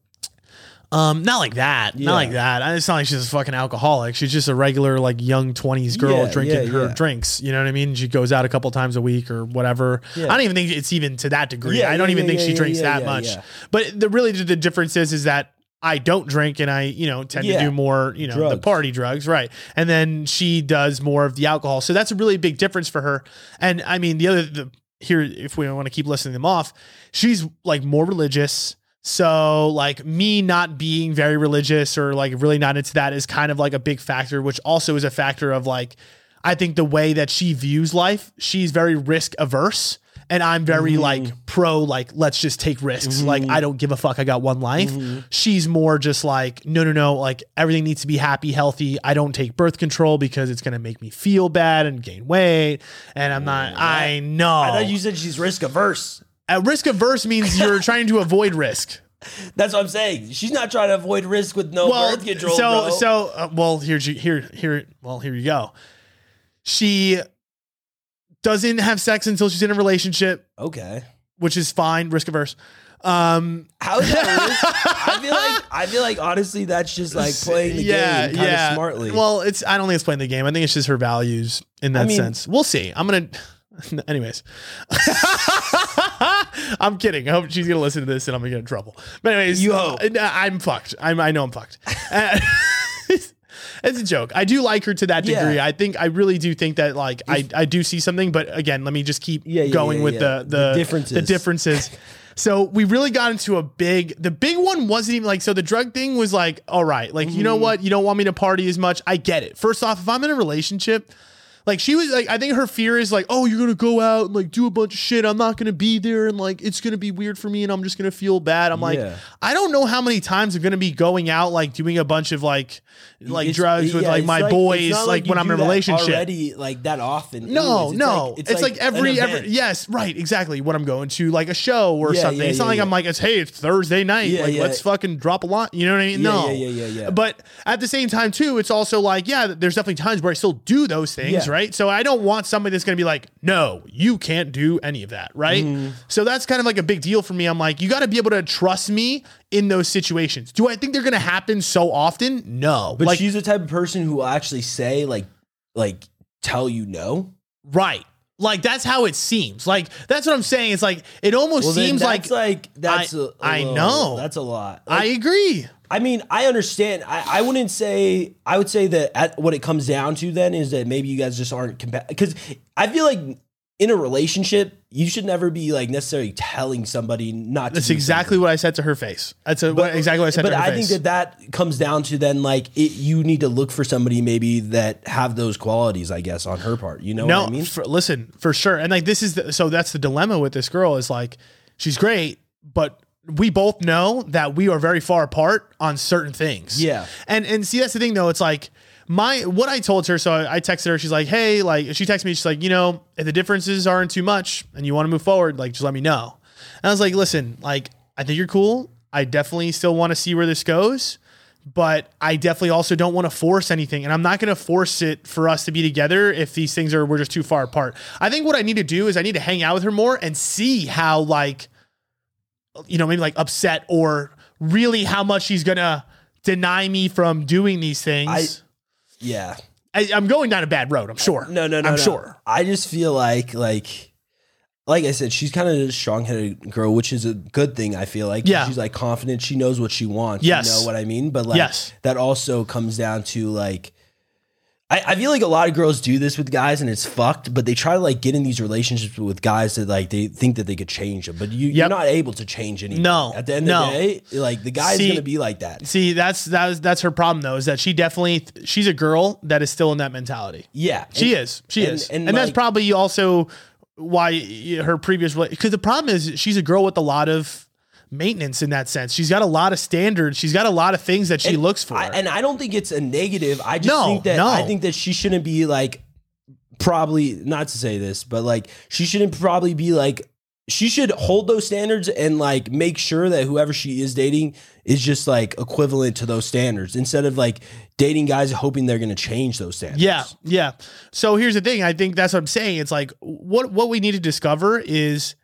Speaker 1: um, not like that.
Speaker 2: Yeah.
Speaker 1: Not like that. I- It's not like she's a fucking alcoholic. She's just a regular like young twenties girl
Speaker 2: Yeah,
Speaker 1: drinking
Speaker 2: yeah,
Speaker 1: her
Speaker 2: yeah.
Speaker 1: drinks. You know what I mean? She goes out a couple times a week or whatever.
Speaker 2: Yeah.
Speaker 1: I don't even think it's even to that degree.
Speaker 2: Yeah,
Speaker 1: I don't
Speaker 2: yeah,
Speaker 1: even
Speaker 2: yeah,
Speaker 1: think she
Speaker 2: yeah,
Speaker 1: drinks
Speaker 2: yeah,
Speaker 1: that
Speaker 2: yeah,
Speaker 1: much.
Speaker 2: yeah.
Speaker 1: But the really the difference is is that I don't drink and I, you know, tend
Speaker 2: Yeah.
Speaker 1: to do more, you know, the
Speaker 2: Drugs.
Speaker 1: party drugs, right? And then she does more of the alcohol. So that's a really big difference for her. And I mean, the other the here if we want to keep listing them off, she's like more religious. So like me not being very religious or like really not into that is kind of like a big factor, which also is a factor of like I think the way that she views life, she's very risk averse. And I'm very
Speaker 2: Mm-hmm.
Speaker 1: like pro, like, let's just take risks. Like, I don't give a fuck. I got one life.
Speaker 2: Mm-hmm.
Speaker 1: She's more just like, no, no, no. Like, everything needs to be happy, healthy. I don't take birth control because it's going to make me feel bad and gain weight. And I'm not, I know.
Speaker 2: I thought you said she's risk averse.
Speaker 1: At risk averse means you're trying to avoid risk.
Speaker 2: That's what I'm saying. She's not trying to avoid risk with no Oh, birth control.
Speaker 1: so
Speaker 2: bro.
Speaker 1: so uh, well here's you here here well here you go she doesn't have sex until she's in a relationship
Speaker 2: okay.
Speaker 1: which is fine risk averse um
Speaker 2: How is that a risk? I feel like I feel like honestly that's just like playing the game kind of smartly.
Speaker 1: well it's i don't think it's playing the game i think it's just her values in that
Speaker 2: mean-
Speaker 1: sense we'll see i'm gonna anyways i'm kidding i hope she's gonna listen to this and i'm gonna get in trouble but anyways
Speaker 2: You hope.
Speaker 1: uh, i'm fucked i'm i know i'm fucked Uh, it's, it's a joke i do like her to that
Speaker 2: Yeah.
Speaker 1: degree i think i really do think that like i i do see something but again let me just keep
Speaker 2: Yeah, yeah,
Speaker 1: going
Speaker 2: yeah,
Speaker 1: with
Speaker 2: yeah.
Speaker 1: the the
Speaker 2: The differences.
Speaker 1: the differences. So we really got into a big. The big one wasn't even like. So the drug thing was like, all right, like you know
Speaker 2: Mm-hmm.
Speaker 1: what, you don't want me to party as much. I get it. First off, if I'm in a relationship, like she was like, I think her fear is like, oh, you're gonna go out and like do a bunch of shit. I'm not gonna be there, and like it's gonna be weird for me, and I'm just gonna feel bad. I'm like,
Speaker 2: Yeah.
Speaker 1: I don't know how many times I'm gonna be going out like doing a bunch of like, like
Speaker 2: It's-
Speaker 1: drugs with
Speaker 2: yeah,
Speaker 1: like
Speaker 2: it's
Speaker 1: my
Speaker 2: like-
Speaker 1: boys,
Speaker 2: it's
Speaker 1: like,
Speaker 2: not
Speaker 1: when
Speaker 2: you
Speaker 1: I'm
Speaker 2: do
Speaker 1: in a
Speaker 2: that
Speaker 1: relationship.
Speaker 2: already like that often.
Speaker 1: No,
Speaker 2: anyways.
Speaker 1: no. It's, like,
Speaker 2: an
Speaker 1: every every
Speaker 2: event.
Speaker 1: yes, right, exactly. When I'm going to like a show or
Speaker 2: Yeah,
Speaker 1: something.
Speaker 2: yeah,
Speaker 1: it's not
Speaker 2: yeah,
Speaker 1: like
Speaker 2: yeah.
Speaker 1: I'm like it's hey, it's Thursday night.
Speaker 2: Yeah,
Speaker 1: like
Speaker 2: yeah.
Speaker 1: let's fucking drop a lot. You know what I mean?
Speaker 2: Yeah,
Speaker 1: no.
Speaker 2: yeah, yeah, yeah, yeah.
Speaker 1: But at the same time too, it's also like, yeah, there's definitely times where I still do those things,
Speaker 2: Yeah.
Speaker 1: right? So I don't want somebody that's gonna be like, no, you can't do any of that, right?
Speaker 2: Mm-hmm.
Speaker 1: So that's kind of like a big deal for me. I'm like, you gotta be able to trust me in those situations. Do I think they're gonna happen so often? No.
Speaker 2: But
Speaker 1: like
Speaker 2: she's the type of person who will actually say like like tell you no.
Speaker 1: Right. Like that's how it seems. Like that's what I'm saying. It's like it almost
Speaker 2: Well, then
Speaker 1: seems like,
Speaker 2: that's like that's
Speaker 1: I-
Speaker 2: a- a
Speaker 1: I
Speaker 2: little-
Speaker 1: know.
Speaker 2: that's a lot.
Speaker 1: I agree.
Speaker 2: I mean, I understand. I, I wouldn't say. I would say that at, what it comes down to then is that maybe you guys just aren't compatible. Because I feel like in a relationship, you should never be like necessarily telling somebody not. to
Speaker 1: That's
Speaker 2: do
Speaker 1: exactly what I said to her face. That's a, what, exactly what I said
Speaker 2: But
Speaker 1: to her
Speaker 2: I
Speaker 1: face.
Speaker 2: think that that comes down to then like it, you need to look for somebody maybe that have those qualities. I guess on her part, you know
Speaker 1: no,
Speaker 2: what I mean?
Speaker 1: for- listen, for sure. And like this is the, so that's the dilemma with this girl is like she's great, but we both know that we are very far apart on certain things.
Speaker 2: Yeah.
Speaker 1: And and see that's the thing though. It's like my what I told her. So I, I texted her. She's like, hey, like she texted me. She's like, you know, if the differences aren't too much and you want to move forward, like just let me know. And I was like, listen, like I think you're cool. I definitely still want to see where this goes, but I definitely also don't want to force anything. And I'm not going to force it for us to be together if these things are we're just too far apart. I think what I need to do is I need to hang out with her more and see how like you know, maybe like upset or really how much he's gonna deny me from doing these things.
Speaker 2: Yeah.
Speaker 1: I, I, am going down a bad road, I'm sure.
Speaker 2: No, no, no.
Speaker 1: I'm
Speaker 2: no.
Speaker 1: sure.
Speaker 2: I just feel like like like I said, she's kind of a strong headed girl, which is a good thing. I feel like
Speaker 1: Yeah.
Speaker 2: she's like confident. She knows what she wants.
Speaker 1: Yes.
Speaker 2: you know what I mean. But like
Speaker 1: Yes.
Speaker 2: that also comes down to like. I, I feel like a lot of girls do this with guys and it's fucked, but they try to like get in these relationships with guys that like they think that they could change them, but you,
Speaker 1: Yep.
Speaker 2: you're not able to change anything.
Speaker 1: No,
Speaker 2: at the end
Speaker 1: no.
Speaker 2: of the day, like the guy's
Speaker 1: See-
Speaker 2: gonna be like that.
Speaker 1: See, that's that's that's her problem though, is that she definitely she's a girl that is still in that mentality.
Speaker 2: Yeah,
Speaker 1: She
Speaker 2: And-
Speaker 1: is. She
Speaker 2: and-
Speaker 1: is. And,
Speaker 2: and
Speaker 1: that's
Speaker 2: like-
Speaker 1: probably also why y- her previous because the problem is she's a girl with a lot of maintenance in that sense. She's got a lot of standards. She's got a lot of things that she
Speaker 2: And
Speaker 1: looks for.
Speaker 2: I, and I don't think it's a negative. I just
Speaker 1: No,
Speaker 2: think that
Speaker 1: no.
Speaker 2: I think that she shouldn't be like probably not to say this, but like she shouldn't probably be like she should hold those standards and like make sure that whoever she is dating is just like equivalent to those standards instead of like dating guys hoping they're going to change those standards.
Speaker 1: yeah, yeah. So here's the thing. I think that's what I'm saying. It's like what what we need to discover is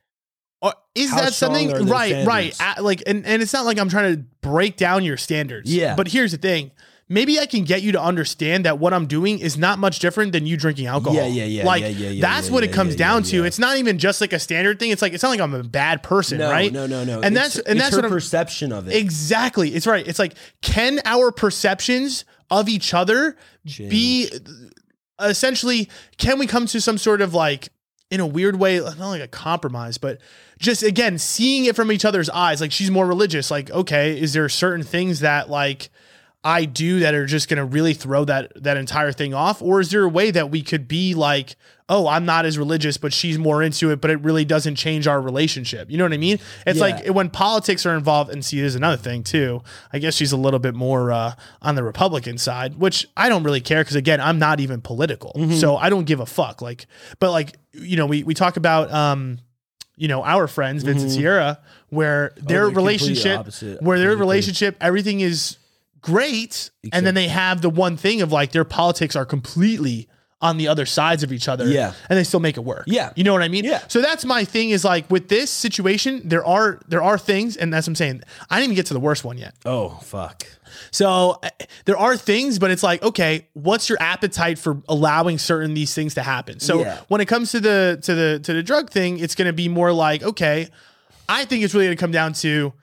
Speaker 1: or is
Speaker 2: How
Speaker 1: that
Speaker 2: strong
Speaker 1: something
Speaker 2: are those
Speaker 1: right, right?
Speaker 2: standards?
Speaker 1: A- like, and and it's not like I'm trying to break down your standards.
Speaker 2: Yeah.
Speaker 1: But here's the thing. Maybe I can get you to understand that what I'm doing is not much different than you drinking alcohol.
Speaker 2: Yeah, yeah, yeah,
Speaker 1: Like
Speaker 2: yeah, yeah, yeah,
Speaker 1: that's
Speaker 2: yeah,
Speaker 1: what it
Speaker 2: yeah,
Speaker 1: comes
Speaker 2: yeah,
Speaker 1: down
Speaker 2: yeah,
Speaker 1: to.
Speaker 2: yeah.
Speaker 1: It's not even just like a standard thing. It's like it's not like I'm a bad person,
Speaker 2: No,
Speaker 1: right?
Speaker 2: no, no, no.
Speaker 1: And
Speaker 2: It's-
Speaker 1: that's and
Speaker 2: it's
Speaker 1: that's
Speaker 2: her
Speaker 1: what I'm
Speaker 2: perception of it.
Speaker 1: Exactly. It's right. It's like, can our perceptions of each other be essentially, can we come to some sort of like, in a weird way, not like a compromise, but just again, seeing it from each other's eyes. Like, she's more religious. Like, okay, is there certain things that like, I do that are just going to really throw that that entire thing off or is there a way that we could be like oh I'm not as religious but she's more into it but it really doesn't change our relationship you know what I mean it's
Speaker 2: Yeah.
Speaker 1: like when politics are involved and see there's another thing too I guess she's a little bit more uh, on the Republican side which I don't really care because again I'm not even political
Speaker 2: Mm-hmm.
Speaker 1: so I don't give a fuck like but like you know we we talk about um you know our friends Vince and Sierra where their
Speaker 2: Mm-hmm. Oh, they're complete
Speaker 1: relationship
Speaker 2: opposite.
Speaker 1: where their
Speaker 2: Completely.
Speaker 1: relationship everything is great and then they have the one thing of like their politics are completely on the other sides of each other
Speaker 2: Yeah.
Speaker 1: and they still make it work
Speaker 2: Yeah.
Speaker 1: you know what i mean
Speaker 2: Yeah.
Speaker 1: so that's my thing is like with this situation there are there are things and that's what i'm saying i didn't even get to the worst one yet
Speaker 2: Oh fuck.
Speaker 1: so I- there are things, but it's like, okay, what's your appetite for allowing certain these things to happen? So
Speaker 2: Yeah.
Speaker 1: when it comes to the to the to the drug thing, it's going to be more like, okay, I think it's really going to come down to,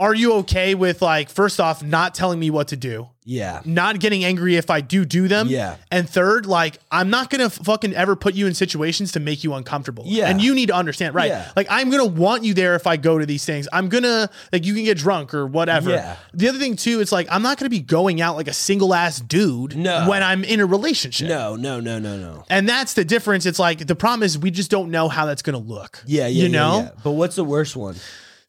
Speaker 1: are you okay with like first off not telling me what to do,
Speaker 2: Yeah.
Speaker 1: not getting angry if I do do them,
Speaker 2: Yeah.
Speaker 1: and third, like I'm not going to fucking ever put you in situations to make you uncomfortable,
Speaker 2: Yeah.
Speaker 1: and you need to understand, right?
Speaker 2: Yeah.
Speaker 1: Like I'm gonna want you there if I go to these things. I'm gonna like you can get drunk or whatever.
Speaker 2: Yeah.
Speaker 1: The other thing too, it's like I'm not gonna be going out like a single ass dude
Speaker 2: No.
Speaker 1: when I'm in a relationship.
Speaker 2: No, no, no, no, no.
Speaker 1: And that's the difference. It's like the problem is we just don't know how that's gonna look.
Speaker 2: Yeah, yeah.
Speaker 1: You know?
Speaker 2: yeah. But what's the worst one?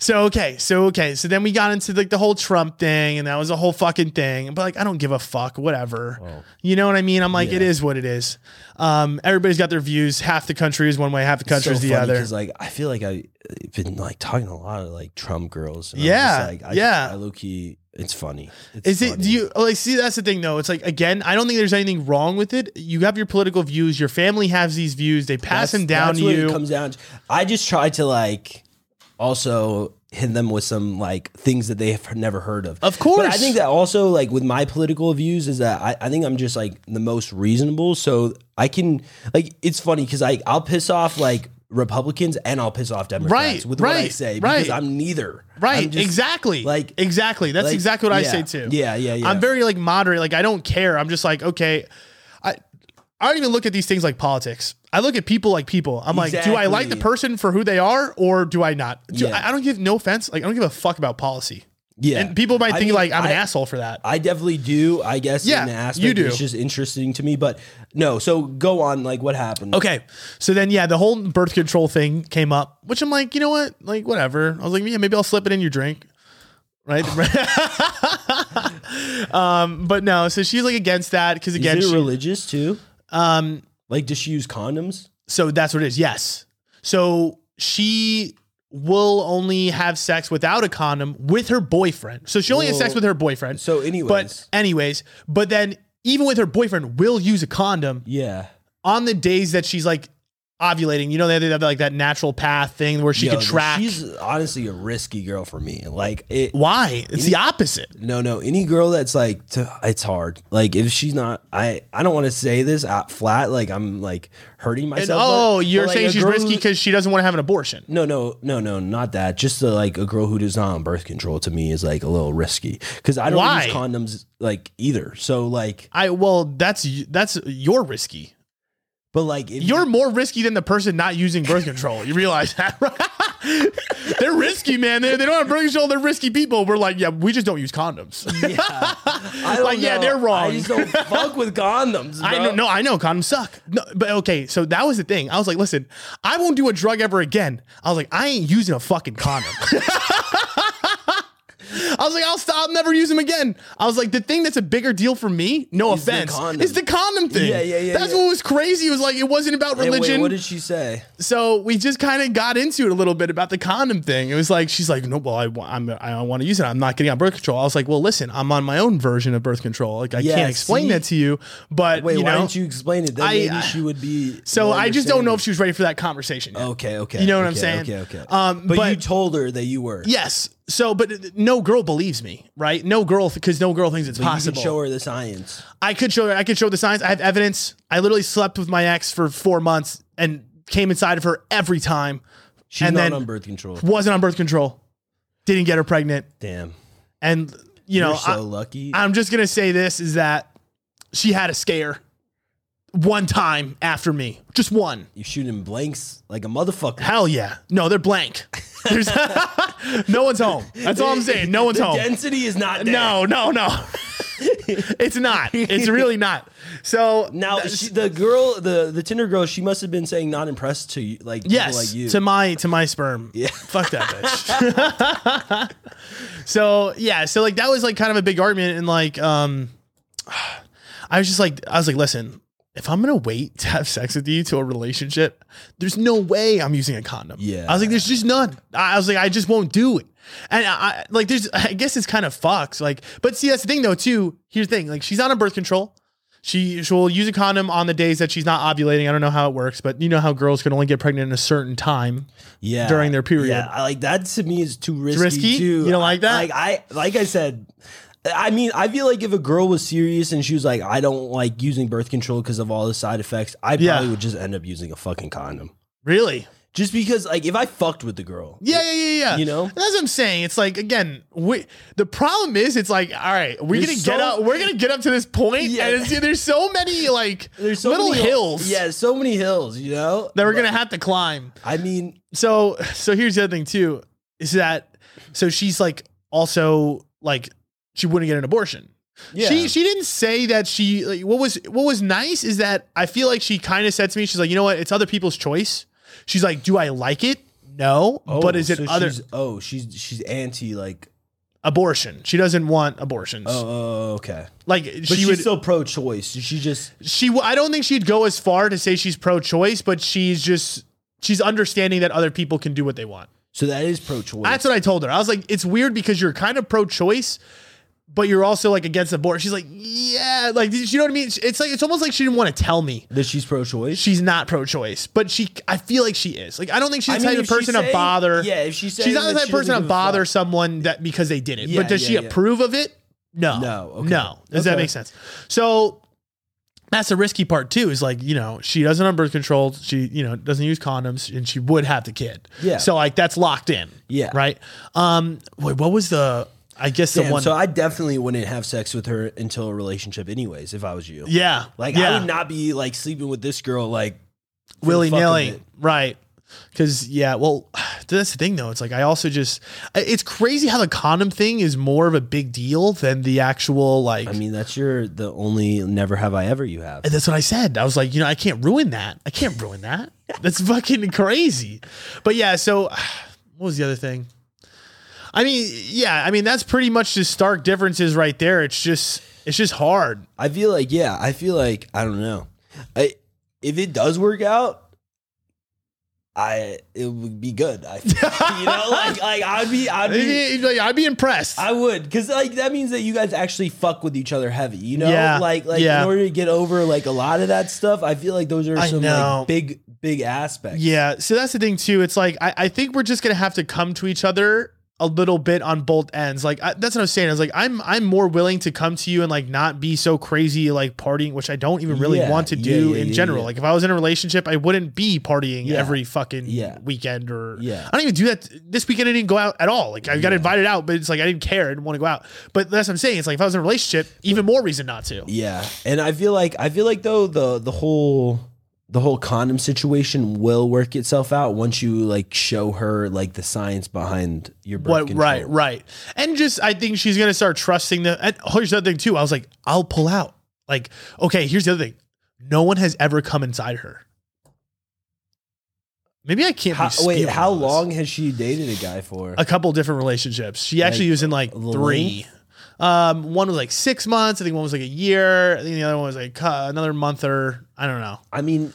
Speaker 1: So okay, so okay. So then we got into like the whole Trump thing, and that was a whole fucking thing. But like I don't give a fuck, whatever.
Speaker 2: Oh.
Speaker 1: You know what I mean? I'm like, it is what it is. Um, everybody's got their views. Half the country is one way, half the country is the
Speaker 2: funny
Speaker 1: other.
Speaker 2: 'cause, like I feel like I've been like talking to a lot of like Trump girls. and I'm
Speaker 1: Yeah,
Speaker 2: just, like, I,
Speaker 1: yeah.
Speaker 2: I low key, it's funny. It's
Speaker 1: Is it
Speaker 2: funny.
Speaker 1: do you oh, like see that's the thing though? It's like again, I don't think there's anything wrong with it. You have your political views, your family has these views, they pass
Speaker 2: That's-
Speaker 1: them down
Speaker 2: that's
Speaker 1: to
Speaker 2: what It
Speaker 1: you.
Speaker 2: comes down. To. I just try to like also hit them with some like things that they have never heard of.
Speaker 1: Of course.
Speaker 2: but I think that also like with my political views is that I, I think I'm just like the most reasonable, so I can like it's funny because I I'll piss off like. Republicans and I'll piss off Democrats
Speaker 1: Right,
Speaker 2: with what I
Speaker 1: right,
Speaker 2: say
Speaker 1: right.
Speaker 2: because I'm neither.
Speaker 1: Right,
Speaker 2: I'm just-
Speaker 1: exactly. Like
Speaker 2: like-
Speaker 1: exactly. That's
Speaker 2: like,
Speaker 1: exactly what I say
Speaker 2: yeah,
Speaker 1: too.
Speaker 2: yeah, yeah, yeah.
Speaker 1: I'm very like moderate. Like I don't care. I'm just like okay. I I don't even look at these things like politics. I look at people like people. I'm like, do I like the
Speaker 2: Exactly.
Speaker 1: person for who they are, or do I not? Do,
Speaker 2: Yeah.
Speaker 1: I, I don't give no offense. Like I don't give a fuck about policy.
Speaker 2: Yeah,
Speaker 1: And people might
Speaker 2: I
Speaker 1: think
Speaker 2: mean,
Speaker 1: like I'm an
Speaker 2: I-
Speaker 1: asshole for that.
Speaker 2: I definitely do. I guess
Speaker 1: Yeah,
Speaker 2: in the aspect
Speaker 1: you do.
Speaker 2: it's just interesting to me. But no, so go on. Like what happened?
Speaker 1: Okay. So then, yeah, the whole birth control thing came up, which I'm like, you know what? Like, whatever. I was like, yeah, maybe I'll slip it in your drink. Right. um, but no, so she's like against that because
Speaker 2: Is
Speaker 1: again,
Speaker 2: it
Speaker 1: she-
Speaker 2: religious too? Um, like does she use condoms?
Speaker 1: so that's what it is. Yes. So she will only have sex without a condom with her boyfriend. So she only has sex
Speaker 2: Well,
Speaker 1: with her boyfriend.
Speaker 2: So, anyways,
Speaker 1: but anyways, but then even with her boyfriend, will use a condom
Speaker 2: yeah,
Speaker 1: on the days that she's like ovulating. You know, they they have like that natural path thing where she
Speaker 2: Yo,
Speaker 1: could track.
Speaker 2: She's honestly a risky girl for me. Like it.
Speaker 1: Why? It's the opposite.
Speaker 2: No, no. Any girl that's like, t- it's hard. Like if she's not, I, I don't want to say this out flat. Like I'm like hurting
Speaker 1: And,
Speaker 2: myself. but-
Speaker 1: oh,
Speaker 2: but,
Speaker 1: you're
Speaker 2: like,
Speaker 1: saying
Speaker 2: a
Speaker 1: she's
Speaker 2: girl
Speaker 1: risky
Speaker 2: who-
Speaker 1: because she doesn't want to have an abortion.
Speaker 2: No, no, no, no, not that. Just the, like a girl who does not on birth control to me is like a little risky because I don't
Speaker 1: Why?
Speaker 2: use condoms like either. So like,
Speaker 1: I well, that's y- that's you're risky.
Speaker 2: but like if
Speaker 1: You're more risky than the person not using birth control. You realize that? right? they're risky, man. They, they don't have birth control. They're risky people. We're like, yeah, we just don't use condoms.
Speaker 2: I don't
Speaker 1: like, yeah,
Speaker 2: know.
Speaker 1: they're wrong.
Speaker 2: I just don't fuck with condoms.
Speaker 1: I
Speaker 2: bro.
Speaker 1: know, no, I know condoms suck. No, but okay, so that was the thing. I was like, listen, I won't do a drug ever again. I was like, I ain't using a fucking condom. I was like, I'll stop. I'll never use them again. I was like, the thing that's a bigger deal for me, no
Speaker 2: Is the
Speaker 1: offense,
Speaker 2: condom.
Speaker 1: is the condom thing.
Speaker 2: Yeah, yeah, yeah,
Speaker 1: That's
Speaker 2: yeah.
Speaker 1: what was crazy. It was like, it wasn't about
Speaker 2: Hey, wait,
Speaker 1: religion.
Speaker 2: what did she say?
Speaker 1: so we just kind of got into it a little bit about the condom thing. It was like she's like, no, well, I, wa- I'm, I want to use it. I'm not getting on birth control. I was like, well, listen, I'm on my own version of birth control. Like I
Speaker 2: Yeah,
Speaker 1: can't explain
Speaker 2: see?
Speaker 1: that to you, but
Speaker 2: Wait,
Speaker 1: you
Speaker 2: why
Speaker 1: know,
Speaker 2: didn't you explain it? Then
Speaker 1: I- uh,
Speaker 2: maybe she would be.
Speaker 1: so
Speaker 2: more
Speaker 1: I just don't know if
Speaker 2: understanding.
Speaker 1: she was ready for that conversation. yet.
Speaker 2: Okay, okay.
Speaker 1: You know what I'm
Speaker 2: okay,
Speaker 1: saying?
Speaker 2: Okay, okay.
Speaker 1: Um,
Speaker 2: but,
Speaker 1: but-
Speaker 2: you told her that you were.
Speaker 1: Yes. So, but uh, no girl believes me, right? No girl, because no girl thinks it's
Speaker 2: But
Speaker 1: possible.
Speaker 2: You could show her the science.
Speaker 1: I could show her. I could show the signs. I have evidence. I literally slept with my ex for four months and came inside of her every time.
Speaker 2: She's
Speaker 1: And
Speaker 2: not
Speaker 1: then-
Speaker 2: on birth control.
Speaker 1: Wasn't on birth control. Didn't get her pregnant.
Speaker 2: Damn.
Speaker 1: And you know,
Speaker 2: You're so
Speaker 1: I-
Speaker 2: lucky.
Speaker 1: I'm just gonna say this is that she had a scare one time after me, just one.
Speaker 2: You're shooting blanks like a motherfucker.
Speaker 1: Hell yeah. No, they're blank. There's no one's home. That's all I'm saying. No one's
Speaker 2: the
Speaker 1: home.
Speaker 2: density is not there.
Speaker 1: No, no, no. it's not. It's really not. So
Speaker 2: Now she, the girl, the the Tinder girl, she must have been saying not impressed to you, like people
Speaker 1: yes,
Speaker 2: like you.
Speaker 1: to my to my sperm. Yeah. Fuck that bitch. so yeah, so like that was like kind of a big argument, and like um, I was just like I was like, listen, if I'm gonna wait to have sex with you to a relationship, there's no way I'm using a condom.
Speaker 2: Yeah.
Speaker 1: I was like, there's just none. I I was like, I just won't do it. And I, I like, there's, I guess it's kind of fucks. Like, but see, that's the thing though, too. Here's the thing: like, she's not on birth control. She she will use a condom on the days that she's not ovulating. I don't know how it works, but you know how girls can only get pregnant in a certain time.
Speaker 2: yeah,
Speaker 1: during their period.
Speaker 2: Yeah, I- like that to me is too risky.
Speaker 1: risky?
Speaker 2: Too.
Speaker 1: You don't like that?
Speaker 2: Like I, like I said. I mean, I feel like if a girl was serious and she was like, "I don't like using birth control because of all the side effects," I probably
Speaker 1: Yeah.
Speaker 2: would just end up using a fucking condom.
Speaker 1: Really?
Speaker 2: Just because, like, if I fucked with the girl,
Speaker 1: Yeah, yeah, yeah, yeah.
Speaker 2: You know?
Speaker 1: that's what I'm saying. It's like again, we, the problem is, it's like, all right, we're
Speaker 2: There's
Speaker 1: gonna
Speaker 2: so-
Speaker 1: get up, we're gonna get up to this point,
Speaker 2: Yeah.
Speaker 1: and it's, there's so many like
Speaker 2: there's so
Speaker 1: little
Speaker 2: many
Speaker 1: hills
Speaker 2: Yeah, so many hills. You know
Speaker 1: that we're
Speaker 2: But,
Speaker 1: gonna have to climb.
Speaker 2: I mean,
Speaker 1: so so here's the other thing too is that so she's like also like she wouldn't get an abortion
Speaker 2: yeah.
Speaker 1: she she didn't say that she like, what was what was nice is that i feel like she kind of said to me she's like you know what it's other people's choice she's like do i like it no
Speaker 2: Oh,
Speaker 1: but is it
Speaker 2: so
Speaker 1: other
Speaker 2: she's- oh, she's she's anti like.
Speaker 1: abortion she doesn't want abortions
Speaker 2: Oh, oh, okay.
Speaker 1: like
Speaker 2: But
Speaker 1: she
Speaker 2: she's
Speaker 1: would
Speaker 2: still pro-choice. She just
Speaker 1: she w- i don't think she'd go as far to say she's pro-choice but she's just she's understanding that other people can do what they want
Speaker 2: so that is pro-choice.
Speaker 1: That's what I told her. I was like, it's weird because you're kind of pro-choice, but you're also like against abortion. She's like, yeah, like you know what I mean? It's like it's almost like she didn't want to tell me
Speaker 2: that she's pro-choice.
Speaker 1: she's not pro-choice, but she, I feel like she is. Like I don't think she's
Speaker 2: I
Speaker 1: the
Speaker 2: mean,
Speaker 1: type
Speaker 2: if
Speaker 1: of
Speaker 2: she's
Speaker 1: person to
Speaker 2: saying-
Speaker 1: bother.
Speaker 2: yeah, if she's
Speaker 1: she's
Speaker 2: saying
Speaker 1: not the
Speaker 2: that
Speaker 1: type of
Speaker 2: she
Speaker 1: person to
Speaker 2: doesn't give a
Speaker 1: bother
Speaker 2: fuck.
Speaker 1: someone that because they did it.
Speaker 2: Yeah,
Speaker 1: but does
Speaker 2: yeah,
Speaker 1: she
Speaker 2: yeah.
Speaker 1: approve of it? No,
Speaker 2: No, okay.
Speaker 1: no. Does that
Speaker 2: Okay.
Speaker 1: make sense? So. That's the risky part too. Is like you know she doesn't have birth control. She you know doesn't use condoms, and she would have the kid.
Speaker 2: Yeah.
Speaker 1: So like that's locked in.
Speaker 2: Yeah.
Speaker 1: Right. Um. Wait. What was the? I guess the
Speaker 2: Damn,
Speaker 1: one.
Speaker 2: so I definitely wouldn't have sex with her until a relationship, anyways. If I was you,
Speaker 1: yeah.
Speaker 2: like
Speaker 1: yeah.
Speaker 2: I would not be like sleeping with this girl, like for the
Speaker 1: willy
Speaker 2: fuck of
Speaker 1: nilly,
Speaker 2: it.
Speaker 1: right? Because yeah, well, that's the thing though. It's like I also just I- it's crazy how the condom thing is more of a big deal than the actual like.
Speaker 2: I mean, that's your the only never have I ever you have.
Speaker 1: and that's what I said. I was like, you know, I can't ruin that. I can't ruin that. That's fucking crazy. But yeah, so what was the other thing? I mean, yeah, I mean that's pretty much just stark differences right there. It's just it's just hard.
Speaker 2: I feel like yeah, I feel like I don't know. I if it does work out, I it would be good. I feel. you know, like like I'd be I'd be
Speaker 1: Like, I'd be impressed.
Speaker 2: I would, because like that means that you guys actually fuck with each other heavy. You know,
Speaker 1: Yeah,
Speaker 2: like like
Speaker 1: yeah.
Speaker 2: in order to get over like a lot of that stuff, I feel like those are
Speaker 1: I
Speaker 2: some
Speaker 1: know.
Speaker 2: like big big aspect.
Speaker 1: Yeah. So that's the thing too. It's like I, I think we're just gonna have to come to each other a little bit on both ends. Like I, that's what I was saying. I was like, I'm I'm more willing to come to you and like not be so crazy like partying, which I don't even really
Speaker 2: Yeah,
Speaker 1: want to
Speaker 2: yeah,
Speaker 1: do
Speaker 2: yeah,
Speaker 1: in
Speaker 2: yeah,
Speaker 1: general.
Speaker 2: yeah.
Speaker 1: Like if I was in a relationship, I wouldn't be partying
Speaker 2: Yeah.
Speaker 1: every fucking
Speaker 2: Yeah.
Speaker 1: weekend or
Speaker 2: Yeah.
Speaker 1: I don't even do that this weekend. I didn't go out at all. Like I got invited out, but it's like I didn't care. I didn't want to go out. But that's what I'm saying. It's like if I was in a relationship, even more reason not to.
Speaker 2: Yeah, and I feel like I feel like though the the whole the whole condom situation will work itself out once you like show her like the science behind your birth
Speaker 1: What
Speaker 2: control.
Speaker 1: right, right, and just I think she's gonna start trusting the. And oh, here's the other thing too. I was like, I'll pull out. Like, okay, here's the other thing. No one has ever come inside her. Maybe I can't.
Speaker 2: How,
Speaker 1: be
Speaker 2: wait,
Speaker 1: spewing
Speaker 2: how
Speaker 1: all this.
Speaker 2: long has she dated a guy for?
Speaker 1: A couple different relationships. She actually
Speaker 2: Like, uh,
Speaker 1: was in like
Speaker 2: the length?
Speaker 1: three. Um, one was like six months. I think one was like a year. I think the other one was like uh, another month or I don't know.
Speaker 2: I mean,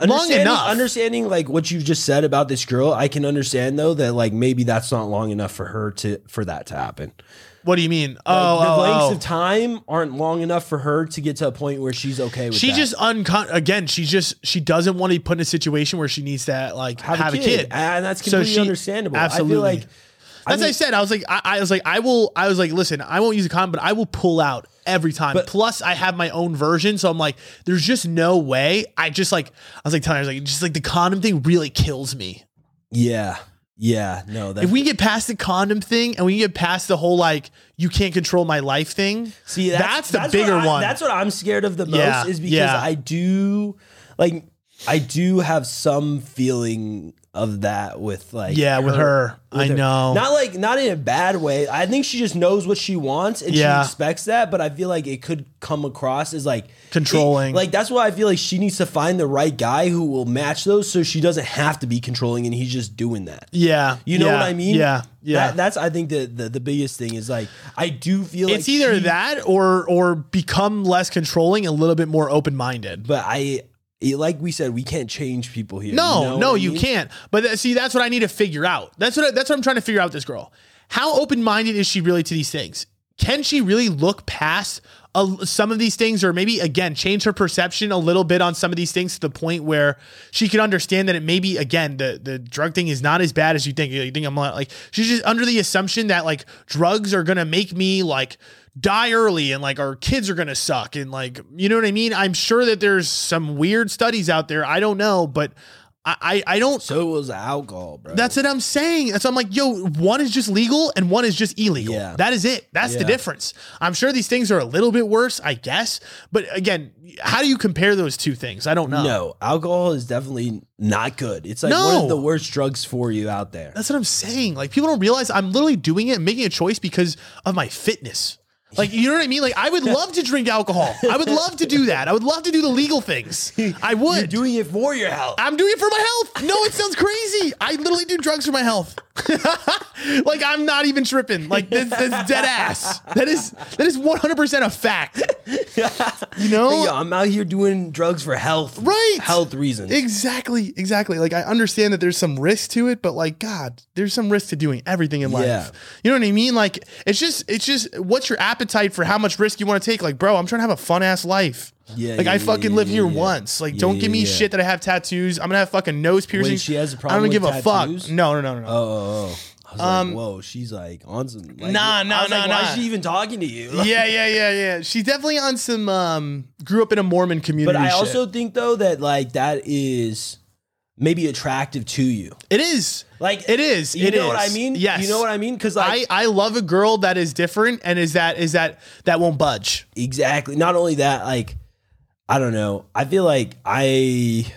Speaker 1: Long
Speaker 2: understanding,
Speaker 1: enough.
Speaker 2: Understanding like what you just said about this girl, I can understand though that like maybe that's not long enough for her to for that to happen.
Speaker 1: What do you mean?
Speaker 2: Like,
Speaker 1: oh,
Speaker 2: the
Speaker 1: oh,
Speaker 2: lengths
Speaker 1: oh.
Speaker 2: of time aren't long enough for her to get to a point where she's okay with.
Speaker 1: she
Speaker 2: that.
Speaker 1: just uncon again. She just she doesn't want to be put in a situation where she needs to like have, a kid.
Speaker 2: and that's
Speaker 1: So
Speaker 2: completely
Speaker 1: she-
Speaker 2: understandable.
Speaker 1: absolutely.
Speaker 2: I feel like
Speaker 1: As I,
Speaker 2: mean-
Speaker 1: said, I was like, I, I was like, I will, I was like, listen, I won't use a condom, but I will pull out every time.
Speaker 2: But-
Speaker 1: Plus, I have my own version, so I'm like, there's just no way. I just like, I was like telling her, I was like, just like the condom thing really kills me.
Speaker 2: yeah, yeah, no. That,
Speaker 1: If we get past the condom thing and we get past the whole like you can't control my life thing,
Speaker 2: see
Speaker 1: that's, the
Speaker 2: what
Speaker 1: bigger
Speaker 2: I-
Speaker 1: one.
Speaker 2: That's what I'm scared of the most
Speaker 1: Yeah,
Speaker 2: is because
Speaker 1: yeah.
Speaker 2: I do like I do have some feeling of that with like
Speaker 1: yeah, with her, I
Speaker 2: with her.
Speaker 1: know.
Speaker 2: Not like not in a bad way. I think she just knows what she wants and
Speaker 1: Yeah.
Speaker 2: she expects that, but I feel like it could come across as like
Speaker 1: Controlling.
Speaker 2: it- like that's why I feel like she needs to find the right guy who will match those so she doesn't have to be controlling and he's just doing that.
Speaker 1: yeah,
Speaker 2: You know
Speaker 1: yeah,
Speaker 2: what I mean?
Speaker 1: Yeah, yeah.
Speaker 2: That, that's I think the, the the biggest thing is like I do feel
Speaker 1: it's
Speaker 2: like
Speaker 1: either
Speaker 2: she-
Speaker 1: that or or become less controlling, a little bit more open minded.
Speaker 2: but I it- like we said we can't change people here.
Speaker 1: No,
Speaker 2: you know
Speaker 1: no,
Speaker 2: what I
Speaker 1: you
Speaker 2: mean?
Speaker 1: can't. But that, see, that's what I need to figure out. That's what I, that's what I'm trying to figure out. with This girl, how open minded is she really to these things? Can she really look past a, some of these things, or maybe again change her perception a little bit on some of these things to the point where she can understand that it maybe again the the drug thing is not as bad as you think. You think I'm like like, she's just under the assumption that like drugs are gonna make me like die early and like our kids are gonna suck and like you know what I mean. I'm sure that there's some weird studies out there. I don't know, but I, I I don't.
Speaker 2: So it was alcohol, bro.
Speaker 1: That's what I'm saying. That's I'm like, yo, one is just legal and one is just illegal.
Speaker 2: Yeah.
Speaker 1: That is it. That's the
Speaker 2: Yeah.
Speaker 1: difference. I'm sure these things are a little bit worse, I guess. But again, how do you compare those two things? I don't know.
Speaker 2: No, alcohol is definitely not good. It's like one
Speaker 1: No.
Speaker 2: of the worst drugs for you out there.
Speaker 1: That's what I'm saying. Like people don't realize I'm literally doing it and making a choice because of my fitness. Like you know what I mean? Like I would love to drink alcohol. I would love to do that. I would love to do the legal things. I would.
Speaker 2: You're doing it for your health.
Speaker 1: I'm doing it for my health. No, it sounds crazy. I literally do drugs for my health. like I'm not even tripping. Like this, this is dead ass. That is that is 100 percent a fact. You know.
Speaker 2: Yo, I'm out here doing drugs for health,
Speaker 1: Right.
Speaker 2: Health reasons.
Speaker 1: Exactly, exactly. Like I understand that there's some risk to it, but like God, there's some risk to doing everything in life.
Speaker 2: Yeah.
Speaker 1: You know what I mean? Like it's just it's just what's your appetite for how much risk you want to take? Like, bro, I'm trying to have a fun ass life.
Speaker 2: Yeah,
Speaker 1: Like
Speaker 2: yeah,
Speaker 1: I
Speaker 2: yeah,
Speaker 1: fucking
Speaker 2: yeah,
Speaker 1: live
Speaker 2: yeah,
Speaker 1: here
Speaker 2: yeah.
Speaker 1: once. Like
Speaker 2: Yeah,
Speaker 1: don't
Speaker 2: yeah,
Speaker 1: give me
Speaker 2: yeah.
Speaker 1: shit that I have tattoos. I'm gonna have fucking nose piercings.
Speaker 2: she has a
Speaker 1: I
Speaker 2: problem
Speaker 1: don't
Speaker 2: with
Speaker 1: give a
Speaker 2: tattoos?
Speaker 1: fuck. No, no, no, no, no.
Speaker 2: Oh, oh, oh. I was like, whoa, she's like on some. Like,
Speaker 1: Um, Nah, nah,
Speaker 2: I was like,
Speaker 1: nah,
Speaker 2: Why
Speaker 1: nah.
Speaker 2: is she even talking to you?
Speaker 1: yeah, yeah, yeah, yeah. She's definitely on some um grew up in a Mormon community.
Speaker 2: but I
Speaker 1: shit.
Speaker 2: also think though that like that is maybe attractive to you.
Speaker 1: it is.
Speaker 2: Like
Speaker 1: It is.
Speaker 2: You
Speaker 1: It
Speaker 2: know what I
Speaker 1: is.
Speaker 2: mean?
Speaker 1: Yes.
Speaker 2: You know what I mean? Because like
Speaker 1: I, I love a girl that is different and is that is that that won't budge.
Speaker 2: exactly. Not only that, like I don't know. I feel like I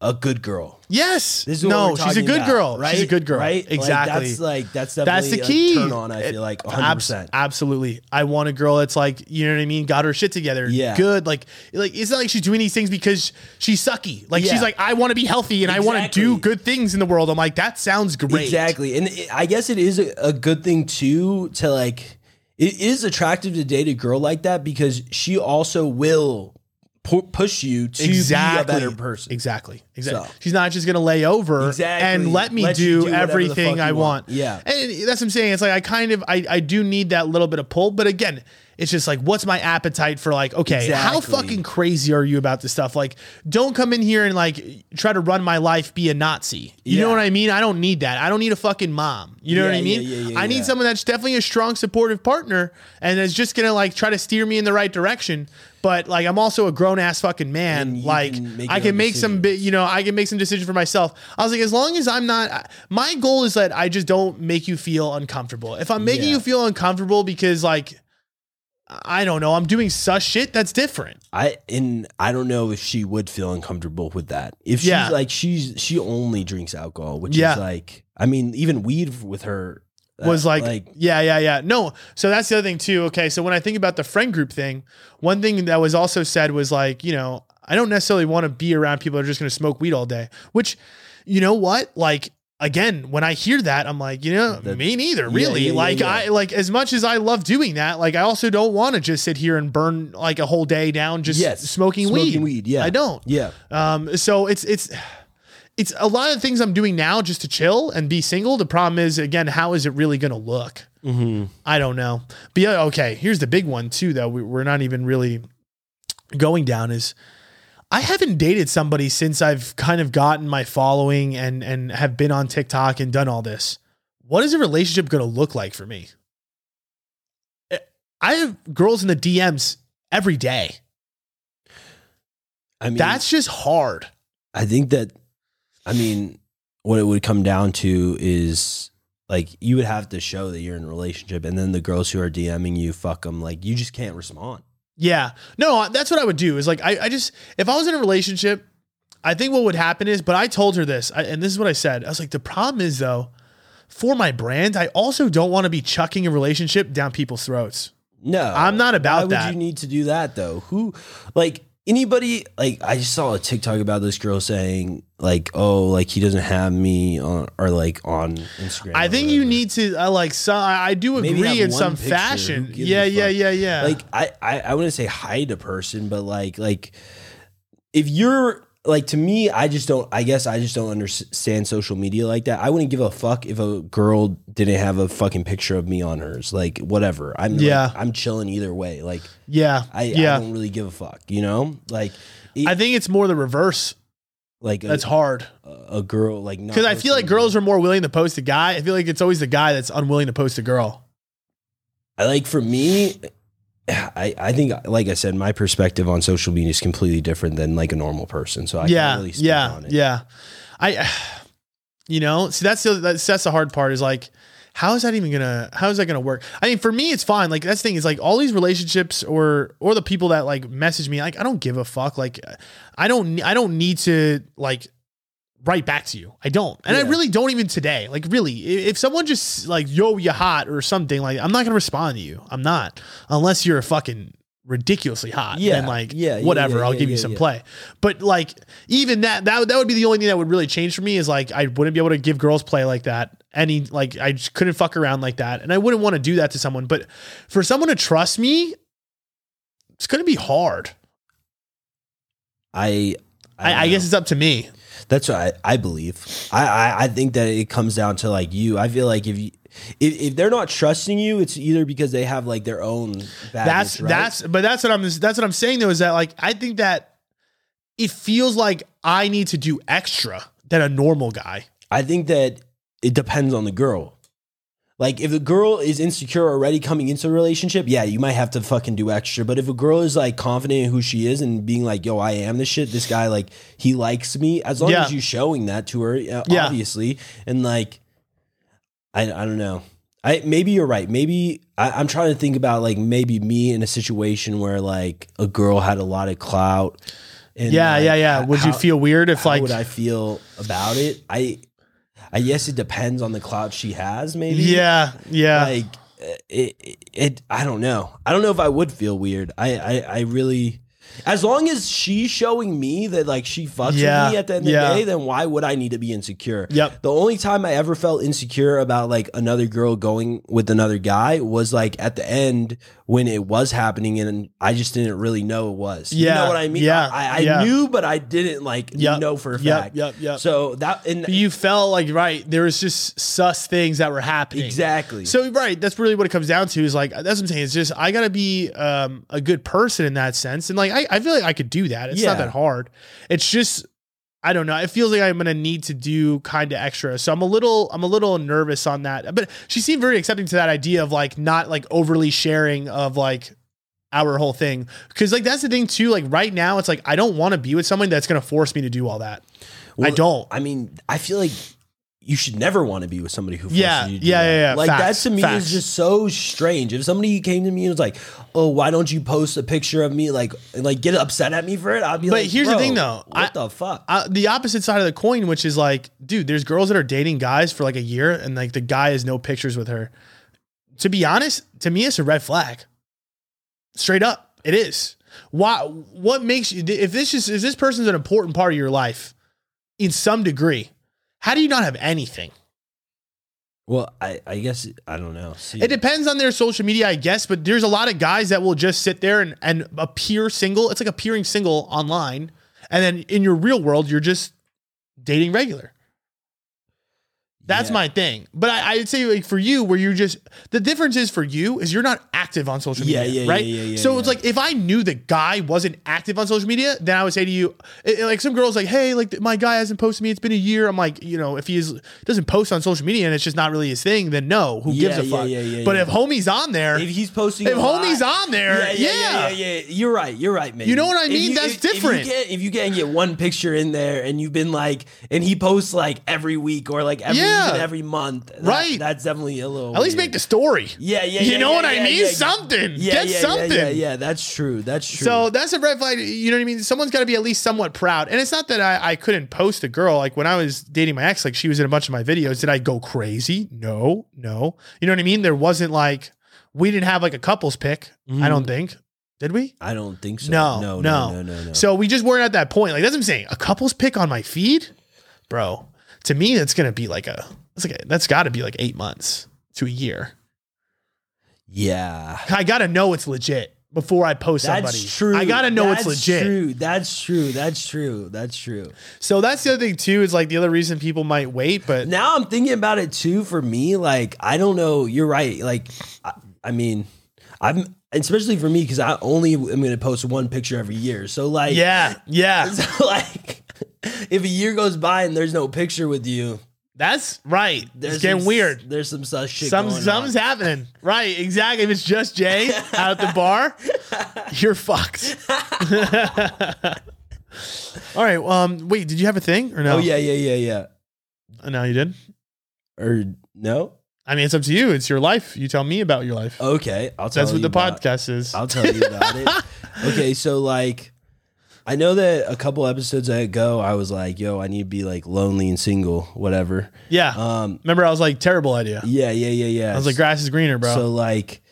Speaker 2: a good girl.
Speaker 1: Yes.
Speaker 2: This is what
Speaker 1: no,
Speaker 2: we're
Speaker 1: she's a
Speaker 2: talking
Speaker 1: good
Speaker 2: about,
Speaker 1: girl.
Speaker 2: Right?
Speaker 1: She's a good girl.
Speaker 2: Right? Like,
Speaker 1: Exactly.
Speaker 2: that's like that's
Speaker 1: That's
Speaker 2: definitely
Speaker 1: the
Speaker 2: a
Speaker 1: key.
Speaker 2: turn on. I feel like 100.
Speaker 1: Abs-
Speaker 2: percent
Speaker 1: absolutely. I want a girl that's like, you know what I mean, got her shit together.
Speaker 2: Yeah.
Speaker 1: Good. Like like it's not like she's doing these things because she's sucky. Like
Speaker 2: Yeah.
Speaker 1: she's like, I want to be healthy and I want to
Speaker 2: Exactly.
Speaker 1: do good things in the world. I'm like, that sounds great.
Speaker 2: Exactly. And it, I guess it is a, a good thing too to like it is attractive to date a girl like that because she also will pu- push you to
Speaker 1: exactly.
Speaker 2: be a better person.
Speaker 1: Exactly. Exactly.
Speaker 2: So.
Speaker 1: She's not just gonna lay over
Speaker 2: Exactly.
Speaker 1: and let me
Speaker 2: Let you
Speaker 1: do,
Speaker 2: do whatever the
Speaker 1: everything
Speaker 2: fuck
Speaker 1: I
Speaker 2: you
Speaker 1: want.
Speaker 2: want. Yeah.
Speaker 1: And that's what I'm saying. It's like I kind of I, I do need that little bit of pull, but again, It's just like, what's my appetite for like, okay, how
Speaker 2: Exactly.
Speaker 1: fucking crazy are you about this stuff? Like, don't come in here and like try to run my life, be a Nazi. You know
Speaker 2: Yeah.
Speaker 1: what I mean? I don't need that. I don't need a fucking mom. You know
Speaker 2: Yeah,
Speaker 1: what I
Speaker 2: yeah,
Speaker 1: mean?
Speaker 2: yeah, yeah,
Speaker 1: I need
Speaker 2: yeah.
Speaker 1: someone that's definitely a strong, supportive partner and is just gonna like try to steer me in the right direction. But like, I'm also a grown ass fucking man.
Speaker 2: And you
Speaker 1: like,
Speaker 2: can make
Speaker 1: I
Speaker 2: your
Speaker 1: can
Speaker 2: own
Speaker 1: make some,
Speaker 2: decisions.
Speaker 1: bi- you know, I can make some decision for myself. I was like, as long as I'm not, I- my goal is that I just don't make you feel uncomfortable. If I'm making
Speaker 2: Yeah.
Speaker 1: you feel uncomfortable because like, I don't know, I'm doing such shit that's different.
Speaker 2: I and I don't know if she would feel uncomfortable with that. If she's
Speaker 1: Yeah.
Speaker 2: like she's she only drinks alcohol, which
Speaker 1: Yeah.
Speaker 2: is like I mean even weed with her uh,
Speaker 1: was like, yeah, yeah, yeah. No, so that's the other thing too. Okay, so when I think about the friend group thing, one thing that was also said was like, you know, I don't necessarily want to be around people that are just going to smoke weed all day. Which, you know what, like. Again, when I hear that, I'm like, you know,
Speaker 2: That's-
Speaker 1: me neither,
Speaker 2: yeah,
Speaker 1: really.
Speaker 2: yeah, yeah,
Speaker 1: like,
Speaker 2: yeah.
Speaker 1: I like as much as I love doing that, like I also don't want to just sit here and burn like a whole day down just
Speaker 2: Yes,
Speaker 1: smoking, weed.
Speaker 2: smoking weed, yeah.
Speaker 1: I don't.
Speaker 2: yeah.
Speaker 1: Um, so it's it's it's a lot of things I'm doing now just to chill and be single. The problem is again, how is it really going to look? I don't know. But yeah, okay, here's the big one too. Though we, we're not even really going down is I haven't dated somebody since I've kind of gotten my following and and have been on TikTok and done all this. What is a relationship going to look like for me? Eh, I have girls in the DMs every day.
Speaker 2: I mean
Speaker 1: That's just hard.
Speaker 2: I think that I mean what it would come down to is like you would have to show that you're in a relationship and then the girls who are DMing you fuck them like you just can't respond.
Speaker 1: Yeah. No, I- that's what I would do is like, I, I just, if I was in a relationship, I think what would happen is, but I told her this, I, and this is what I said. I was like, the problem is though, for my brand, I also don't want to be chucking a relationship down people's throats.
Speaker 2: No,
Speaker 1: I'm not about
Speaker 2: why would
Speaker 1: that.
Speaker 2: you need to do that though? Who, like anybody? Like I just saw a TikTok about this girl saying like, "Oh, like he doesn't have me," on, or like on Instagram.
Speaker 1: I
Speaker 2: or
Speaker 1: think you
Speaker 2: whatever.
Speaker 1: need to, I like, so I, I do
Speaker 2: Maybe
Speaker 1: agree
Speaker 2: have
Speaker 1: in
Speaker 2: one
Speaker 1: some
Speaker 2: picture.
Speaker 1: fashion.
Speaker 2: Who gives
Speaker 1: Yeah,
Speaker 2: a
Speaker 1: yeah,
Speaker 2: fuck?
Speaker 1: yeah, yeah.
Speaker 2: Like I, I, I wouldn't say hide a person, but like, like if you're like to me, I just don't. I guess I just don't understand social media like that. I wouldn't give a fuck if a girl didn't have a fucking picture of me on hers. Like whatever. I'm like,
Speaker 1: Yeah.
Speaker 2: I'm chilling either way. Like
Speaker 1: yeah,
Speaker 2: I,
Speaker 1: yeah.
Speaker 2: I don't really give a fuck, you know? Like, it-
Speaker 1: I think it's more the reverse.
Speaker 2: like a,
Speaker 1: That's hard.
Speaker 2: a girl, like,
Speaker 1: Cause I feel like girls are more willing to post a guy. I feel like it's always the guy that's unwilling to post a girl.
Speaker 2: I like for me, I, I think, like I said, my perspective on social media is completely different than like a normal person. So I
Speaker 1: yeah,
Speaker 2: can't really speak
Speaker 1: yeah,
Speaker 2: on it.
Speaker 1: yeah. I, you know, see that's the that's, that's the hard part is like, how is that even gonna how is that gonna work? I mean, for me, it's fine. Like that's the thing is like all these relationships or or the people that like message me, like I don't give a fuck. Like I don't I don't need to like write back to you. I don't, and I
Speaker 2: Yeah.
Speaker 1: really don't even today. Like really, i- if someone just like yo you hot or something, like I'm not gonna respond to you. I'm not unless you're a fucking ridiculously hot.
Speaker 2: Yeah,
Speaker 1: then like
Speaker 2: yeah, yeah,
Speaker 1: whatever,
Speaker 2: yeah,
Speaker 1: I'll
Speaker 2: yeah,
Speaker 1: give you
Speaker 2: yeah,
Speaker 1: some
Speaker 2: yeah.
Speaker 1: play play. But like even that that would- that would be the only thing that would really change for me is like I wouldn't be able to give girls play like that. Any like I just couldn't fuck around like that, and I wouldn't want to do that to someone. But for someone to trust me, it's gonna be hard.
Speaker 2: I,
Speaker 1: I, I,
Speaker 2: don't
Speaker 1: guess
Speaker 2: know.
Speaker 1: it's up to me.
Speaker 2: that's what I, I believe. I, I, I think that it comes down to like you. I feel like if you, if, if they're not trusting you, it's either because they have like their own baggage,
Speaker 1: that's
Speaker 2: right?
Speaker 1: that's but that's what I'm that's what I'm saying though is that like I think that it feels like I need to do extra than a normal guy.
Speaker 2: I think that it depends on the girl. Like if the girl is insecure already coming into a relationship, yeah, you might have to fucking do extra. But if a girl is like confident in who she is and being like, "Yo, I am this shit. This guy like he likes me." As long
Speaker 1: Yeah.
Speaker 2: as you showing that to her, uh,
Speaker 1: Yeah.
Speaker 2: obviously, and like, I I don't know. I maybe you're right. Maybe I, I'm trying to think about like maybe me in a situation where like a girl had a lot of clout. And
Speaker 1: Yeah,
Speaker 2: like,
Speaker 1: yeah, yeah. Would you
Speaker 2: how-
Speaker 1: feel weird if
Speaker 2: how
Speaker 1: like
Speaker 2: would I feel about it? I I guess it depends on the clout she has, maybe.
Speaker 1: yeah, yeah.
Speaker 2: Like uh, it, it, it I don't know. I don't know if I would feel weird. I I, I really As long as she's showing me that like she fucks
Speaker 1: Yeah,
Speaker 2: with me at the end
Speaker 1: yeah.
Speaker 2: of the day, then why would I need to be insecure?
Speaker 1: Yep.
Speaker 2: The only time I ever felt insecure about like another girl going with another guy was like at the end when it was happening and I just didn't really know it was. You
Speaker 1: Yeah,
Speaker 2: know what I mean?
Speaker 1: yeah,
Speaker 2: I, I
Speaker 1: yeah.
Speaker 2: knew, but I didn't like
Speaker 1: Yep,
Speaker 2: know for a
Speaker 1: yep,
Speaker 2: fact.
Speaker 1: yep, yep.
Speaker 2: So that and
Speaker 1: But you felt like right there was just sus things that were happening
Speaker 2: exactly.
Speaker 1: so right that's really what it comes down to is like that's what i'm saying it's just i gotta be um, a good person in that sense and like i, I feel like i could do that it's not
Speaker 2: Yeah.
Speaker 1: that hard it's just i don't know it feels like i'm gonna need to do kind of extra so i'm a little i'm a little nervous on that but she seemed very accepting to that idea of like not like overly sharing of like our whole thing because like that's the thing too like right now it's like i don't want to be with someone that's gonna force me to do all that i
Speaker 2: Well,
Speaker 1: don't
Speaker 2: I mean, I feel like you should never want to be with somebody who forces
Speaker 1: Yeah,
Speaker 2: you to do
Speaker 1: yeah,
Speaker 2: that.
Speaker 1: yeah, yeah.
Speaker 2: Like
Speaker 1: Facts,
Speaker 2: that to me
Speaker 1: facts.
Speaker 2: is just so strange. If somebody came to me and was like, "Oh, why don't you post a picture of me?" like and like get upset at me for it, I'd be
Speaker 1: But
Speaker 2: like,
Speaker 1: here's the
Speaker 2: "Bro,
Speaker 1: thing, though.
Speaker 2: what
Speaker 1: I-
Speaker 2: the fuck?"
Speaker 1: uh, the opposite side of the coin, which is like, dude, there's girls that are dating guys for like a year and like the guy has no pictures with her. To be honest, to me, it's a red flag. Straight up, it is. Why? What makes you? If this is if this person's an important part of your life, in some degree, how do you not have anything?
Speaker 2: well, I, I guess I don't know. See,
Speaker 1: It depends on their social media, I guess, but there's a lot of guys that will just sit there and, and appear single. It's like appearing single online. And then in your real world, you're just dating regular. That's
Speaker 2: Yeah.
Speaker 1: my thing. But I, I'd say like for you, where you're just the difference is for you is you're not active on social
Speaker 2: Yeah,
Speaker 1: media.
Speaker 2: yeah,
Speaker 1: right.
Speaker 2: yeah, yeah, yeah,
Speaker 1: so it's
Speaker 2: yeah.
Speaker 1: like if I knew the guy wasn't active on social media, then I would say to you, it- it- like some girls like, hey, like my guy hasn't posted me. It's been a year. I'm like, you know, if he is, doesn't post on social media and it's just not really his thing, then no, who
Speaker 2: Yeah,
Speaker 1: gives a
Speaker 2: yeah,
Speaker 1: fuck?
Speaker 2: yeah, yeah,
Speaker 1: but
Speaker 2: yeah.
Speaker 1: if homie's on there,
Speaker 2: if he's posting,
Speaker 1: if
Speaker 2: a lot-
Speaker 1: homie's on there,
Speaker 2: yeah, yeah, yeah, yeah, yeah. You're right. You're right, man.
Speaker 1: You know what I
Speaker 2: If
Speaker 1: mean?
Speaker 2: you-
Speaker 1: That's
Speaker 2: if-
Speaker 1: different.
Speaker 2: If you, can't, if you can't get one picture in there, and you've been like, and he posts like every week or like every
Speaker 1: Yeah.
Speaker 2: even every month, that-
Speaker 1: Right.
Speaker 2: That's definitely a little.
Speaker 1: At least
Speaker 2: weird.
Speaker 1: make the story.
Speaker 2: Yeah, yeah,
Speaker 1: You
Speaker 2: yeah,
Speaker 1: know
Speaker 2: yeah,
Speaker 1: what I
Speaker 2: yeah,
Speaker 1: mean?
Speaker 2: yeah.
Speaker 1: Something.
Speaker 2: Yeah,
Speaker 1: Get
Speaker 2: yeah, yeah,
Speaker 1: something.
Speaker 2: Yeah, yeah, that's true. That's true.
Speaker 1: So that's a red flag. You know what I mean? Someone's got to be at least somewhat proud. And it's not that I, I couldn't post a girl. Like when I was dating my ex, like she was in a bunch of my videos. Did I go crazy? No, no. You know what I mean? There wasn't like, we didn't have like a couples pick. I
Speaker 2: Mm.
Speaker 1: don't think. Did we?
Speaker 2: I don't think so.
Speaker 1: No,
Speaker 2: no,
Speaker 1: no.
Speaker 2: no, no, no.
Speaker 1: So we just weren't at that point. Like that's what I'm saying. A couples pick on my feed, bro. To me, that's gonna be like a that's like a, that's got to be like eight months to a year.
Speaker 2: yeah,
Speaker 1: I gotta know it's legit before I post somebody.
Speaker 2: that's true.
Speaker 1: I gotta know
Speaker 2: that's
Speaker 1: it's legit.
Speaker 2: True. That's true. That's true. That's true.
Speaker 1: So that's the other thing too. Is like the other reason people might wait, but
Speaker 2: Now I'm thinking about it too. For me, like I don't know. You're right. Like I, I mean, I'm especially for me because I only am going to post one picture every year. So like,
Speaker 1: yeah, yeah,
Speaker 2: so like if a year goes by and there's no picture with you,
Speaker 1: that's right.
Speaker 2: there's
Speaker 1: it's getting
Speaker 2: some-
Speaker 1: weird.
Speaker 2: There's some sus shit.
Speaker 1: Some
Speaker 2: going
Speaker 1: some's
Speaker 2: on.
Speaker 1: happening. Right, exactly. If it's just Jay out at the bar, you're fucked. All right. Um. Wait. Did you have a thing or no?
Speaker 2: Oh yeah, yeah, yeah, yeah.
Speaker 1: Uh, No, you did.
Speaker 2: Or no?
Speaker 1: I mean, it's up to you. It's your life. You tell me about your life.
Speaker 2: Okay, I'll tell
Speaker 1: That's what
Speaker 2: you
Speaker 1: the
Speaker 2: about-
Speaker 1: podcast is.
Speaker 2: I'll tell you about it. Okay, so like I know that a couple episodes ago I was like, yo, I need to be like lonely and single, whatever.
Speaker 1: yeah.
Speaker 2: Um
Speaker 1: Remember, I was like, terrible idea.
Speaker 2: yeah, yeah, yeah, yeah.
Speaker 1: I was like, grass is greener, bro.
Speaker 2: So like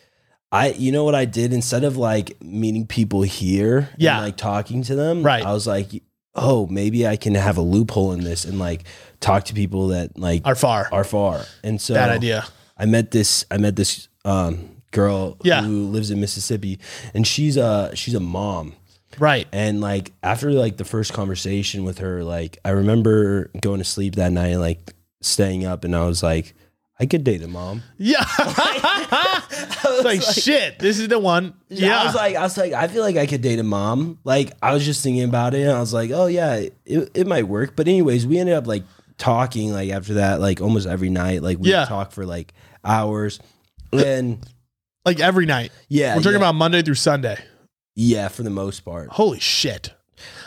Speaker 2: I you know what I did instead of like meeting people here
Speaker 1: Yeah.
Speaker 2: and like talking to them,
Speaker 1: Right.
Speaker 2: I was like, oh, maybe I can have a loophole in this and like talk to people that like
Speaker 1: Are far.
Speaker 2: are far. And so
Speaker 1: Bad idea.
Speaker 2: I met this I met this um, girl
Speaker 1: Yeah.
Speaker 2: who lives in Mississippi, and she's a she's a mom.
Speaker 1: Right.
Speaker 2: And like after like the first conversation with her, like I remember going to sleep that night, like staying up, and I was like, I could date a mom.
Speaker 1: Yeah. it's
Speaker 2: I was
Speaker 1: like, shit. This is the one. Yeah.
Speaker 2: I was like, I was like, I feel like I could date a mom. Like I was just thinking about it, and I was like, oh yeah, it, it might work. But anyways, we ended up like talking like after that, like almost every night. Like we
Speaker 1: Yeah.
Speaker 2: would talk for like hours, and
Speaker 1: Like every night.
Speaker 2: yeah,
Speaker 1: We're talking
Speaker 2: yeah.
Speaker 1: about Monday through Sunday.
Speaker 2: Yeah, for the most part.
Speaker 1: Holy shit.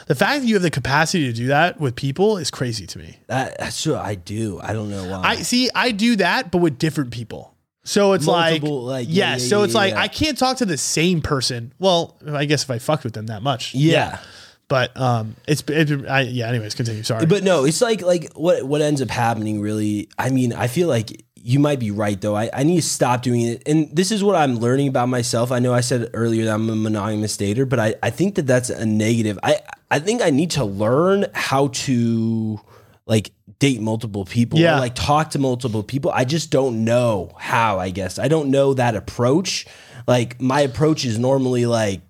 Speaker 1: The fact that you have the capacity to do that with people is crazy to me.
Speaker 2: That, that's what I do. I don't know why.
Speaker 1: I see, I do that, but with different people. So it's
Speaker 2: Multiple,
Speaker 1: like,
Speaker 2: like,
Speaker 1: yeah,
Speaker 2: yeah, yeah,
Speaker 1: so
Speaker 2: yeah,
Speaker 1: it's like
Speaker 2: yeah.
Speaker 1: I can't talk to the same person. Well, I guess if I fucked with them that much,
Speaker 2: yeah.
Speaker 1: But um, it's it, I, yeah. Anyways, continue. Sorry.
Speaker 2: But no, it's like like what what ends up happening really. I mean, I feel like you might be right though. I, I need to stop doing it. And this is what I'm learning about myself. I know I said earlier that I'm a monogamous dater, but I, I think that that's a negative. I, I think I need to learn how to like date multiple people or,
Speaker 1: Yeah.
Speaker 2: like talk to multiple people. I just don't know how, I guess. I don't know that approach. Like my approach is normally like,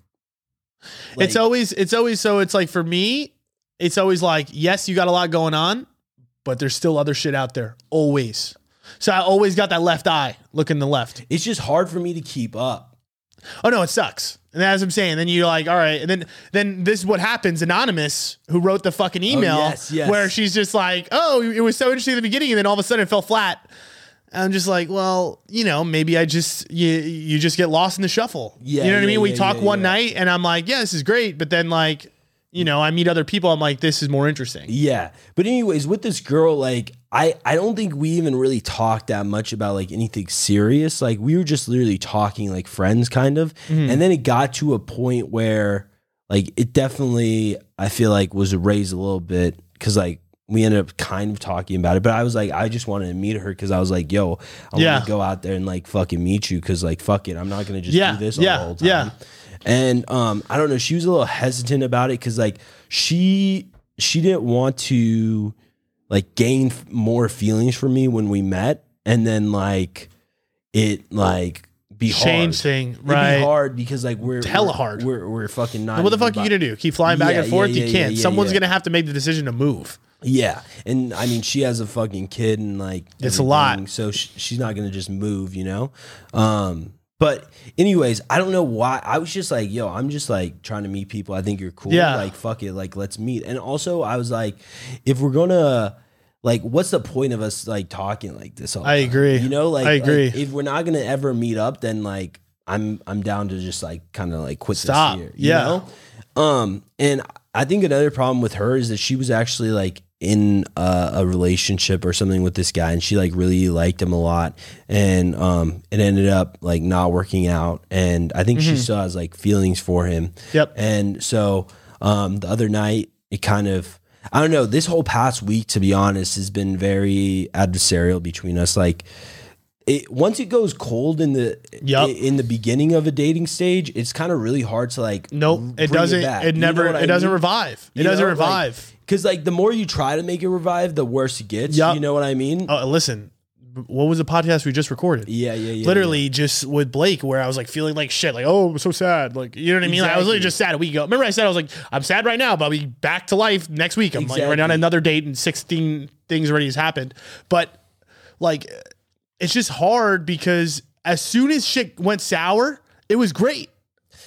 Speaker 1: it's always it's always so it's like for me, it's always like yes, you got a lot going on, but there's still other shit out there always. So I always got that left eye looking to the left.
Speaker 2: it's just hard for me to keep up.
Speaker 1: Oh no, it sucks. And as I'm saying, then you're like, all right, and then then this is what happens. Anonymous, who wrote the fucking email,
Speaker 2: Oh, yes, yes.
Speaker 1: where she's just like, oh, it was so interesting at the beginning, and then all of a sudden it fell flat. I'm just like, well, you know, maybe I just you you just get lost in the shuffle.
Speaker 2: Yeah,
Speaker 1: you know what
Speaker 2: yeah,
Speaker 1: I mean. We
Speaker 2: yeah,
Speaker 1: talk
Speaker 2: yeah,
Speaker 1: one
Speaker 2: yeah.
Speaker 1: night, and I'm like, yeah, this is great, but then like, you know, I meet other people. I'm like, this is more interesting.
Speaker 2: Yeah. But anyways, with this girl, like I, I don't think we even really talked that much about like anything serious. Like we were just literally talking like friends kind of. And then it got to a point where like it definitely I feel like was raised a little bit because like we ended up kind of talking about it. But I was like, I just wanted to meet her because I was like, yo, I
Speaker 1: Yeah.
Speaker 2: want to go out there and like fucking meet you because like fuck it. I'm not gonna just
Speaker 1: Yeah,
Speaker 2: do this
Speaker 1: yeah,
Speaker 2: all the whole time.
Speaker 1: yeah.
Speaker 2: And um, I don't know. She was a little hesitant about it because like she she didn't want to like gain f- more feelings from me when we met, and then like it like be
Speaker 1: Change
Speaker 2: hard.
Speaker 1: thing,
Speaker 2: It'd
Speaker 1: right?
Speaker 2: Be hard because like we're
Speaker 1: Hella
Speaker 2: we're-
Speaker 1: hard.
Speaker 2: We're we're fucking not.
Speaker 1: And what the
Speaker 2: even
Speaker 1: fuck are you
Speaker 2: bi-
Speaker 1: gonna do? Keep flying back
Speaker 2: Yeah,
Speaker 1: and forth?
Speaker 2: yeah,
Speaker 1: you
Speaker 2: yeah,
Speaker 1: can't.
Speaker 2: yeah,
Speaker 1: Someone's
Speaker 2: yeah.
Speaker 1: gonna have to make the decision to move.
Speaker 2: Yeah, and I mean, she has a fucking kid, and like
Speaker 1: It's a lot.
Speaker 2: everything, So sh she's not gonna just move, you know. Um, but anyways, I don't know why. I was just like, yo, I'm just like trying to meet people. I think you're cool.
Speaker 1: Yeah.
Speaker 2: Like, fuck it. Like, let's meet. And also, I was like, if we're gonna. Like, what's the point of us like talking like this? All the
Speaker 1: I
Speaker 2: time?
Speaker 1: agree.
Speaker 2: You know, like
Speaker 1: I
Speaker 2: like,
Speaker 1: agree.
Speaker 2: if we're not gonna ever meet up, then like I'm I'm down to just like kind of like quit
Speaker 1: Stop.
Speaker 2: this year.
Speaker 1: Yeah.
Speaker 2: know? Um, and I think another problem with her is that she was actually like in a, a relationship or something with this guy, and she like really liked him a lot, and um, it ended up like not working out, and I think she still has like feelings for him.
Speaker 1: Mm-hmm. Yep.
Speaker 2: And so um, the other night, it kind of, I don't know, this whole past week, to be honest, has been very adversarial between us. Like, it, once it goes cold in the
Speaker 1: Yup.
Speaker 2: in the beginning of a dating stage, it's kind of really hard to like.
Speaker 1: Nope. It doesn't. It, never. It doesn't revive. It doesn't revive.
Speaker 2: because like the more you try to make it revive, the worse it gets.
Speaker 1: Yup.
Speaker 2: You know what I mean?
Speaker 1: oh, listen. What was the podcast we just recorded?
Speaker 2: yeah, yeah, yeah.
Speaker 1: literally just with Blake, where I was like feeling like shit, like oh, I'm so sad, like you know what I mean. Like, I was literally
Speaker 2: Exactly.
Speaker 1: just sad a week ago. Remember, I said I was like, I'm sad right now, but I'll be back to life next week. I'm like, we're on
Speaker 2: Exactly.
Speaker 1: another date, and 16 things already has happened. But like, it's just hard because as soon as shit went sour, it was great.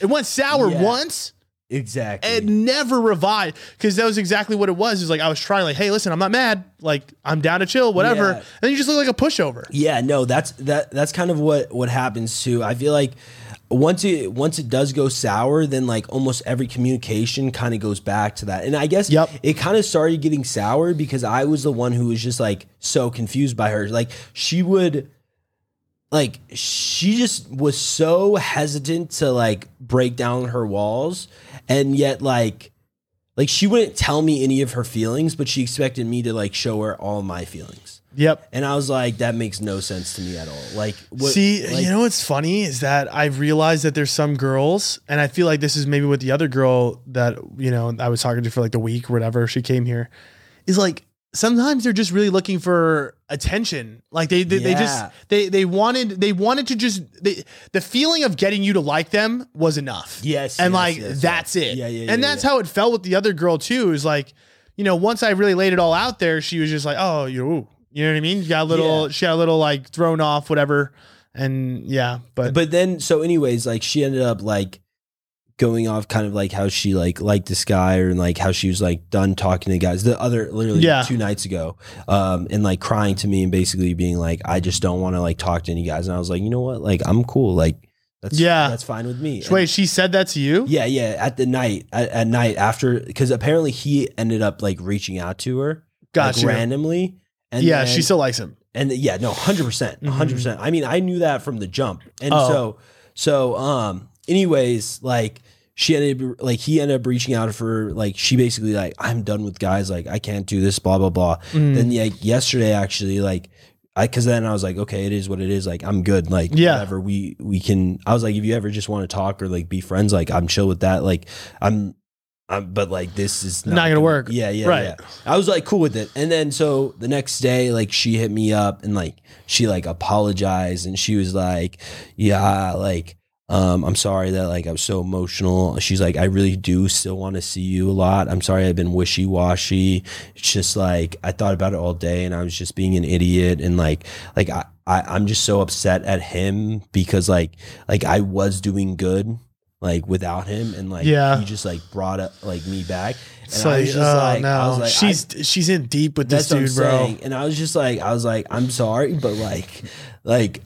Speaker 1: It went sour
Speaker 2: Yeah.
Speaker 1: once,
Speaker 2: Yeah. Exactly.
Speaker 1: it never revived because that was exactly what it was. Is like I was trying, like, hey, listen, I'm not mad. Like I'm down to chill, whatever.
Speaker 2: Yeah.
Speaker 1: And then you just look like a pushover.
Speaker 2: Yeah, no, that's that that's kind of what what happens too. I feel like once it once it does go sour, then like almost every communication kind of goes back to that. And I guess
Speaker 1: Yep.
Speaker 2: it kind of started getting sour because I was the one who was just like so confused by her. Like she would like she just was so hesitant to like break down her walls and yet like like she wouldn't tell me any of her feelings, but she expected me to like show her all my feelings.
Speaker 1: Yep.
Speaker 2: And I was like, that makes no sense to me at all. Like, what,
Speaker 1: See,
Speaker 2: like-
Speaker 1: you know what's funny is that I've realized that there's some girls, and I feel like this is maybe with the other girl that you know I was talking to for like the week, whatever. She came here, is like sometimes they're just really looking for attention. Like they they, they just
Speaker 2: Yeah.
Speaker 1: they they wanted they wanted to just they, the feeling of getting you to like them was enough.
Speaker 2: Yes,
Speaker 1: and
Speaker 2: yes,
Speaker 1: like
Speaker 2: yes, yes.
Speaker 1: that's it.
Speaker 2: Yeah, yeah,
Speaker 1: And
Speaker 2: yeah,
Speaker 1: that's
Speaker 2: yeah.
Speaker 1: how it felt with the other girl too. Is like you know once I really laid it all out there, she was just like, oh, you. Ooh. You know what I mean? You got a little,
Speaker 2: Yeah.
Speaker 1: she got a little like thrown off, whatever. And yeah, but,
Speaker 2: but then, so, anyways, like, she ended up like going off kind of like how she like liked this guy or and like how she was like done talking to guys the other literally
Speaker 1: Yeah.
Speaker 2: two nights ago um and like crying to me and basically being like i just don't want to like talk to any guys and i was like you know what like i'm cool like that's
Speaker 1: Yeah.
Speaker 2: that's fine with me And-
Speaker 1: wait, she said that to you?
Speaker 2: Yeah, yeah. At the night, at, at night after, because apparently he ended up like reaching out to her, like,
Speaker 1: Gotcha.
Speaker 2: randomly. And
Speaker 1: yeah,
Speaker 2: then-
Speaker 1: she still likes him.
Speaker 2: and the- yeah, no, hundred percent, hundred percent. I mean, I knew that from the jump, and
Speaker 1: Oh.
Speaker 2: so, so, um. Anyways, like she ended up, like he ended up reaching out for like she basically
Speaker 1: Mm. Hmm.
Speaker 2: like I'm done with guys, like I can't do this, blah blah blah. Then like yesterday, actually, like I because then I was like, okay, it is what it is. Like I'm good. Like
Speaker 1: Yeah.
Speaker 2: whatever we we can. I was like, if you ever just want to talk or like be friends, like I'm chill with that. Like I'm. I'm, but like this is
Speaker 1: Not gonna work.
Speaker 2: Yeah, yeah,
Speaker 1: Right.
Speaker 2: yeah. I was like cool with it, and then so the next day, like she hit me up and like she like apologized and she was like, yeah, like um, I'm sorry that like I was so emotional. She's like, I really do still want to see you a lot. I'm sorry I've been wishy washy. It's just like I thought about it all day and I was just being an idiot and like like I, I I'm just so upset at him because like like I was doing good like without him and like
Speaker 1: Yeah.
Speaker 2: he just like brought up like me back. And
Speaker 1: It's like, oh no,
Speaker 2: I was like, I-
Speaker 1: she's she's in deep with this dude,
Speaker 2: what I'm
Speaker 1: bro.
Speaker 2: saying. And I was just like, I was like, I'm sorry, but like, like,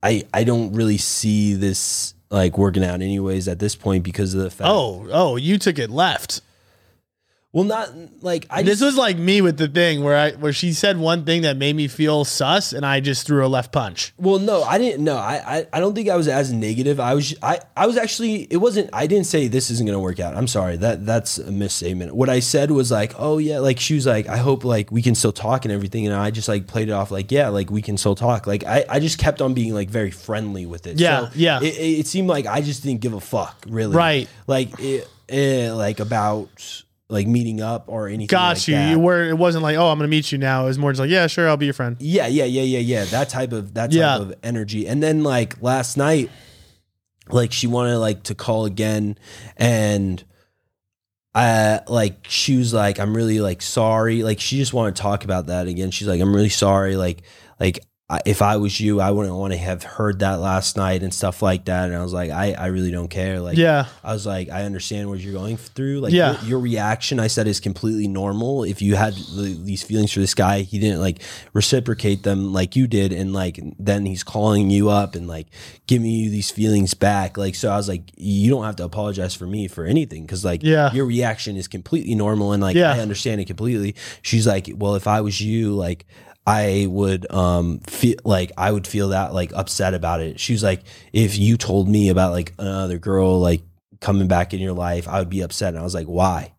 Speaker 2: I I don't really see this like working out anyways at this point because of the fact.
Speaker 1: Oh, oh, you took it left.
Speaker 2: well, not like I
Speaker 1: this
Speaker 2: just
Speaker 1: was like me with the thing where I where she said one thing that made me feel sus, and I just threw a left punch.
Speaker 2: Well, no, I didn't. No, I, I, I don't think I was as negative. I was, I, I was actually. It wasn't. I didn't say this isn't going to work out. I'm sorry. That that's a misstatement. What I said was like, oh yeah, like she was like, I hope like we can still talk and everything. And I just like played it off like, yeah, like we can still talk. Like I, I just kept on being like very friendly with it.
Speaker 1: Yeah, yeah.
Speaker 2: It, it, it seemed like I just didn't give a fuck really.
Speaker 1: Right.
Speaker 2: Like it, eh, like about like meeting up or anything.
Speaker 1: Got
Speaker 2: like
Speaker 1: you.
Speaker 2: that.
Speaker 1: You were. It wasn't like, oh, I'm gonna meet you now. It was more just like, yeah, sure, I'll be your friend.
Speaker 2: Yeah, yeah, yeah, yeah, yeah. That type of that type
Speaker 1: Yeah.
Speaker 2: of energy. And then like last night, like she wanted like to call again, and I like she was like, I'm really like sorry. Like she just wanted to talk about that again. She's like, I'm really sorry. Like like. I- If I was you, I wouldn't want to have heard that last night and stuff like that. And I was like, I, I really don't care. Like,
Speaker 1: yeah,
Speaker 2: I was like, I understand what you're going through. Like,
Speaker 1: Yeah.
Speaker 2: your, your reaction, I said, is completely normal. If you had the, these feelings for this guy, he didn't like reciprocate them like you did, and like then he's calling you up and like giving you these feelings back. Like, so I was like, you don't have to apologize for me for anything because like,
Speaker 1: Yeah.
Speaker 2: your reaction is completely normal, and like,
Speaker 1: Yeah.
Speaker 2: I understand it completely. She's like, well, if I was you, like. I would um feel like I would feel that like upset about it. She was like, if you told me about like another girl like coming back in your life, I would be upset. And I was like, why?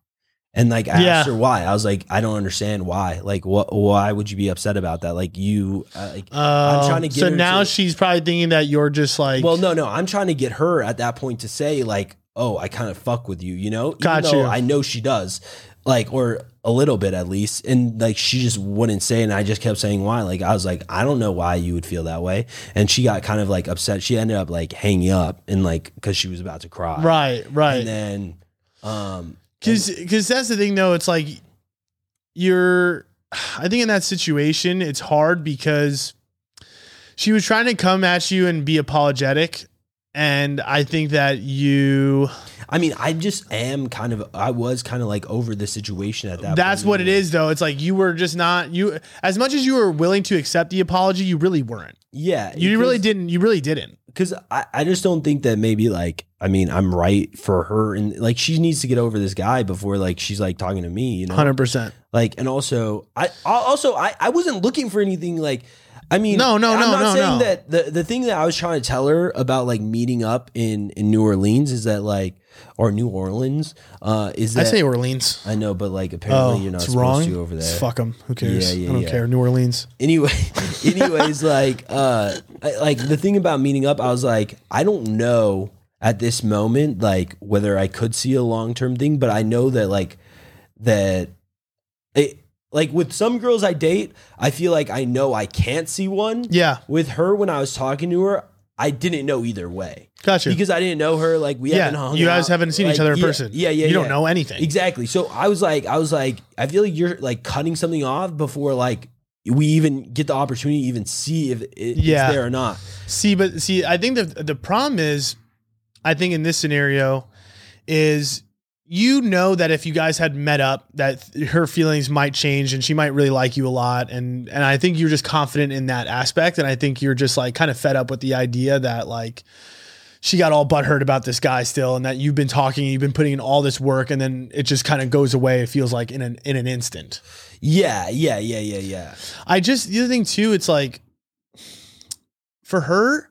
Speaker 2: And like I
Speaker 1: Yeah.
Speaker 2: asked her why. I was like, I don't understand why. Like, what? Why would you be upset about that? Like you, uh, like,
Speaker 1: Uh,
Speaker 2: trying to get
Speaker 1: So
Speaker 2: her
Speaker 1: now
Speaker 2: to-
Speaker 1: she's probably thinking that you're just like,
Speaker 2: well, no, no. I'm trying to get her at that point to say like, oh, I kind of fuck with you, you know? Even
Speaker 1: Got
Speaker 2: though
Speaker 1: you.
Speaker 2: I know she does, like, or a little bit at least. And like, she just wouldn't say. And I just kept saying why. Like, I was like, I don't know why you would feel that way. And she got kind of like upset. She ended up like hanging up and like because she was about to cry.
Speaker 1: right,
Speaker 2: And
Speaker 1: right.
Speaker 2: then, um,
Speaker 1: Because because that's the thing though. It's like you're. I think in that situation, it's hard because she was trying to come at you and be apologetic, and I think that you.
Speaker 2: I mean, I just am kind of, I was kind of like over the situation at that.
Speaker 1: That's
Speaker 2: point.
Speaker 1: what it is, though. It's like you were just not you. As much as you were willing to accept the apology, you really weren't.
Speaker 2: Yeah,
Speaker 1: You really didn't. You really didn't.
Speaker 2: because I, I just don't think that maybe like, I mean, I'm right for her, and like she needs to get over this guy before like she's like talking to me, you know,
Speaker 1: Hundred percent.
Speaker 2: like, and also I I- also I I wasn't looking for anything like. I mean,
Speaker 1: No, no,
Speaker 2: I'm
Speaker 1: no,
Speaker 2: not
Speaker 1: no,
Speaker 2: saying
Speaker 1: no.
Speaker 2: that the, the thing that I was trying to tell her about like meeting up in, in New Orleans is that like, or New Orleans, uh, is
Speaker 1: I
Speaker 2: that
Speaker 1: say Orleans.
Speaker 2: I know, but like
Speaker 1: Oh,
Speaker 2: apparently you're not
Speaker 1: it's
Speaker 2: supposed
Speaker 1: wrong.
Speaker 2: to over there.
Speaker 1: Fuck them. Who cares?
Speaker 2: Yeah, yeah,
Speaker 1: I don't
Speaker 2: yeah.
Speaker 1: care. New Orleans.
Speaker 2: anyway anyways like uh I, like the thing about meeting up i was like i don't know at this moment like whether i could see a long-term thing but i know that like that it like with some girls i date i feel like i know i can't see one
Speaker 1: Yeah,
Speaker 2: with her when i was talking to her i didn't know either way
Speaker 1: gotcha.
Speaker 2: because i didn't know her like we
Speaker 1: yeah,
Speaker 2: haven't hung
Speaker 1: you guys
Speaker 2: out.
Speaker 1: haven't seen each
Speaker 2: Like,
Speaker 1: other in
Speaker 2: yeah,
Speaker 1: person.
Speaker 2: yeah yeah
Speaker 1: You don't
Speaker 2: yeah.
Speaker 1: know anything.
Speaker 2: Exactly. So I was like, I was like, I feel like you're like cutting something off before like we even get the opportunity to even see if it,
Speaker 1: Yeah.
Speaker 2: it's there or not.
Speaker 1: See, but see, I think the the problem is, I think in this scenario, is you know that if you guys had met up, that her feelings might change and she might really like you a lot, and and I think you're just confident in that aspect, and I think you're just like kind of fed up with the idea that like. She got all butthurt about this guy still, and that you've been talking, you've been putting in all this work, and then it just kind of goes away. It feels like in an in an instant.
Speaker 2: Yeah, yeah, yeah, yeah, yeah.
Speaker 1: I just the other thing too, it's like for her,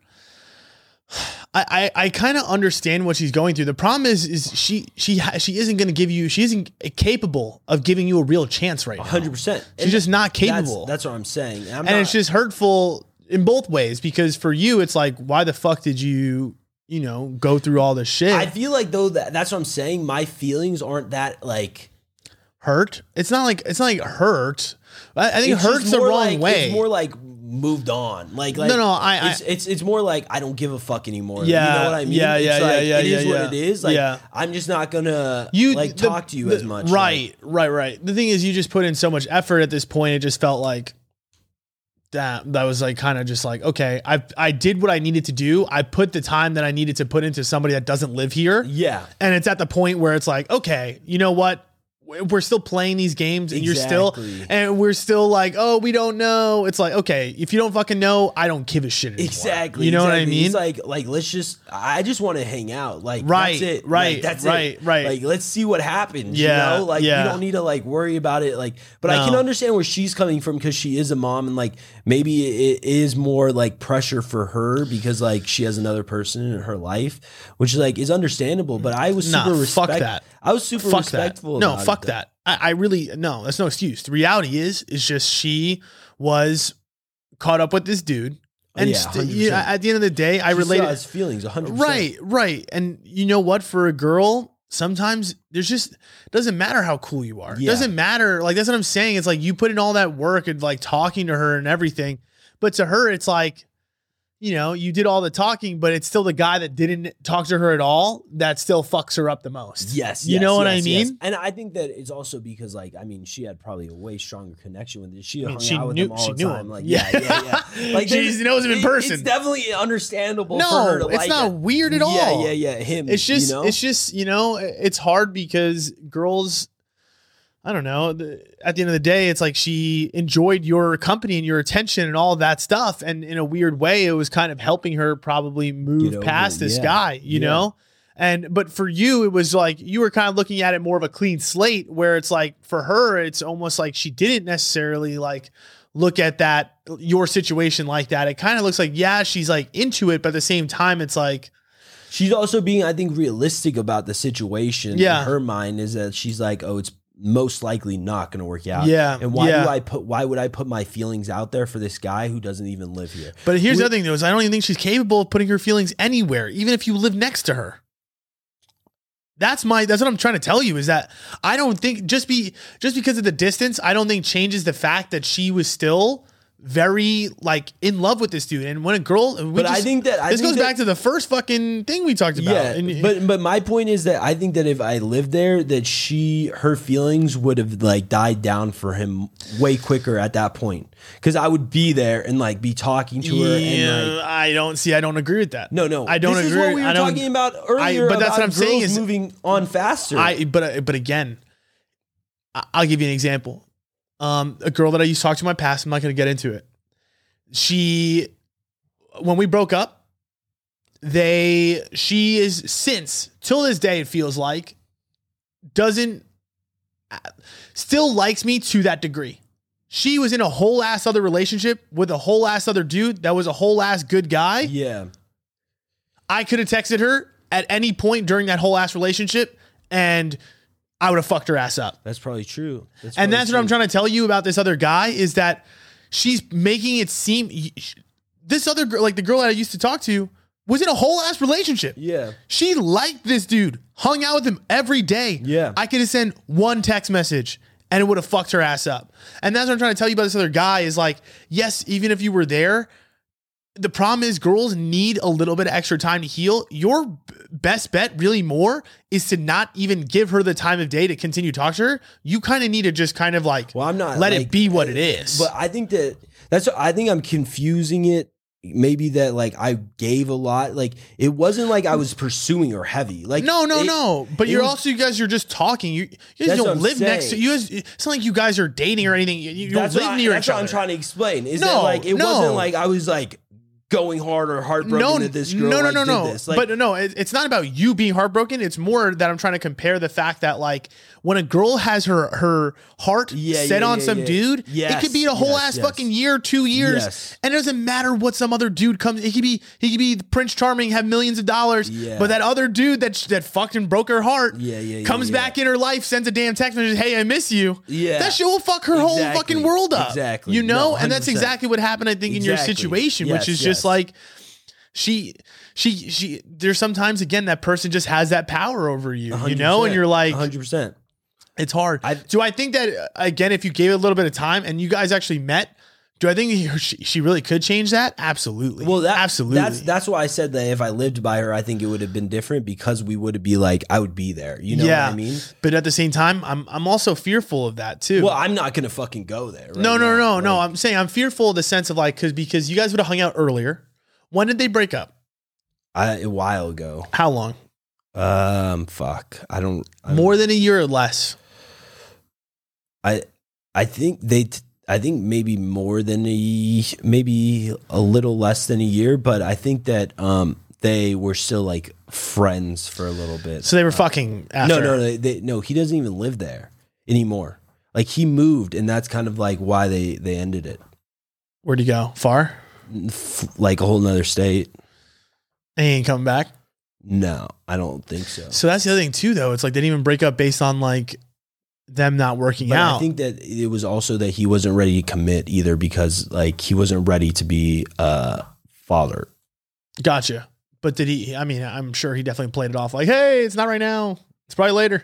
Speaker 1: I, I, I kind of understand what she's going through. The problem is, is she she ha- she isn't going to give you. She isn't capable of giving you a real chance right now.
Speaker 2: hundred percent.
Speaker 1: She's just not
Speaker 2: That's,
Speaker 1: capable.
Speaker 2: that's what I'm saying. I'm
Speaker 1: and
Speaker 2: not-
Speaker 1: it's just hurtful in both ways because for you, it's like, why the fuck did you you know go through all this shit?
Speaker 2: I feel like though that that's what I'm saying. My feelings aren't that like.
Speaker 1: hurt. It's not like it's not like hurt. I, I think
Speaker 2: it's
Speaker 1: hurt's
Speaker 2: just
Speaker 1: the
Speaker 2: more
Speaker 1: wrong
Speaker 2: like-
Speaker 1: way.
Speaker 2: It's more like moved on. Like, like
Speaker 1: No, no, I- I-
Speaker 2: it's, it's it's more like I don't give a fuck anymore. you
Speaker 1: Yeah,
Speaker 2: know what I mean?
Speaker 1: yeah,
Speaker 2: It's
Speaker 1: yeah,
Speaker 2: like,
Speaker 1: yeah, yeah,
Speaker 2: It is
Speaker 1: yeah,
Speaker 2: what it
Speaker 1: yeah.
Speaker 2: is. Like,
Speaker 1: Yeah.
Speaker 2: I'm just not gonna
Speaker 1: you
Speaker 2: like
Speaker 1: the-
Speaker 2: talk to you
Speaker 1: the-
Speaker 2: as much.
Speaker 1: Right, right, right. The thing is, you just put in so much effort at this point. It just felt like that. That was like kind of just like okay, I I did what I needed to do. I put the time that I needed to put into somebody that doesn't live here,
Speaker 2: Like, yeah.
Speaker 1: and it's at the point where it's like okay, you know what. We're we're still playing these games, and you're
Speaker 2: Exactly.
Speaker 1: still, and we're still like, oh, we don't know. It's like, okay, if you don't fucking know, I don't give a shit anymore.
Speaker 2: Exactly.
Speaker 1: You know what I
Speaker 2: exactly.
Speaker 1: mean?
Speaker 2: It's like like let's just I just want to hang out. Like
Speaker 1: Right,
Speaker 2: that's it.
Speaker 1: right,
Speaker 2: Like, that's
Speaker 1: right,
Speaker 2: it.
Speaker 1: right.
Speaker 2: Like let's see what happens.
Speaker 1: Yeah,
Speaker 2: You know? Like
Speaker 1: yeah.
Speaker 2: you don't need to like worry about it. Like but I can
Speaker 1: No.
Speaker 2: understand where she's coming from because she is a mom and like maybe it is more like pressure for her because like she has another person in her life, which like is understandable. But I was
Speaker 1: Nah,
Speaker 2: super
Speaker 1: fuck
Speaker 2: respect-
Speaker 1: that.
Speaker 2: I was super
Speaker 1: fuck that.
Speaker 2: respectful.
Speaker 1: No,
Speaker 2: about it,
Speaker 1: fuck
Speaker 2: though.
Speaker 1: that. I, I really no. That's no excuse. The reality is, is just she was caught up with this dude, and
Speaker 2: Oh, Yeah,
Speaker 1: st-
Speaker 2: 100%.
Speaker 1: yeah, at the end of the day, I
Speaker 2: She saw
Speaker 1: related.
Speaker 2: his feelings 100
Speaker 1: Right, right. And you know what? For a girl, sometimes there's just doesn't matter how cool you are.
Speaker 2: Yeah.
Speaker 1: Doesn't matter. Like that's what I'm saying. It's like you put in all that work and like talking to her and everything, but to her, it's like. You know, you did all the talking, but it's still the guy that didn't talk to her at all that still fucks her up the most.
Speaker 2: Yes,
Speaker 1: You
Speaker 2: yes,
Speaker 1: know what I
Speaker 2: yes, yes.
Speaker 1: mean?
Speaker 2: And I think that it's also because, like, I mean, she had probably a way stronger connection with it. She
Speaker 1: mean,
Speaker 2: hung
Speaker 1: she
Speaker 2: out with
Speaker 1: knew-
Speaker 2: him all
Speaker 1: she
Speaker 2: the
Speaker 1: knew
Speaker 2: time.
Speaker 1: him.
Speaker 2: Like,
Speaker 1: Yeah.
Speaker 2: yeah, yeah, yeah. Like,
Speaker 1: She
Speaker 2: there's-
Speaker 1: knows him in
Speaker 2: it- It's
Speaker 1: person.
Speaker 2: definitely understandable
Speaker 1: no,
Speaker 2: for her to
Speaker 1: it's
Speaker 2: like
Speaker 1: not
Speaker 2: it.
Speaker 1: weird at all.
Speaker 2: Yeah, yeah, yeah. Him.
Speaker 1: It's just,
Speaker 2: you know?
Speaker 1: it's just, you know, it's hard because girls, I don't know. the- At the end of the day, it's like she enjoyed your company and your attention and all that stuff. And in a weird way, it was kind of helping her probably move
Speaker 2: Get over
Speaker 1: past
Speaker 2: it,
Speaker 1: this
Speaker 2: yeah.
Speaker 1: guy, you
Speaker 2: Yeah.
Speaker 1: know? And, but for you, it was like you were kind of looking at it more of a clean slate where it's like for her, it's almost like she didn't necessarily like look at that, your situation like that. It kind of looks like, yeah, she's like into it, but at the same time, it's like,
Speaker 2: she's also being, I think, realistic about the situation.
Speaker 1: Yeah.
Speaker 2: In her mind is that she's like, oh, it's most likely not going to work out.
Speaker 1: Yeah,
Speaker 2: And why
Speaker 1: yeah.
Speaker 2: do I put? Why would I put my feelings out there for this guy who doesn't even live here?
Speaker 1: But here's
Speaker 2: We-
Speaker 1: the other thing, though, is I don't even think she's capable of putting her feelings anywhere, even if you live next to her. That's my. That's what I'm trying to tell you is that I don't think just be just because of the distance, I don't think changes the fact that she was still very like in love with this dude. And when a girl, we
Speaker 2: But I
Speaker 1: just-
Speaker 2: think that I
Speaker 1: this
Speaker 2: think
Speaker 1: goes
Speaker 2: that-
Speaker 1: back to the first fucking thing we talked about.
Speaker 2: Yeah,
Speaker 1: And-
Speaker 2: but but my point is that I think that if I lived there, that she her feelings would have like died down for him way quicker at that point because I would be there and like be talking to her and
Speaker 1: Yeah,
Speaker 2: like.
Speaker 1: I don't see. I don't agree with that.
Speaker 2: No, no,
Speaker 1: I don't
Speaker 2: this
Speaker 1: agree.
Speaker 2: is what we were
Speaker 1: I don't-
Speaker 2: talking about earlier.
Speaker 1: but that's
Speaker 2: about
Speaker 1: what I'm saying
Speaker 2: girls
Speaker 1: is-
Speaker 2: moving on faster.
Speaker 1: I but but again, I- I'll give you an example. Um, a girl that I used to talk to in my past. I'm not going to get into it. She, when we broke up, they she is since till this day it feels like doesn't uh, still likes me to that degree. She was in a whole ass other relationship with a whole ass other dude that was a whole ass good guy.
Speaker 2: yeah,
Speaker 1: I could have texted her at any point during that whole ass relationship and I would have fucked her ass up.
Speaker 2: that's probably true. That's
Speaker 1: And
Speaker 2: probably
Speaker 1: that's what I'm
Speaker 2: true.
Speaker 1: trying to tell you about this other guy is that she's making it seem this other girl, like the girl that I used to talk to, was in a whole ass relationship.
Speaker 2: Yeah,
Speaker 1: She liked this dude, hung out with him every day.
Speaker 2: Yeah.
Speaker 1: I could have sent one text message and it would have fucked her ass up. And that's what I'm trying to tell you about this other guy is like, yes, even if you were there, the problem is girls need a little bit of extra time to heal. Your b- best bet, really more, is to not even give her the time of day to continue to talk to her. You kind of need to just kind of like
Speaker 2: Well, I'm not,
Speaker 1: let
Speaker 2: like,
Speaker 1: it be what it is.
Speaker 2: But I think that that's I think I'm confusing it. Maybe that like I gave a lot. Like it wasn't like I was pursuing her heavy. Like
Speaker 1: No, no,
Speaker 2: it-
Speaker 1: no. But
Speaker 2: it
Speaker 1: you're
Speaker 2: was-
Speaker 1: also you guys. You're just talking. You, you guys
Speaker 2: That's what
Speaker 1: don't
Speaker 2: I'm
Speaker 1: live next to
Speaker 2: saying.
Speaker 1: you. Guys, it's not like you guys are dating or anything. You, you don't
Speaker 2: That's
Speaker 1: live
Speaker 2: what, I,
Speaker 1: near
Speaker 2: that's
Speaker 1: each
Speaker 2: what
Speaker 1: other.
Speaker 2: I'm trying to explain. Is
Speaker 1: No,
Speaker 2: that like it
Speaker 1: no.
Speaker 2: wasn't like I was like going hard or heartbroken
Speaker 1: no,
Speaker 2: that this girl
Speaker 1: no, no,
Speaker 2: like,
Speaker 1: no,
Speaker 2: did
Speaker 1: no.
Speaker 2: this. Like,
Speaker 1: but no, it, it's not about you being heartbroken. It's more that I'm trying to compare the fact that like when a girl has her her heart
Speaker 2: Yeah,
Speaker 1: set
Speaker 2: yeah,
Speaker 1: on
Speaker 2: yeah,
Speaker 1: some
Speaker 2: yeah.
Speaker 1: dude, it
Speaker 2: Yes,
Speaker 1: could be a whole
Speaker 2: yes,
Speaker 1: ass
Speaker 2: yes.
Speaker 1: fucking year, two years,
Speaker 2: Yes.
Speaker 1: and it doesn't matter what some other dude comes. He could be he could be Prince Charming, have millions of dollars,
Speaker 2: Yeah.
Speaker 1: but that other dude that that fucked and broke her heart,
Speaker 2: Yeah, yeah, yeah,
Speaker 1: comes
Speaker 2: yeah.
Speaker 1: back in her life, sends a damn text message, "Hey, I miss you."
Speaker 2: Yeah.
Speaker 1: that shit will fuck her whole
Speaker 2: Exactly.
Speaker 1: fucking world up.
Speaker 2: Exactly.
Speaker 1: you know,
Speaker 2: No,
Speaker 1: and that's
Speaker 2: 100%.
Speaker 1: exactly what happened. I think in your
Speaker 2: Exactly.
Speaker 1: situation, which
Speaker 2: Yes,
Speaker 1: is
Speaker 2: yes.
Speaker 1: just like she she she there's sometimes again that person just has that power over you you know and you're like
Speaker 2: 100. percent
Speaker 1: it's hard
Speaker 2: I-
Speaker 1: do i think that uh, again if you gave it a little bit of time and you guys actually met do i think he- she, she really could change that absolutely
Speaker 2: Well, that,
Speaker 1: absolutely
Speaker 2: That's that's why I said that if I lived by her, I think it would have been different because we would have be like, I would be there. You know what I mean?
Speaker 1: but at the same time i'm i'm also fearful of that too
Speaker 2: Well, I'm not gonna fucking go there. Right
Speaker 1: no no no
Speaker 2: now.
Speaker 1: no
Speaker 2: Like,
Speaker 1: i'm saying i'm fearful of the sense of like because because you guys would have hung out earlier when did they break up
Speaker 2: I, a while ago.
Speaker 1: how long
Speaker 2: Um, fuck. I don't. I don't-
Speaker 1: more than a year or less
Speaker 2: I I think they t- I think maybe more than a ye- maybe a little less than a year, but I think that um they were still like friends for a little bit.
Speaker 1: so they were fucking after.
Speaker 2: no, no, no, they, no. He doesn't even live there anymore. Like he moved, and that's kind of like why they they ended it,
Speaker 1: where'd you go far
Speaker 2: F- like a whole nother state.
Speaker 1: and he ain't coming back
Speaker 2: No, I don't think so.
Speaker 1: So that's the other thing too, though. It's like they didn't even break up based on like them not working
Speaker 2: But
Speaker 1: out.
Speaker 2: I think that it was also that he wasn't ready to commit either because like he wasn't ready to be a father.
Speaker 1: gotcha. But did he? I mean, I'm sure he definitely played it off like, "Hey, it's not right now. It's probably later."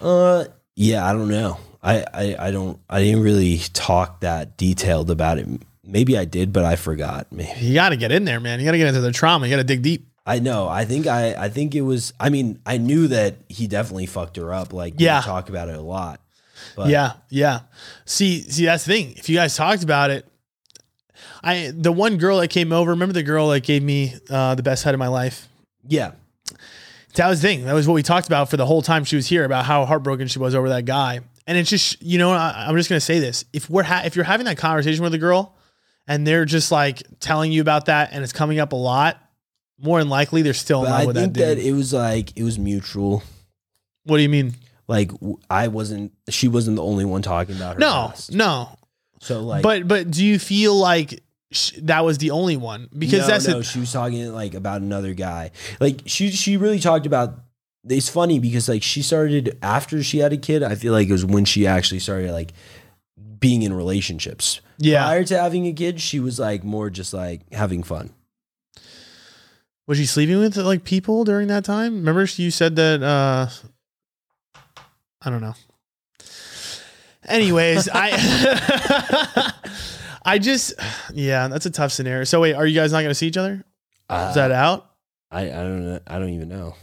Speaker 2: Uh, yeah, I don't know. I, I, I don't, I didn't really talk that detailed about it. Maybe I did, but I forgot. Maybe
Speaker 1: You got to get in there, man. You got to get into the trauma. You got to dig deep.
Speaker 2: I know. I think I, I think it was, I mean, I knew that he definitely fucked her up. Like, we
Speaker 1: Yeah.
Speaker 2: talk about it a lot. But-
Speaker 1: yeah, yeah. See, see, that's the thing. If you guys talked about it, I the one girl that came over. Remember the girl that gave me uh, the best head of my life.
Speaker 2: Yeah.
Speaker 1: That was the thing. That was what we talked about for the whole time she was here about how heartbroken she was over that guy. And it's just you know I, I'm just gonna say this: if we're ha- if you're having that conversation with a girl, and they're just like telling you about that, and it's coming up a lot, more than likely they're still
Speaker 2: But
Speaker 1: in love
Speaker 2: I
Speaker 1: with
Speaker 2: think
Speaker 1: that dude.
Speaker 2: that it was like, it was mutual.
Speaker 1: what do you mean?
Speaker 2: Like w- I wasn't, she wasn't the only one talking about her.
Speaker 1: No,
Speaker 2: past.
Speaker 1: no.
Speaker 2: So like,
Speaker 1: but but do you feel like sh- that was the only one? Because
Speaker 2: no,
Speaker 1: that's
Speaker 2: no,
Speaker 1: the
Speaker 2: she was talking like about another guy. Like she she really talked about. It's funny because like she started after she had a kid. I feel like it was when she actually started like being in relationships.
Speaker 1: yeah.
Speaker 2: Prior to having a kid, she was like more just like having fun.
Speaker 1: Was she sleeping with like people during that time? Remember you said that uh I don't know. Anyways, I I just yeah, that's a tough scenario. So wait, are you guys not going to see each other?
Speaker 2: Uh,
Speaker 1: Is that out?
Speaker 2: I I don't know. I don't even know.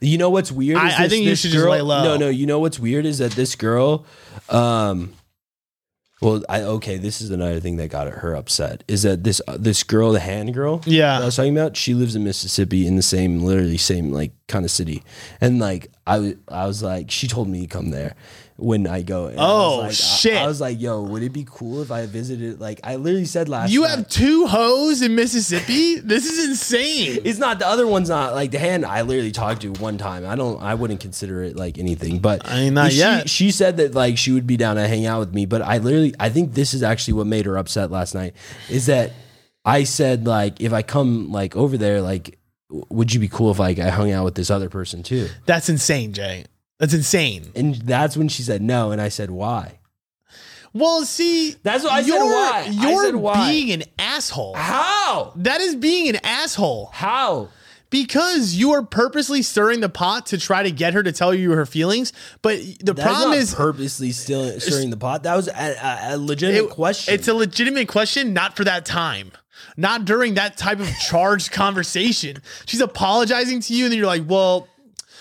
Speaker 2: You know what's weird?
Speaker 1: I-
Speaker 2: is
Speaker 1: I think you should just
Speaker 2: girl-
Speaker 1: lay low.
Speaker 2: No, no. You know what's weird is that this girl, um, well, I okay. This is another thing that got her upset is that this uh, this girl, the hand girl, that I
Speaker 1: Yeah.
Speaker 2: was talking about, she lives in Mississippi in the same, literally same like kind of city, and like I was, I was like, she told me to come there when I go. And I was
Speaker 1: Oh,
Speaker 2: like- I-
Speaker 1: shit.
Speaker 2: I, was like, yo, would it be cool if I visited? Like, I literally said last.
Speaker 1: You
Speaker 2: night-
Speaker 1: have two hoes in Mississippi? This is insane.
Speaker 2: It's not the other one's not like the hand I literally talked to one time. I don't. I wouldn't consider it like anything. But
Speaker 1: I mean, not
Speaker 2: she,
Speaker 1: yet.
Speaker 2: She said that like she would be down to hang out with me. But I literally. I think this is actually what made her upset last night. Is that I said like if I come like over there like w- would you be cool if like I hung out with this other person too?
Speaker 1: That's insane, Jay. That's insane.
Speaker 2: And that's when she said no. And I said why?
Speaker 1: Well, see,
Speaker 2: That's what I said,
Speaker 1: you're,
Speaker 2: why? I
Speaker 1: You're
Speaker 2: said, why?
Speaker 1: being an asshole.
Speaker 2: How?
Speaker 1: That is being an asshole.
Speaker 2: How?
Speaker 1: because you are purposely stirring the pot to try to get her to tell you her feelings. But the
Speaker 2: That's
Speaker 1: problem
Speaker 2: not
Speaker 1: is,
Speaker 2: purposely still stirring the pot. That was a, a, a
Speaker 1: it-
Speaker 2: legitimate question.
Speaker 1: it's a legitimate question, not for that time, not during that type of charged conversation. She's apologizing to you, and then you're like, "Well,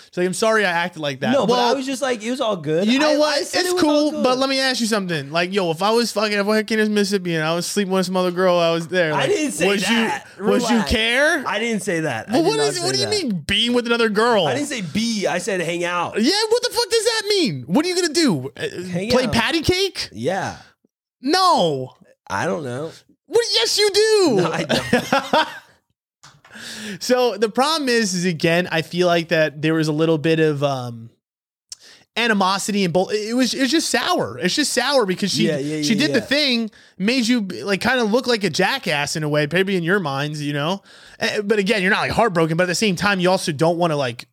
Speaker 1: she's like, I'm sorry, I acted like that."
Speaker 2: no,
Speaker 1: well,
Speaker 2: but I was just like, it was all good.
Speaker 1: you know
Speaker 2: I- I
Speaker 1: what?
Speaker 2: said
Speaker 1: It's
Speaker 2: it was all
Speaker 1: cool,
Speaker 2: good.
Speaker 1: but let me ask you something. Like, yo, if I was fucking, if I came to Mississippi and I was sleeping with some other girl, I was there. like,
Speaker 2: didn't say
Speaker 1: would
Speaker 2: that.
Speaker 1: You, would you
Speaker 2: Relax.
Speaker 1: care?
Speaker 2: I didn't say that. I
Speaker 1: Well,
Speaker 2: did
Speaker 1: what
Speaker 2: not
Speaker 1: is?
Speaker 2: say
Speaker 1: What do you
Speaker 2: that.
Speaker 1: mean being with another girl?
Speaker 2: I didn't say B. I said hang out.
Speaker 1: Yeah, what the fuck does that mean? What are you gonna do? Uh,
Speaker 2: Hang
Speaker 1: Play
Speaker 2: out.
Speaker 1: patty cake?
Speaker 2: Yeah.
Speaker 1: No.
Speaker 2: I don't know.
Speaker 1: What? Yes, you do.
Speaker 2: I don't.
Speaker 1: So the problem is, is again, I feel like that there was a little bit of um animosity and both. It was it was just sour. It's just sour because she
Speaker 2: Yeah, yeah,
Speaker 1: she
Speaker 2: yeah,
Speaker 1: did the
Speaker 2: yeah.
Speaker 1: thing, made you like kind of look like a jackass in a way, maybe in your minds, you know. Eh, But again, you're not like heartbroken, but at the same time, you also don't want to like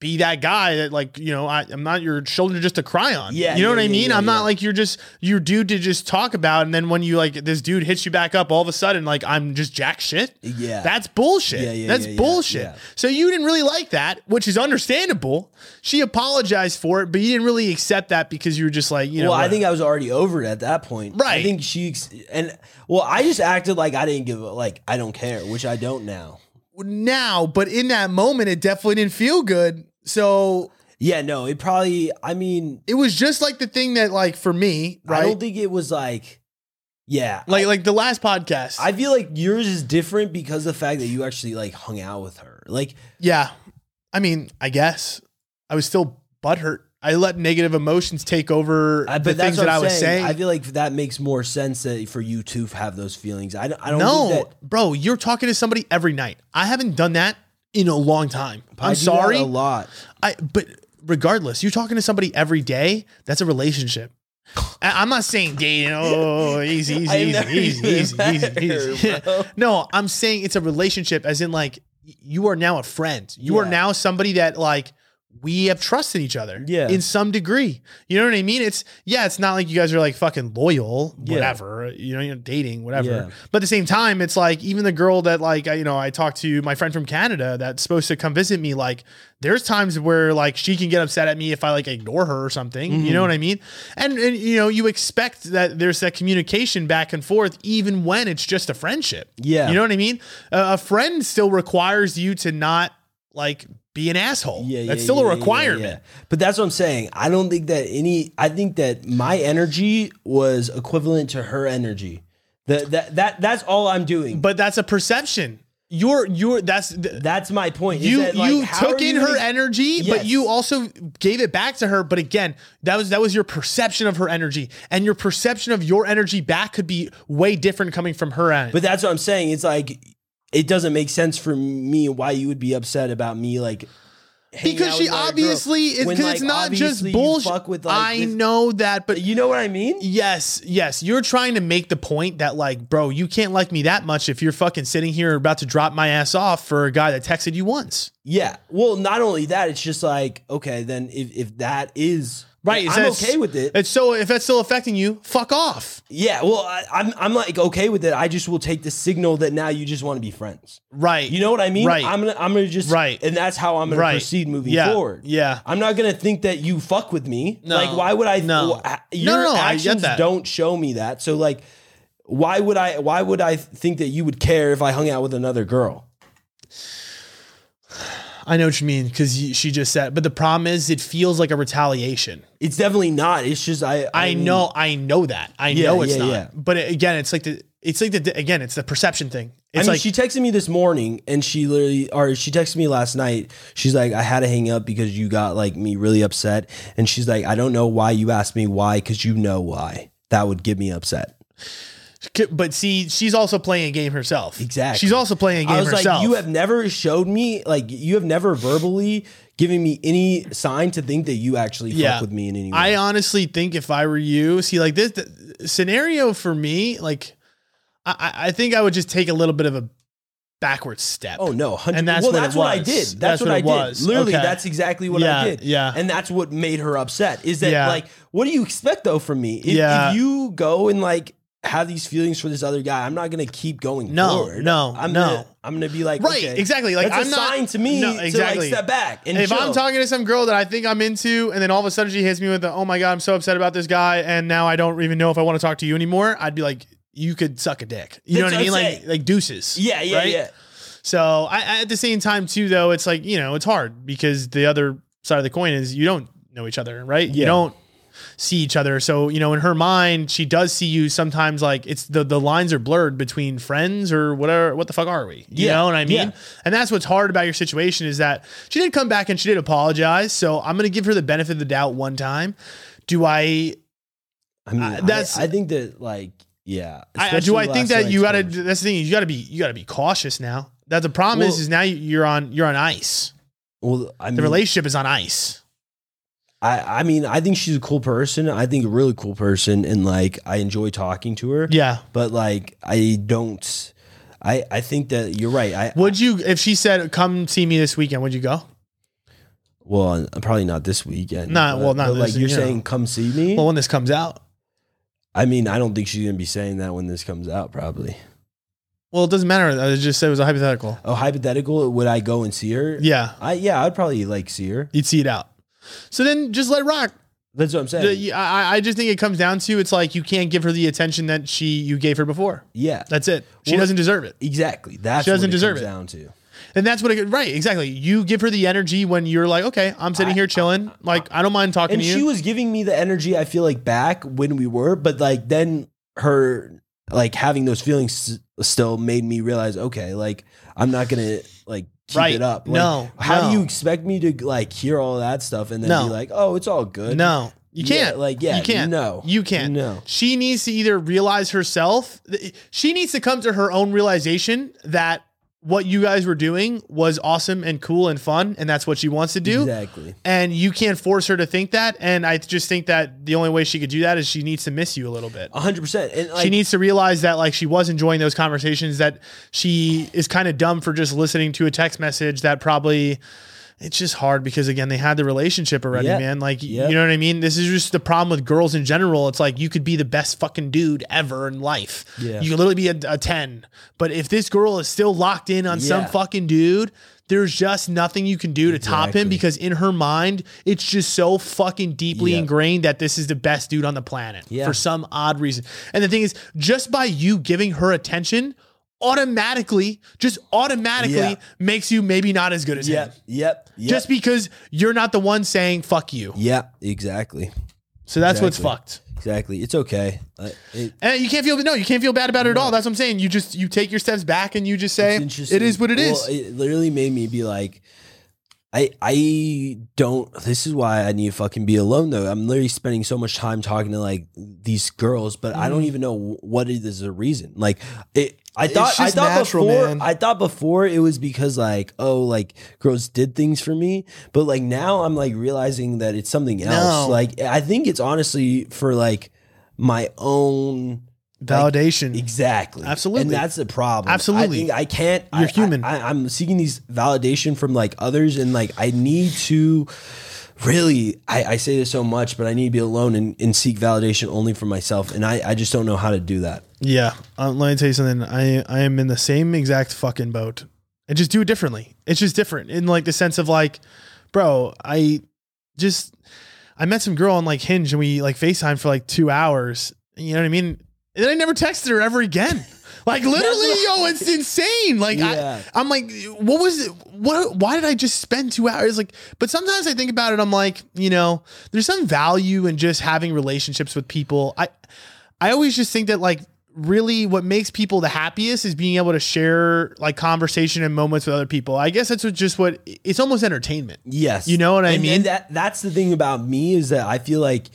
Speaker 1: be that guy that like you know I, I'm not your shoulder just to cry on.
Speaker 2: Yeah,
Speaker 1: you know
Speaker 2: yeah,
Speaker 1: what I
Speaker 2: yeah,
Speaker 1: mean.
Speaker 2: yeah,
Speaker 1: I'm
Speaker 2: yeah.
Speaker 1: not like you're just your dude to just talk about, and then when you like this dude hits you back up, all of a sudden like I'm just jack shit.
Speaker 2: Yeah.
Speaker 1: that's bullshit.
Speaker 2: Yeah, yeah,
Speaker 1: that's
Speaker 2: yeah, yeah,
Speaker 1: bullshit.
Speaker 2: yeah.
Speaker 1: So you didn't really like that, which is understandable. She apologized for it, but you didn't really accept that because you were just like, you know,
Speaker 2: well, I
Speaker 1: whatever.
Speaker 2: think I was already over it at that point. I
Speaker 1: Right.
Speaker 2: think she ex- and well, I just acted like I didn't give a, like I don't care, which I don't now.
Speaker 1: now, but in that moment, it definitely didn't feel good. So
Speaker 2: Yeah, no, it probably. I mean,
Speaker 1: it was just like the thing that, like, for me,
Speaker 2: I
Speaker 1: right?
Speaker 2: don't think it was like, yeah,
Speaker 1: like, like the last podcast.
Speaker 2: I feel like yours is different because of the fact that you actually like hung out with her. Like,
Speaker 1: yeah. I mean, I guess I was still butthurt. I let negative emotions take over
Speaker 2: I,
Speaker 1: the
Speaker 2: but
Speaker 1: things
Speaker 2: that's
Speaker 1: that
Speaker 2: what
Speaker 1: I
Speaker 2: I'm
Speaker 1: was
Speaker 2: saying.
Speaker 1: saying.
Speaker 2: I feel like that makes more sense that for you to have those feelings. I, don't- I don't
Speaker 1: no,
Speaker 2: think that,
Speaker 1: bro, you're talking to somebody every night. I haven't done that in a long time.
Speaker 2: I
Speaker 1: I'm
Speaker 2: do that
Speaker 1: sorry.
Speaker 2: a lot.
Speaker 1: I but regardless, you talking to somebody every day, that's a relationship. I- I'm not saying dating. Oh, easy, easy,
Speaker 2: I
Speaker 1: easy,
Speaker 2: never
Speaker 1: easy,
Speaker 2: even
Speaker 1: easy,
Speaker 2: met
Speaker 1: easy,
Speaker 2: her,
Speaker 1: easy.
Speaker 2: bro.
Speaker 1: no, I'm saying it's a relationship, as in like y- you are now a friend. You are
Speaker 2: Yeah.
Speaker 1: now somebody that like we have trusted each other,
Speaker 2: Yeah.
Speaker 1: in some degree. You know what I mean? It's yeah, it's not like you guys are like fucking loyal,
Speaker 2: Yeah.
Speaker 1: whatever. You know, you're dating, whatever.
Speaker 2: Yeah.
Speaker 1: But at the same time, it's like even the girl that like I, you know I talked to my friend from Canada that's supposed to come visit me. Like there's times where like she can get upset at me if I like ignore her or something. You
Speaker 2: Mm-hmm.
Speaker 1: know what I mean? And and you know you expect that there's that communication back and forth even when it's just a friendship.
Speaker 2: Yeah.
Speaker 1: you know what I mean? Uh, a friend still requires you to not like be an asshole.
Speaker 2: Yeah,
Speaker 1: that's
Speaker 2: yeah,
Speaker 1: still
Speaker 2: yeah,
Speaker 1: a
Speaker 2: yeah, yeah,
Speaker 1: requirement.
Speaker 2: yeah. But that's what I'm saying. I don't think that any. I think that my energy was equivalent to her energy. That that that that's all I'm doing.
Speaker 1: But that's a perception. You're you're that's. th-
Speaker 2: that's my point. is
Speaker 1: you
Speaker 2: that, like,
Speaker 1: you
Speaker 2: how
Speaker 1: took
Speaker 2: are
Speaker 1: in
Speaker 2: you
Speaker 1: her
Speaker 2: gonna-
Speaker 1: energy, but
Speaker 2: Yes.
Speaker 1: you also gave it back to her. But again, that was that was your perception of her energy, and your perception of your energy back could be way different coming from her end.
Speaker 2: But that's what I'm saying. It's like it doesn't make sense for me why you would be upset about me like. hanging
Speaker 1: because
Speaker 2: out
Speaker 1: she
Speaker 2: with another
Speaker 1: obviously,
Speaker 2: girl,
Speaker 1: because
Speaker 2: when,
Speaker 1: it's
Speaker 2: like,
Speaker 1: not just
Speaker 2: obviously you
Speaker 1: bullshit.
Speaker 2: fuck with, like,
Speaker 1: I
Speaker 2: this-
Speaker 1: know that, but
Speaker 2: You know what I mean?
Speaker 1: Yes, yes. You're trying to make the point that, like, bro, you can't like me that much if you're fucking sitting here about to drop my ass off for a guy that texted you once.
Speaker 2: Yeah. Well, not only that, it's just like okay, then if if that is
Speaker 1: Right.
Speaker 2: I'm
Speaker 1: it's-
Speaker 2: okay with it.
Speaker 1: It's so if that's still affecting you, fuck off.
Speaker 2: Yeah, well, I, I'm I'm like okay with it. I just will take the signal that now you just want to be friends.
Speaker 1: Right.
Speaker 2: You know what I mean?
Speaker 1: Right.
Speaker 2: I'm gonna I'm gonna just
Speaker 1: Right.
Speaker 2: and that's how I'm gonna
Speaker 1: Right.
Speaker 2: proceed moving
Speaker 1: Yeah.
Speaker 2: forward.
Speaker 1: Yeah.
Speaker 2: I'm not gonna think that you fuck with me.
Speaker 1: No.
Speaker 2: Like, why would I?
Speaker 1: No.
Speaker 2: well, I- your
Speaker 1: no, I get
Speaker 2: actions
Speaker 1: that.
Speaker 2: don't show me that. So like, why would I? Why would I think that you would care if I hung out with another girl?
Speaker 1: I know what you mean because she just said. But the problem is, it feels like a retaliation.
Speaker 2: It's definitely not. It's just I.
Speaker 1: I
Speaker 2: mean,
Speaker 1: know, I know that. I
Speaker 2: Yeah,
Speaker 1: know it's
Speaker 2: yeah,
Speaker 1: not.
Speaker 2: yeah.
Speaker 1: But it- again, it's like the, it's like the, again, it's the perception thing.
Speaker 2: I
Speaker 1: It's
Speaker 2: mean,
Speaker 1: like
Speaker 2: she texted me this morning, and she literally, or she texted me last night. She's like, "I had to hang up because you got like me really upset," and she's like, "I don't know why you asked me why, because you know why that would get me upset."
Speaker 1: but see, she's also playing a game herself.
Speaker 2: Exactly.
Speaker 1: She's also playing a game
Speaker 2: I was
Speaker 1: herself.
Speaker 2: like, "You have never showed me, like, you have never verbally given me any sign to think that you actually fuck with me in any way."
Speaker 1: I honestly think if I were you, see, like this th- scenario for me, like I, I I think I would just take a little bit of a backward step.
Speaker 2: Oh no, 100
Speaker 1: And that's
Speaker 2: well,
Speaker 1: what
Speaker 2: that's
Speaker 1: it
Speaker 2: what I
Speaker 1: was.
Speaker 2: did. That's,
Speaker 1: That's
Speaker 2: what,
Speaker 1: what
Speaker 2: I
Speaker 1: it
Speaker 2: did.
Speaker 1: was.
Speaker 2: Literally,
Speaker 1: Okay.
Speaker 2: that's exactly what
Speaker 1: Yeah,
Speaker 2: I did.
Speaker 1: yeah.
Speaker 2: and that's what made her upset. Is that
Speaker 1: Yeah.
Speaker 2: like, what do you expect though from me? If,
Speaker 1: Yeah.
Speaker 2: if you go and like have these feelings for this other guy, I'm not gonna keep going.
Speaker 1: No,
Speaker 2: forward.
Speaker 1: no,
Speaker 2: I'm
Speaker 1: no.
Speaker 2: Gonna, I'm gonna be like,
Speaker 1: Right,
Speaker 2: okay,
Speaker 1: exactly. Like,
Speaker 2: that's a
Speaker 1: I'm not-
Speaker 2: sign to me
Speaker 1: No,
Speaker 2: to
Speaker 1: exactly.
Speaker 2: like step back and
Speaker 1: if I'm
Speaker 2: chill.
Speaker 1: talking to some girl that I think I'm into, and then all of a sudden she hits me with the "Oh my god, I'm so upset about this guy," and now I don't even know if I want to talk to you anymore, I'd be like, "You could suck a dick." You
Speaker 2: That's
Speaker 1: know what I mean?
Speaker 2: what I'm
Speaker 1: Like,
Speaker 2: saying.
Speaker 1: like deuces.
Speaker 2: Yeah, yeah,
Speaker 1: right?
Speaker 2: yeah.
Speaker 1: So I, I, at the same time too, though, it's like you know, it's hard because the other side of the coin is you don't know each other, right? You
Speaker 2: Yeah.
Speaker 1: don't see each other. So you know, in her mind, she does see you sometimes. Like it's the the lines are blurred between friends or whatever. What the fuck are we? You
Speaker 2: Yeah.
Speaker 1: know what I mean?
Speaker 2: Yeah.
Speaker 1: And that's what's hard about your situation is that she did come back and she did apologize. So I'm gonna give her the benefit of the doubt one time. Do I
Speaker 2: I mean,
Speaker 1: Uh, that's-
Speaker 2: I, I think that like Yeah.
Speaker 1: I, do I
Speaker 2: especially
Speaker 1: think
Speaker 2: last
Speaker 1: that you
Speaker 2: night's
Speaker 1: gotta?
Speaker 2: coverage.
Speaker 1: That's the thing. You gotta be. You gotta be cautious now. That the problem is,
Speaker 2: Well-
Speaker 1: is now you- you're on. You're on ice.
Speaker 2: Well, I
Speaker 1: The
Speaker 2: mean,
Speaker 1: relationship is on ice.
Speaker 2: I, I mean, I think she's a cool person. I think a really cool person, and like I enjoy talking to her.
Speaker 1: Yeah.
Speaker 2: But like I don't. I I think that you're right. I
Speaker 1: Would you, if she said, "Come see me this weekend," would you go?
Speaker 2: well probably not this weekend.
Speaker 1: Not-
Speaker 2: but-
Speaker 1: well, not
Speaker 2: but,
Speaker 1: this-
Speaker 2: like you're
Speaker 1: you know.
Speaker 2: saying. Come see me.
Speaker 1: Well, when this comes out,
Speaker 2: I mean, I don't think she's gonna be saying that when this comes out. Probably.
Speaker 1: well, it doesn't matter. I just said it was a hypothetical.
Speaker 2: Oh, hypothetical. Would I go and see her?
Speaker 1: Yeah,
Speaker 2: I yeah, I'd probably like see her.
Speaker 1: you'd see it out. So then, just let it rock.
Speaker 2: That's what I'm saying.
Speaker 1: The- you- I, I- I just think it comes down to it's like you can't give her the attention that she you gave her before.
Speaker 2: yeah.
Speaker 1: That's it. She
Speaker 2: Well-
Speaker 1: doesn't deserve it.
Speaker 2: Exactly. That's
Speaker 1: She doesn't
Speaker 2: what it
Speaker 1: deserve
Speaker 2: comes
Speaker 1: it.
Speaker 2: down to.
Speaker 1: And that's what it right, exactly. You give her the energy when you're like, okay, I'm sitting here chilling. Like, I don't mind talking
Speaker 2: And
Speaker 1: to you.
Speaker 2: she was giving me the energy I feel like back when we were, but like then her like having those feelings s- still made me realize, okay, like I'm not gonna like keep
Speaker 1: Right.
Speaker 2: it up. Like,
Speaker 1: No,
Speaker 2: How
Speaker 1: no.
Speaker 2: do you expect me to like hear all that stuff and then
Speaker 1: No.
Speaker 2: be like, oh, it's all good?
Speaker 1: no, you
Speaker 2: Yeah,
Speaker 1: can't.
Speaker 2: like, yeah,
Speaker 1: you can't.
Speaker 2: no.
Speaker 1: you can't.
Speaker 2: No.
Speaker 1: She needs to either realize herself. She needs to come to her own realization that what you guys were doing was awesome and cool and fun, and that's what she wants to do.
Speaker 2: Exactly.
Speaker 1: And you can't force her to think that. And I just think that the only way she could do that is she needs to miss you a little bit.
Speaker 2: hundred percent. And like
Speaker 1: she needs to realize that like she was enjoying those conversations that she is kind of dumb for just listening to a text message that probably it's just hard because again they had the relationship already
Speaker 2: Yeah.
Speaker 1: man like y-
Speaker 2: Yeah.
Speaker 1: you know what i mean this is just the problem with girls in general it's like you could be the best fucking dude ever in life
Speaker 2: Yeah.
Speaker 1: you could literally be a, a 10 but if this girl is still locked in on some
Speaker 2: Yeah.
Speaker 1: fucking dude there's just nothing you can do to top him
Speaker 2: Exactly.
Speaker 1: because in her mind it's just so fucking deeply
Speaker 2: Yeah.
Speaker 1: ingrained that this is the best dude on the planet
Speaker 2: Yeah.
Speaker 1: for some odd reason. And the thing is, just by you giving her attention, automatically, just automatically
Speaker 2: Yeah.
Speaker 1: makes you maybe not as good as him.
Speaker 2: Yep. Yep. Yep.
Speaker 1: Just because you're not the one saying fuck you.
Speaker 2: Yep. Exactly.
Speaker 1: So that's what's
Speaker 2: Exactly.
Speaker 1: fucked.
Speaker 2: Exactly. It's okay. Uh, it,
Speaker 1: And you can't feel no, you can't feel bad about it at all. That's what I'm saying. You just you take your steps back and you just say
Speaker 2: it's interesting.
Speaker 1: it is what it is.
Speaker 2: Well, It literally made me be like, I I don't. This is why I need to fucking be alone though. I'm literally spending so much time talking to like these girls, but I
Speaker 1: Mm.
Speaker 2: don't even know what it is the reason. Like it. I
Speaker 5: It's
Speaker 2: thought I
Speaker 5: just
Speaker 2: thought
Speaker 5: natural,
Speaker 2: before
Speaker 5: man.
Speaker 2: I thought before it was because like oh like girls did things for me, but like now I'm like realizing that it's something else.
Speaker 1: No.
Speaker 2: Like I think it's honestly for like my own
Speaker 1: Validation.
Speaker 2: Exactly.
Speaker 1: Absolutely.
Speaker 2: And that's the problem.
Speaker 1: Absolutely.
Speaker 2: I, think I can't.
Speaker 1: You're
Speaker 2: I-
Speaker 1: human.
Speaker 2: I, I, am seeking these validation from like others, and like I need to really. I, I say this so much, but I need to be alone and, and seek validation only for myself, and I, I just don't know how to do that.
Speaker 1: Yeah, uh, let me tell you something. I I am in the same exact fucking boat, and just do it differently. It's just different in like the sense of like, bro, I just I met some girl on like Hinge and we like Facetime for like two hours. You know what I mean? And then I never texted her ever again. Like literally, yo, it's insane. Like
Speaker 2: Yeah.
Speaker 1: I, I'm like, what was it? What? Why did I just spend two hours? Like, but sometimes I think about it. I'm like, you know, there's some value in just having relationships with people. I, I always just think that like really what makes people the happiest is being able to share like conversation and moments with other people. I guess that's what just what it's almost entertainment.
Speaker 2: Yes.
Speaker 1: You know what I
Speaker 2: And-
Speaker 1: mean?
Speaker 2: And that that's the thing about me is that I feel like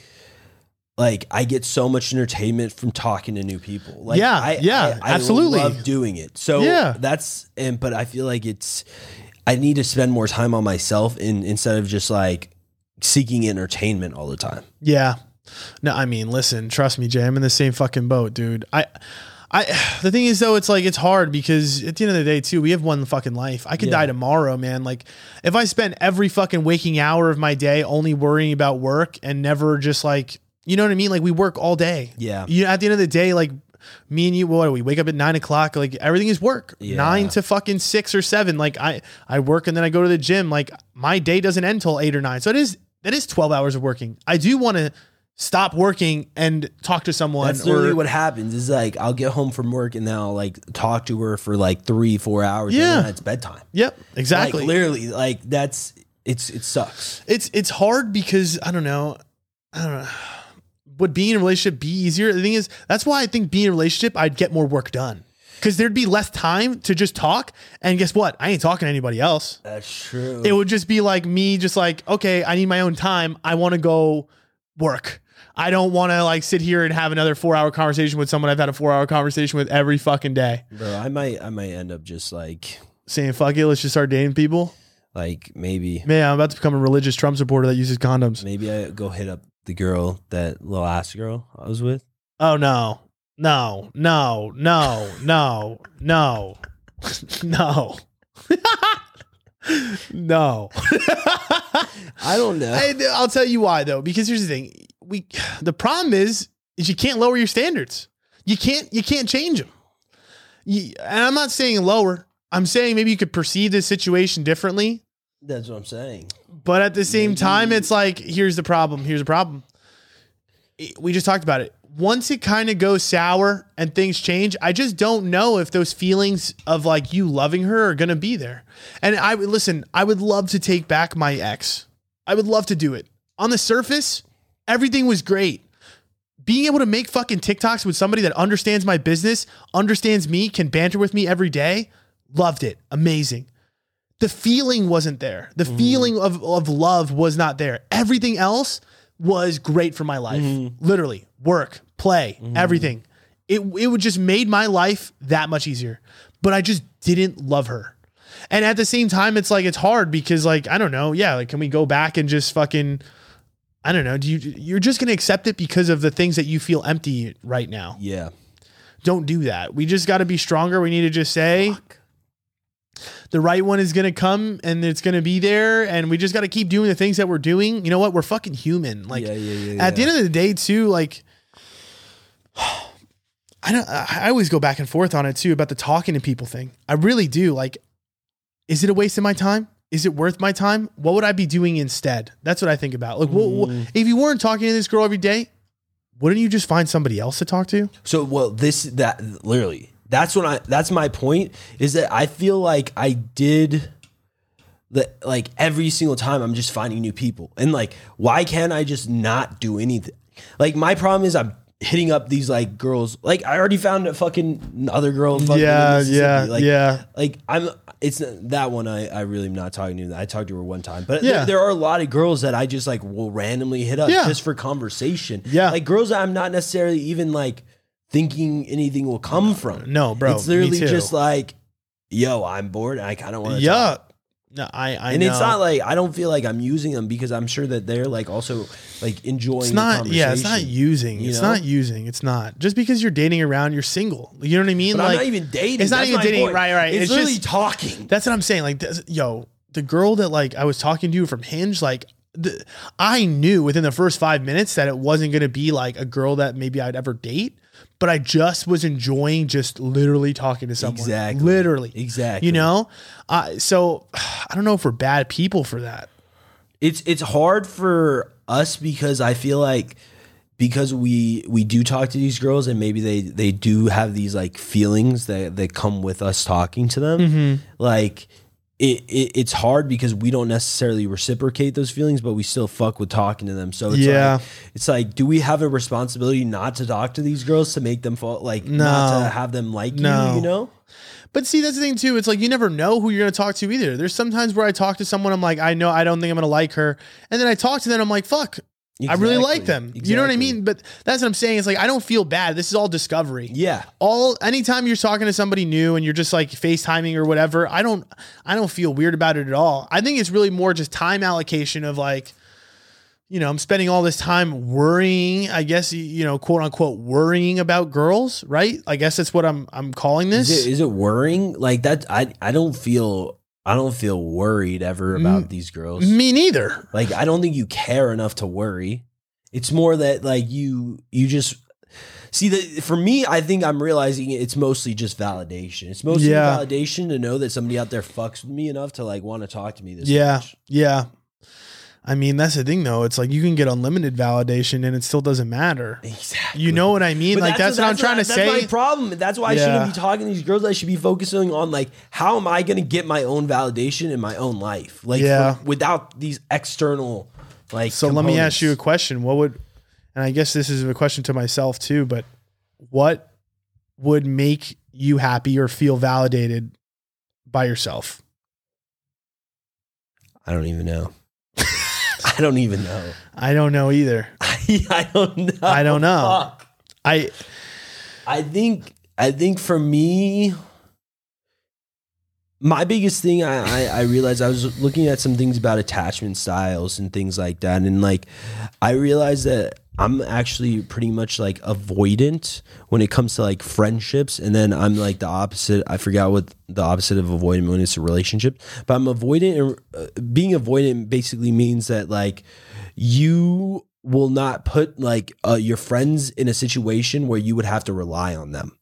Speaker 2: like I get so much entertainment from talking to new people. Like
Speaker 1: Yeah,
Speaker 2: I,
Speaker 1: yeah,
Speaker 2: I, I
Speaker 1: absolutely.
Speaker 2: love doing it. So
Speaker 1: Yeah.
Speaker 2: that's and but I feel like it's I need to spend more time on myself in, instead of just like seeking entertainment all the time.
Speaker 1: Yeah. No, I mean, listen, trust me, Jay, I'm in the same fucking boat, dude. I I the thing is though, it's like it's hard because at the end of the day, too, we have one fucking life. I could die tomorrow, man. Like if I spent every fucking waking hour of my day only worrying about work and never just like you know what I mean? Like we work all day.
Speaker 2: Yeah.
Speaker 1: You know, at the end of the day, like me and you, what do we wake up at nine o'clock? Like everything is work.
Speaker 2: Yeah.
Speaker 1: Nine to fucking six or seven. Like I, I work and then I go to the gym. Like my day doesn't end till eight or nine. So it is, that is 12 hours of working. I do want to stop working and talk to someone.
Speaker 2: That's literally
Speaker 1: or-
Speaker 2: what happens is like I'll get home from work and then I'll like talk to her for like three, four hours.
Speaker 1: Yeah.
Speaker 2: And then it's bedtime.
Speaker 1: Yep. Exactly.
Speaker 2: Like literally, like that's it's it sucks.
Speaker 1: it's it's hard because I don't know, I don't know. Would being in a relationship be easier? The thing is, that's why I think being in a relationship, I'd get more work done because there'd be less time to just talk. And guess what? I ain't talking to anybody else.
Speaker 2: That's true.
Speaker 1: It would just be like me, just like okay, I need my own time. I want to go work. I don't want to like sit here and have another four hour conversation with someone I've had a four hour conversation with every fucking day.
Speaker 2: Bro, I might I might end up just like
Speaker 1: Saying fuck it, let's just start dating people.
Speaker 2: like maybe
Speaker 1: Man, I'm about to become a religious Trump supporter that uses condoms.
Speaker 2: maybe I go hit up the girl that little ass girl I was with.
Speaker 1: Oh no, no, no, no, no, no, no, no.
Speaker 2: I don't know.
Speaker 1: I, I'll tell you why though, because here's the thing: we the problem is is you can't lower your standards. You can't you can't change them. You, and I'm not saying lower. I'm saying maybe you could perceive this situation differently,
Speaker 2: That's what I'm saying.
Speaker 1: but at the same time, it's like here's the problem. Here's the problem. It- We just talked about it. Once it kind of goes sour and things change, I just don't know if those feelings of like you loving her are gonna be there. And I would listen. I would love to take back my ex. I would love to do it. On the surface, everything was great. Being able to make fucking TikToks with somebody that understands my business, understands me, can banter with me every day, loved it. Amazing the feeling wasn't there. The feeling of, of love was not there. Everything else was great for my life. Literally, work, play, everything. It it would just made my life that much easier. But I just didn't love her. And at the same time, it's like it's hard because like I don't know, yeah, like can we go back and just fucking I don't know, do you you're just gonna accept it because of the things that you feel empty right now
Speaker 2: Yeah.
Speaker 1: don't do that. We just got to be stronger. We need to just say the right one is going to come and it's going to be there. And we just got to keep doing the things that we're doing. You know what? We're fucking human. Like
Speaker 2: Yeah, yeah, yeah,
Speaker 1: at the
Speaker 2: yeah.
Speaker 1: end of the day too, like I don't, I always go back and forth on it too about the talking to people thing. I really do. Like, is it a waste of my time? Is it worth my time? What would I be doing instead? That's what I think about. Like, what, what-
Speaker 2: Mm.
Speaker 1: if you weren't talking to this girl every day, wouldn't you just find somebody else to talk to?
Speaker 2: So well, this that literally that's what I that's my point is that I feel like I did that like every single time I'm just finding new people and like why can't I just not do anything? Like my problem is I'm hitting up these like girls like I already found a fucking other girl. Fucking in
Speaker 1: Yeah,
Speaker 2: Mississippi.
Speaker 1: yeah,
Speaker 2: like,
Speaker 1: yeah.
Speaker 2: Like I'm it's that one I I really am not talking to. I talked to her one time, but
Speaker 1: Yeah.
Speaker 2: there, there are a lot of girls that I just like will randomly hit up
Speaker 1: Yeah.
Speaker 2: just for conversation.
Speaker 1: Yeah.
Speaker 2: like girls that I'm not necessarily even like thinking anything will come from.
Speaker 1: No, bro,
Speaker 2: It's literally
Speaker 1: me too.
Speaker 2: just like, yo, I'm bored. And I kind of want to.
Speaker 1: Yeah. No, I, I
Speaker 2: And
Speaker 1: know.
Speaker 2: it's not like I don't feel like I'm using them because I'm sure that they're like also like enjoying.
Speaker 1: it's
Speaker 2: the
Speaker 1: not yeah, it's not
Speaker 2: conversation.
Speaker 1: using.
Speaker 2: you
Speaker 1: It's
Speaker 2: know?
Speaker 1: not using. It's not. Just because you're dating around, you're single. You know what I mean?
Speaker 2: But
Speaker 1: like
Speaker 2: I'm not even dating.
Speaker 1: It's not
Speaker 2: That's
Speaker 1: even
Speaker 2: my
Speaker 1: dating.
Speaker 2: point.
Speaker 1: Right, right.
Speaker 2: It's,
Speaker 1: It's
Speaker 2: literally
Speaker 1: just-
Speaker 2: talking.
Speaker 1: that's what I'm saying. Like this- yo, the girl that like I was talking to from Hinge, like the, I knew within the first five minutes that it wasn't gonna be like a girl that maybe I'd ever date. But I just was enjoying just literally talking to someone.
Speaker 2: Exactly.
Speaker 1: Literally.
Speaker 2: Exactly.
Speaker 1: You know? Uh, so I don't know if we're bad people for that.
Speaker 2: it's it's hard for us because I feel like because we we do talk to these girls and maybe they they do have these like feelings that that come with us talking to them
Speaker 1: Mm-hmm.
Speaker 2: like it, it it's hard because we don't necessarily reciprocate those feelings but we still fuck with talking to them so it's
Speaker 1: Yeah.
Speaker 2: like it's like do we have a responsibility not to talk to these girls to make them fall like not
Speaker 1: No.
Speaker 2: to have them like
Speaker 1: No.
Speaker 2: you you know
Speaker 1: But see, that's the thing too. It's like you never know who you're gonna talk to either. There's sometimes where I talk to someone, I'm like, I know I don't think I'm gonna like her, and then I talk to them, I'm like, fuck, I really like them.
Speaker 2: Exactly.
Speaker 1: You know what I
Speaker 2: Exactly.
Speaker 1: mean? But that's what I'm saying. It's like I don't feel bad. This is all discovery.
Speaker 2: yeah
Speaker 1: All anytime you're talking to somebody new and you're just like FaceTiming or whatever, I don't I don't feel weird about it at all. I think it's really more just time allocation of like, you know, I'm spending all this time worrying, I guess you- you know, quote unquote worrying about girls, right? I guess that's what I'm I'm calling this.
Speaker 2: Is it, is it worrying? Like that? I I don't feel I don't feel worried ever
Speaker 1: Mm-hmm.
Speaker 2: about these girls.
Speaker 1: Me neither.
Speaker 2: Like I don't think you care enough to worry. It's more that like you you just see that for me. I think I'm realizing it's mostly just validation. It's mostly
Speaker 1: Yeah.
Speaker 2: validation to know that somebody out there fucks with me enough to like want to talk to me. This
Speaker 1: Yeah.
Speaker 2: much.
Speaker 1: Yeah. I mean, that's the thing though. It's like you can get unlimited validation and it still doesn't matter.
Speaker 2: Exactly.
Speaker 1: You know what I mean?
Speaker 2: But
Speaker 1: like that's, what, I'm trying
Speaker 2: that's
Speaker 1: to
Speaker 2: my
Speaker 1: say.
Speaker 2: problem. That's why I
Speaker 1: Yeah.
Speaker 2: shouldn't be talking to these girls. I should be focusing on like how am I going to get my own validation in my own life, like
Speaker 1: Yeah.
Speaker 2: for- without these external like.
Speaker 1: so let me ask you a
Speaker 2: components.
Speaker 1: question. What would and I guess this is a question to myself too, but what would make you happy or feel validated by yourself?
Speaker 2: I don't even know. I don't even know.
Speaker 1: I don't know either.
Speaker 2: I I don't know.
Speaker 1: I don't know.
Speaker 2: Fuck.
Speaker 1: I
Speaker 2: I think I think for me, my biggest thing I, I I realized I was looking at some things about attachment styles and things like that, and like I realized that I'm actually pretty much like avoidant when it comes to like friendships, and then I'm like the opposite. I forgot what the opposite of avoidant when it's a relationship, but I'm avoidant. And uh, being avoidant basically means that like you will not put like uh, your friends in a situation where you would have to rely on them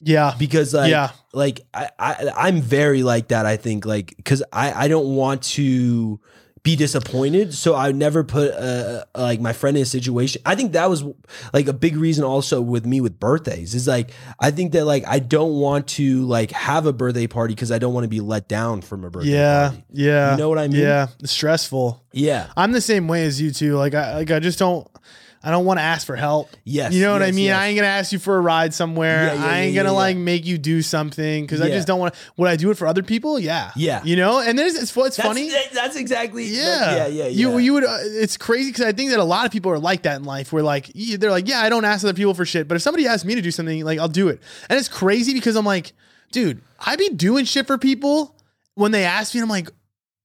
Speaker 1: yeah.
Speaker 2: because like
Speaker 1: Yeah.
Speaker 2: like I, I I'm very like that I think like because I I don't want to be disappointed so I never put uh like my friend in a situation I think that was like a big reason also with me with birthdays is like I think that like I don't want to like have a birthday party because I don't want to be let down from a birthday
Speaker 1: Yeah.
Speaker 2: party.
Speaker 1: Yeah.
Speaker 2: You know what I mean?
Speaker 1: Yeah. It's stressful.
Speaker 2: yeah
Speaker 1: I'm the same way as you too. Like I like I just don't I don't want to ask for help.
Speaker 2: Yes,
Speaker 1: You know what I
Speaker 2: yes,
Speaker 1: mean?
Speaker 2: yes.
Speaker 1: I ain't gonna ask you for a ride somewhere.
Speaker 2: Yeah,
Speaker 1: I
Speaker 2: yeah, yeah,
Speaker 1: ain't gonna
Speaker 2: yeah, yeah.
Speaker 1: like make you do something because I
Speaker 2: Yeah.
Speaker 1: just don't want to would I do it for other people? Yeah.
Speaker 2: Yeah.
Speaker 1: You know? And there's it's it's
Speaker 2: That's-
Speaker 1: funny.
Speaker 2: that's exactly
Speaker 1: Yeah.
Speaker 2: yeah yeah yeah
Speaker 1: You you would. Uh, it's crazy because I think that a lot of people are like that in life. Where like y- they're like, yeah, I don't ask other people for shit, but if somebody asks me to do something, like I'll do it. And it's crazy because I'm like, dude, I be doing shit for people when they ask me. And I'm like.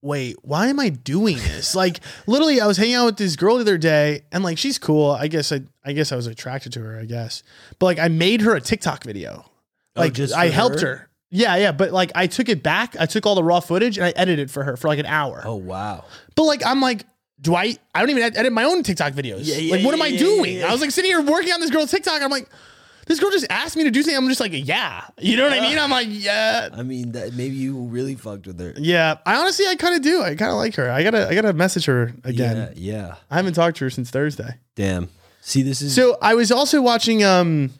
Speaker 1: Wait, why am I doing this? Like, literally, I was hanging out with this girl the other day, and like, she's cool. I guess I, I guess I was attracted to her. I guess, but like, I made her a TikTok video.
Speaker 2: Oh,
Speaker 1: Like,
Speaker 2: just
Speaker 1: I
Speaker 2: for
Speaker 1: helped
Speaker 2: her?
Speaker 1: her. Yeah, yeah, but like, I took it back. I took all the raw footage and I edited for her for like an hour.
Speaker 2: oh wow
Speaker 1: But like, I'm like, do I? I don't even ed- edit my own TikTok videos.
Speaker 2: Yeah, yeah,
Speaker 1: like, what
Speaker 2: yeah,
Speaker 1: am I
Speaker 2: yeah,
Speaker 1: doing?
Speaker 2: yeah, yeah.
Speaker 1: I was like sitting here working on this girl's TikTok. I'm like, this girl just asked me to do something. I'm just like, yeah. You know what I mean? I'm like, yeah,
Speaker 2: I mean that maybe you really fucked with her
Speaker 1: yeah. I honestly, I kind of do. I kind of like her. I gotta, I gotta message her again.
Speaker 2: yeah yeah
Speaker 1: I haven't talked to her since Thursday.
Speaker 2: damn see this is
Speaker 1: So I was also watching, um,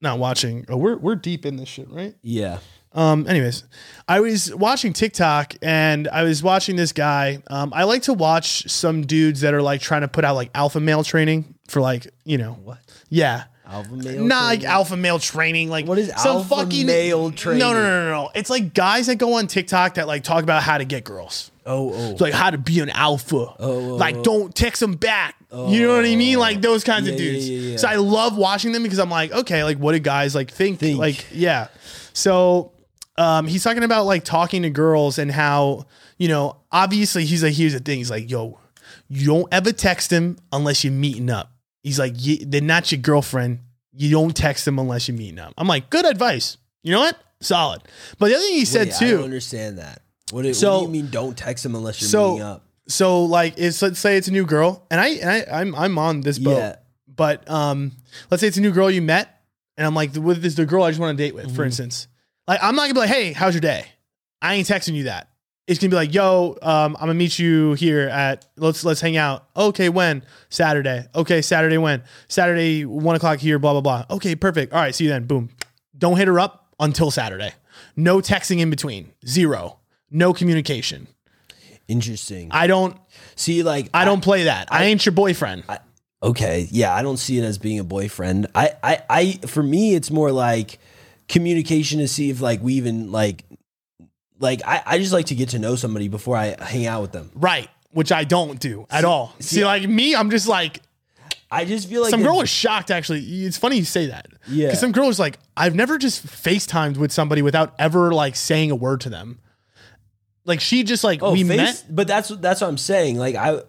Speaker 1: not watching. Oh, we're we're deep in this shit, right?
Speaker 2: yeah
Speaker 1: Um, anyways, I was watching TikTok and I was watching this guy. Um, I like to watch some dudes that are like trying to put out like alpha male training for like, you know,
Speaker 2: What?
Speaker 1: Yeah.
Speaker 2: Alpha male?
Speaker 1: Not like
Speaker 2: thing?
Speaker 1: alpha male training, like
Speaker 2: What is alpha male training?
Speaker 1: No, no, no, no, no. It's like guys that go on TikTok that like talk about how to get girls,
Speaker 2: Oh, oh.
Speaker 1: It's like how to be an alpha, like don't text them back. you know what I mean? Like those kinds of
Speaker 2: Yeah, yeah,
Speaker 1: dudes.
Speaker 2: yeah, yeah.
Speaker 1: So I love watching them because I'm like, okay, like what do guys like think?
Speaker 2: Think.
Speaker 1: Like yeah. So um, he's talking about like talking to girls and how you know obviously he's like here's the thing. He's like, yo, you don't ever text them unless you're meeting up. He's like, "Ye- they're not your girlfriend. You don't text them unless you're meeting up. I'm like, good advice. You know what? Solid. But the other thing he said
Speaker 2: Wait, I
Speaker 1: too.
Speaker 2: don't understand that. What, do- what
Speaker 1: So-
Speaker 2: do you mean? Don't text him unless you're
Speaker 1: So-
Speaker 2: meeting up.
Speaker 1: so like it's let's say it's a new girl and I, and I I'm I'm on this boat.
Speaker 2: Yeah.
Speaker 1: But um let's say it's a new girl you met and I'm like with this the girl I just want to date with for instance. Like I'm not going to be like, "Hey, how's your day?" I ain't texting you that. It's going to be like, "Yo, um I'm going to meet you here at let's let's hang out." Okay, when? Saturday. Okay, Saturday when? Saturday 1 o'clock here, blah blah blah. Okay, perfect. All right, see you then. Boom. Don't hit her up until Saturday. No texting in between. Zero. No communication.
Speaker 2: Interesting.
Speaker 1: I don't
Speaker 2: see, like
Speaker 1: I don't play that. I, ain't your boyfriend.
Speaker 2: okay yeah i don't see it as being a boyfriend i i, I for me it's more like communication to see if like we even like like I, I just like to get to know somebody before i hang out with them
Speaker 1: right. Which I don't do at all. See,
Speaker 2: see-
Speaker 1: like me, I'm just like,
Speaker 2: i just feel like
Speaker 1: some
Speaker 2: it-
Speaker 1: girl was shocked actually. It's funny you say that.
Speaker 2: Yeah.
Speaker 1: Because some girl was like, I've never just FaceTimed with somebody without ever like saying a word to them. Like she just like,
Speaker 2: oh,
Speaker 1: we
Speaker 2: face,
Speaker 1: met.
Speaker 2: but that's that's what i'm saying like i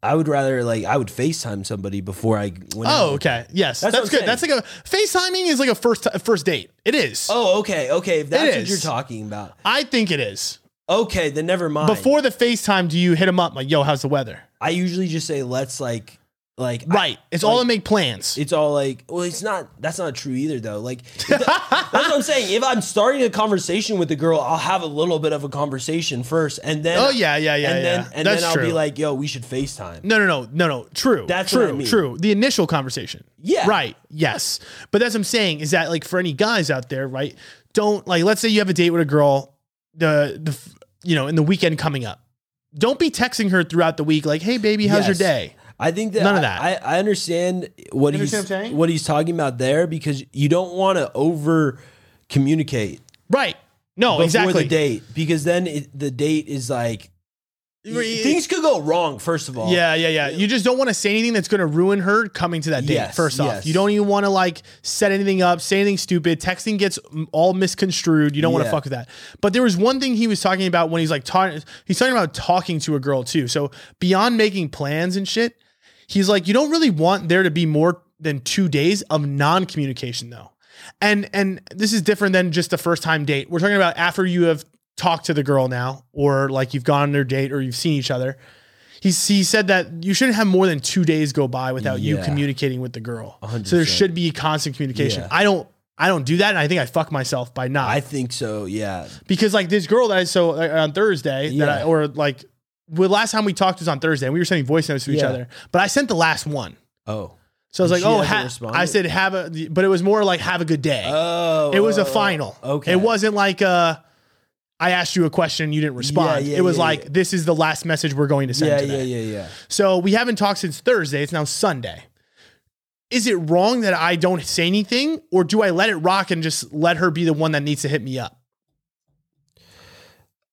Speaker 2: i would rather like i would facetime somebody before i went out
Speaker 1: Oh,
Speaker 2: with
Speaker 1: okay. Yes. That's,
Speaker 2: That's what
Speaker 1: good.
Speaker 2: I'm
Speaker 1: That's like a FaceTiming is like a first ti- first date. It is.
Speaker 2: Oh, okay, okay. If that's what
Speaker 1: is.
Speaker 2: you're talking about,
Speaker 1: I think it is.
Speaker 2: okay, then never mind.
Speaker 1: Before the FaceTime, do you hit them up like, yo, how's the weather?
Speaker 2: I usually just say let's like, like I-
Speaker 1: Right. It's all to make plans.
Speaker 2: it's all like, well, it's not. That's not true either, though. Like, if that- that's what I'm saying. If I'm starting a conversation with a girl, I'll have a little bit of a conversation first, and then
Speaker 1: Oh, yeah, yeah, yeah, yeah.
Speaker 2: and then and
Speaker 1: That's
Speaker 2: then I'll
Speaker 1: true.
Speaker 2: be like, yo, we should Facetime.
Speaker 1: No, no, no, no, no. True.
Speaker 2: That's
Speaker 1: true.
Speaker 2: what I mean.
Speaker 1: True. The initial conversation.
Speaker 2: Yeah.
Speaker 1: Right. Yes. But that's what I'm saying is that like for any guys out there, right? Don't like. Let's say you have a date with a girl. The the f- you know in the weekend coming up. Don't be texting her throughout the week like, "Hey, baby, how's your
Speaker 2: Yes.
Speaker 1: day?"
Speaker 2: I think that
Speaker 1: None of
Speaker 2: I-
Speaker 1: that.
Speaker 2: I, I understand what
Speaker 1: You understand
Speaker 2: he's
Speaker 1: what I'm saying?
Speaker 2: what he's talking about there because you don't want to over communicate
Speaker 1: Right. No,
Speaker 2: before
Speaker 1: Oh, exactly.
Speaker 2: the date because then it, the date is like
Speaker 1: Re-
Speaker 2: things could go wrong. First of all,
Speaker 1: Yeah, yeah, yeah. You just don't want to say anything that's going to ruin her coming to that date.
Speaker 2: Yes,
Speaker 1: first off,
Speaker 2: yes.
Speaker 1: you don't even want to like set anything up, say anything stupid. Texting gets m- all misconstrued. You don't want to
Speaker 2: Yeah.
Speaker 1: fuck with that. But there was one thing he was talking about when he's like talking. He's talking about talking to a girl too. So beyond making plans and shit, he's like, you don't really want there to be more than two days of non-communication though. And and this is different than just a first time date. We're talking about after you have talked to the girl now, or like you've gone on their date, or you've seen each other. He's, he said that you shouldn't have more than two days go by without you
Speaker 2: Yeah.
Speaker 1: communicating with the girl.
Speaker 2: hundred
Speaker 1: So there
Speaker 2: percent.
Speaker 1: should be constant communication.
Speaker 2: Yeah.
Speaker 1: I don't I don't do that, and I think I fuck myself by not
Speaker 2: I think so. Yeah,
Speaker 1: because like this girl that I so uh, on Thursday that I,
Speaker 2: Yeah.
Speaker 1: or like well, last time we talked was on Thursday, and we were sending voice notes to each
Speaker 2: Yeah.
Speaker 1: other, but I sent the last one.
Speaker 2: Oh.
Speaker 1: So I was like,
Speaker 2: And she
Speaker 1: oh,
Speaker 2: hasn't
Speaker 1: ha-,
Speaker 2: responded?
Speaker 1: I said have a, but it was more like have a good day.
Speaker 2: Oh.
Speaker 1: it was a
Speaker 2: oh,
Speaker 1: final.
Speaker 2: Okay.
Speaker 1: It wasn't like uh I asked you a question and you didn't respond.
Speaker 2: yeah,
Speaker 1: it was
Speaker 2: yeah,
Speaker 1: like
Speaker 2: yeah.
Speaker 1: this is the last message we're going to send
Speaker 2: Oh. Yeah,
Speaker 1: today.
Speaker 2: yeah, yeah, yeah.
Speaker 1: So we haven't talked since Thursday. It's now Sunday. Is it wrong that I don't say anything, or do I let it rock and just let her be the one that needs to hit me up?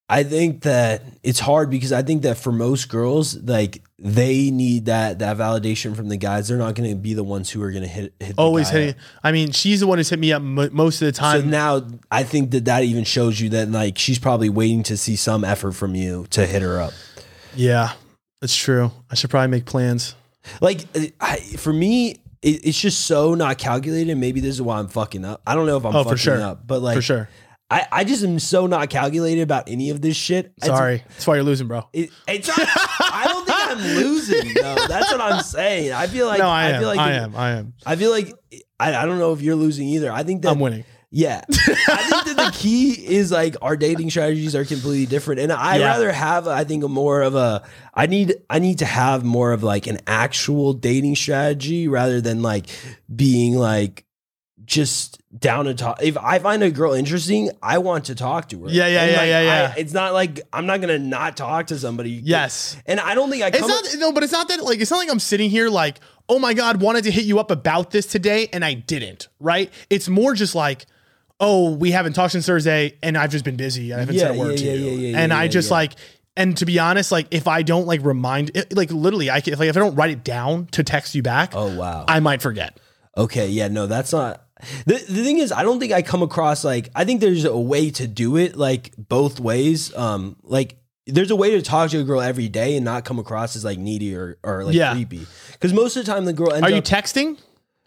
Speaker 2: I think that it's hard because I think that for most girls, like they need that that validation from the guys. They're not going to be the ones who are going to hit hit. the
Speaker 1: Always
Speaker 2: guy
Speaker 1: hitting.
Speaker 2: up.
Speaker 1: I mean, she's the one who's hit me up mo most of the
Speaker 2: So
Speaker 1: time.
Speaker 2: now I think that that even shows you that like she's probably waiting to see some effort from you to hit her up.
Speaker 1: yeah, that's true. I should probably make plans.
Speaker 2: Like uh, I, for me, it, it's just so not calculated. Maybe this is why I'm fucking up. I don't know if I'm
Speaker 1: Oh, for
Speaker 2: fucking
Speaker 1: sure.
Speaker 2: up, but like
Speaker 1: For sure.
Speaker 2: I, I just am so not calculated about any of this shit. It's-
Speaker 1: Sorry, that's why you're losing, bro.
Speaker 2: It, it's not, I don't think I'm losing though. That's what I'm saying. I feel like
Speaker 1: no, I, am.
Speaker 2: feel like
Speaker 1: I
Speaker 2: it-
Speaker 1: am. I am.
Speaker 2: I feel like I, I don't know if you're losing either. I think that
Speaker 1: I'm winning.
Speaker 2: Yeah, I think that the key is like our dating strategies are completely different, and I
Speaker 1: Yeah.
Speaker 2: rather have I think a more of a I need I need to have more of like an actual dating strategy rather than like being like just down to talk. If I find a girl interesting, I want to talk to her.
Speaker 1: Yeah, yeah,
Speaker 2: And,
Speaker 1: yeah,
Speaker 2: like,
Speaker 1: yeah,
Speaker 2: I-
Speaker 1: yeah.
Speaker 2: it's not like I'm not gonna not talk to somebody.
Speaker 1: Yes.
Speaker 2: and I don't think I.
Speaker 1: It's
Speaker 2: Come
Speaker 1: not no, but it's not that like it's not like I'm sitting here like, oh my god, wanted to hit you up about this today and I didn't, right? It's more just like, oh, we haven't talked since Thursday and I've just been busy and I haven't
Speaker 2: Yeah,
Speaker 1: said a word
Speaker 2: yeah,
Speaker 1: to
Speaker 2: yeah,
Speaker 1: you,
Speaker 2: yeah, yeah,
Speaker 1: and
Speaker 2: yeah,
Speaker 1: I
Speaker 2: yeah,
Speaker 1: just
Speaker 2: yeah.
Speaker 1: like, and to be honest, like if I don't like remind, it, like literally, I can, like if I don't write it down to text you back,
Speaker 2: oh wow.
Speaker 1: I might forget.
Speaker 2: Okay, yeah, no, that's not. The, the thing is, I don't think I come across like I think there's a way to do it like both ways. Um, like there's a way to talk to a girl every day and not come across as like needy or or like
Speaker 1: Yeah.
Speaker 2: creepy. Because most of the time the girl ends
Speaker 1: Are you
Speaker 2: up-
Speaker 1: texting?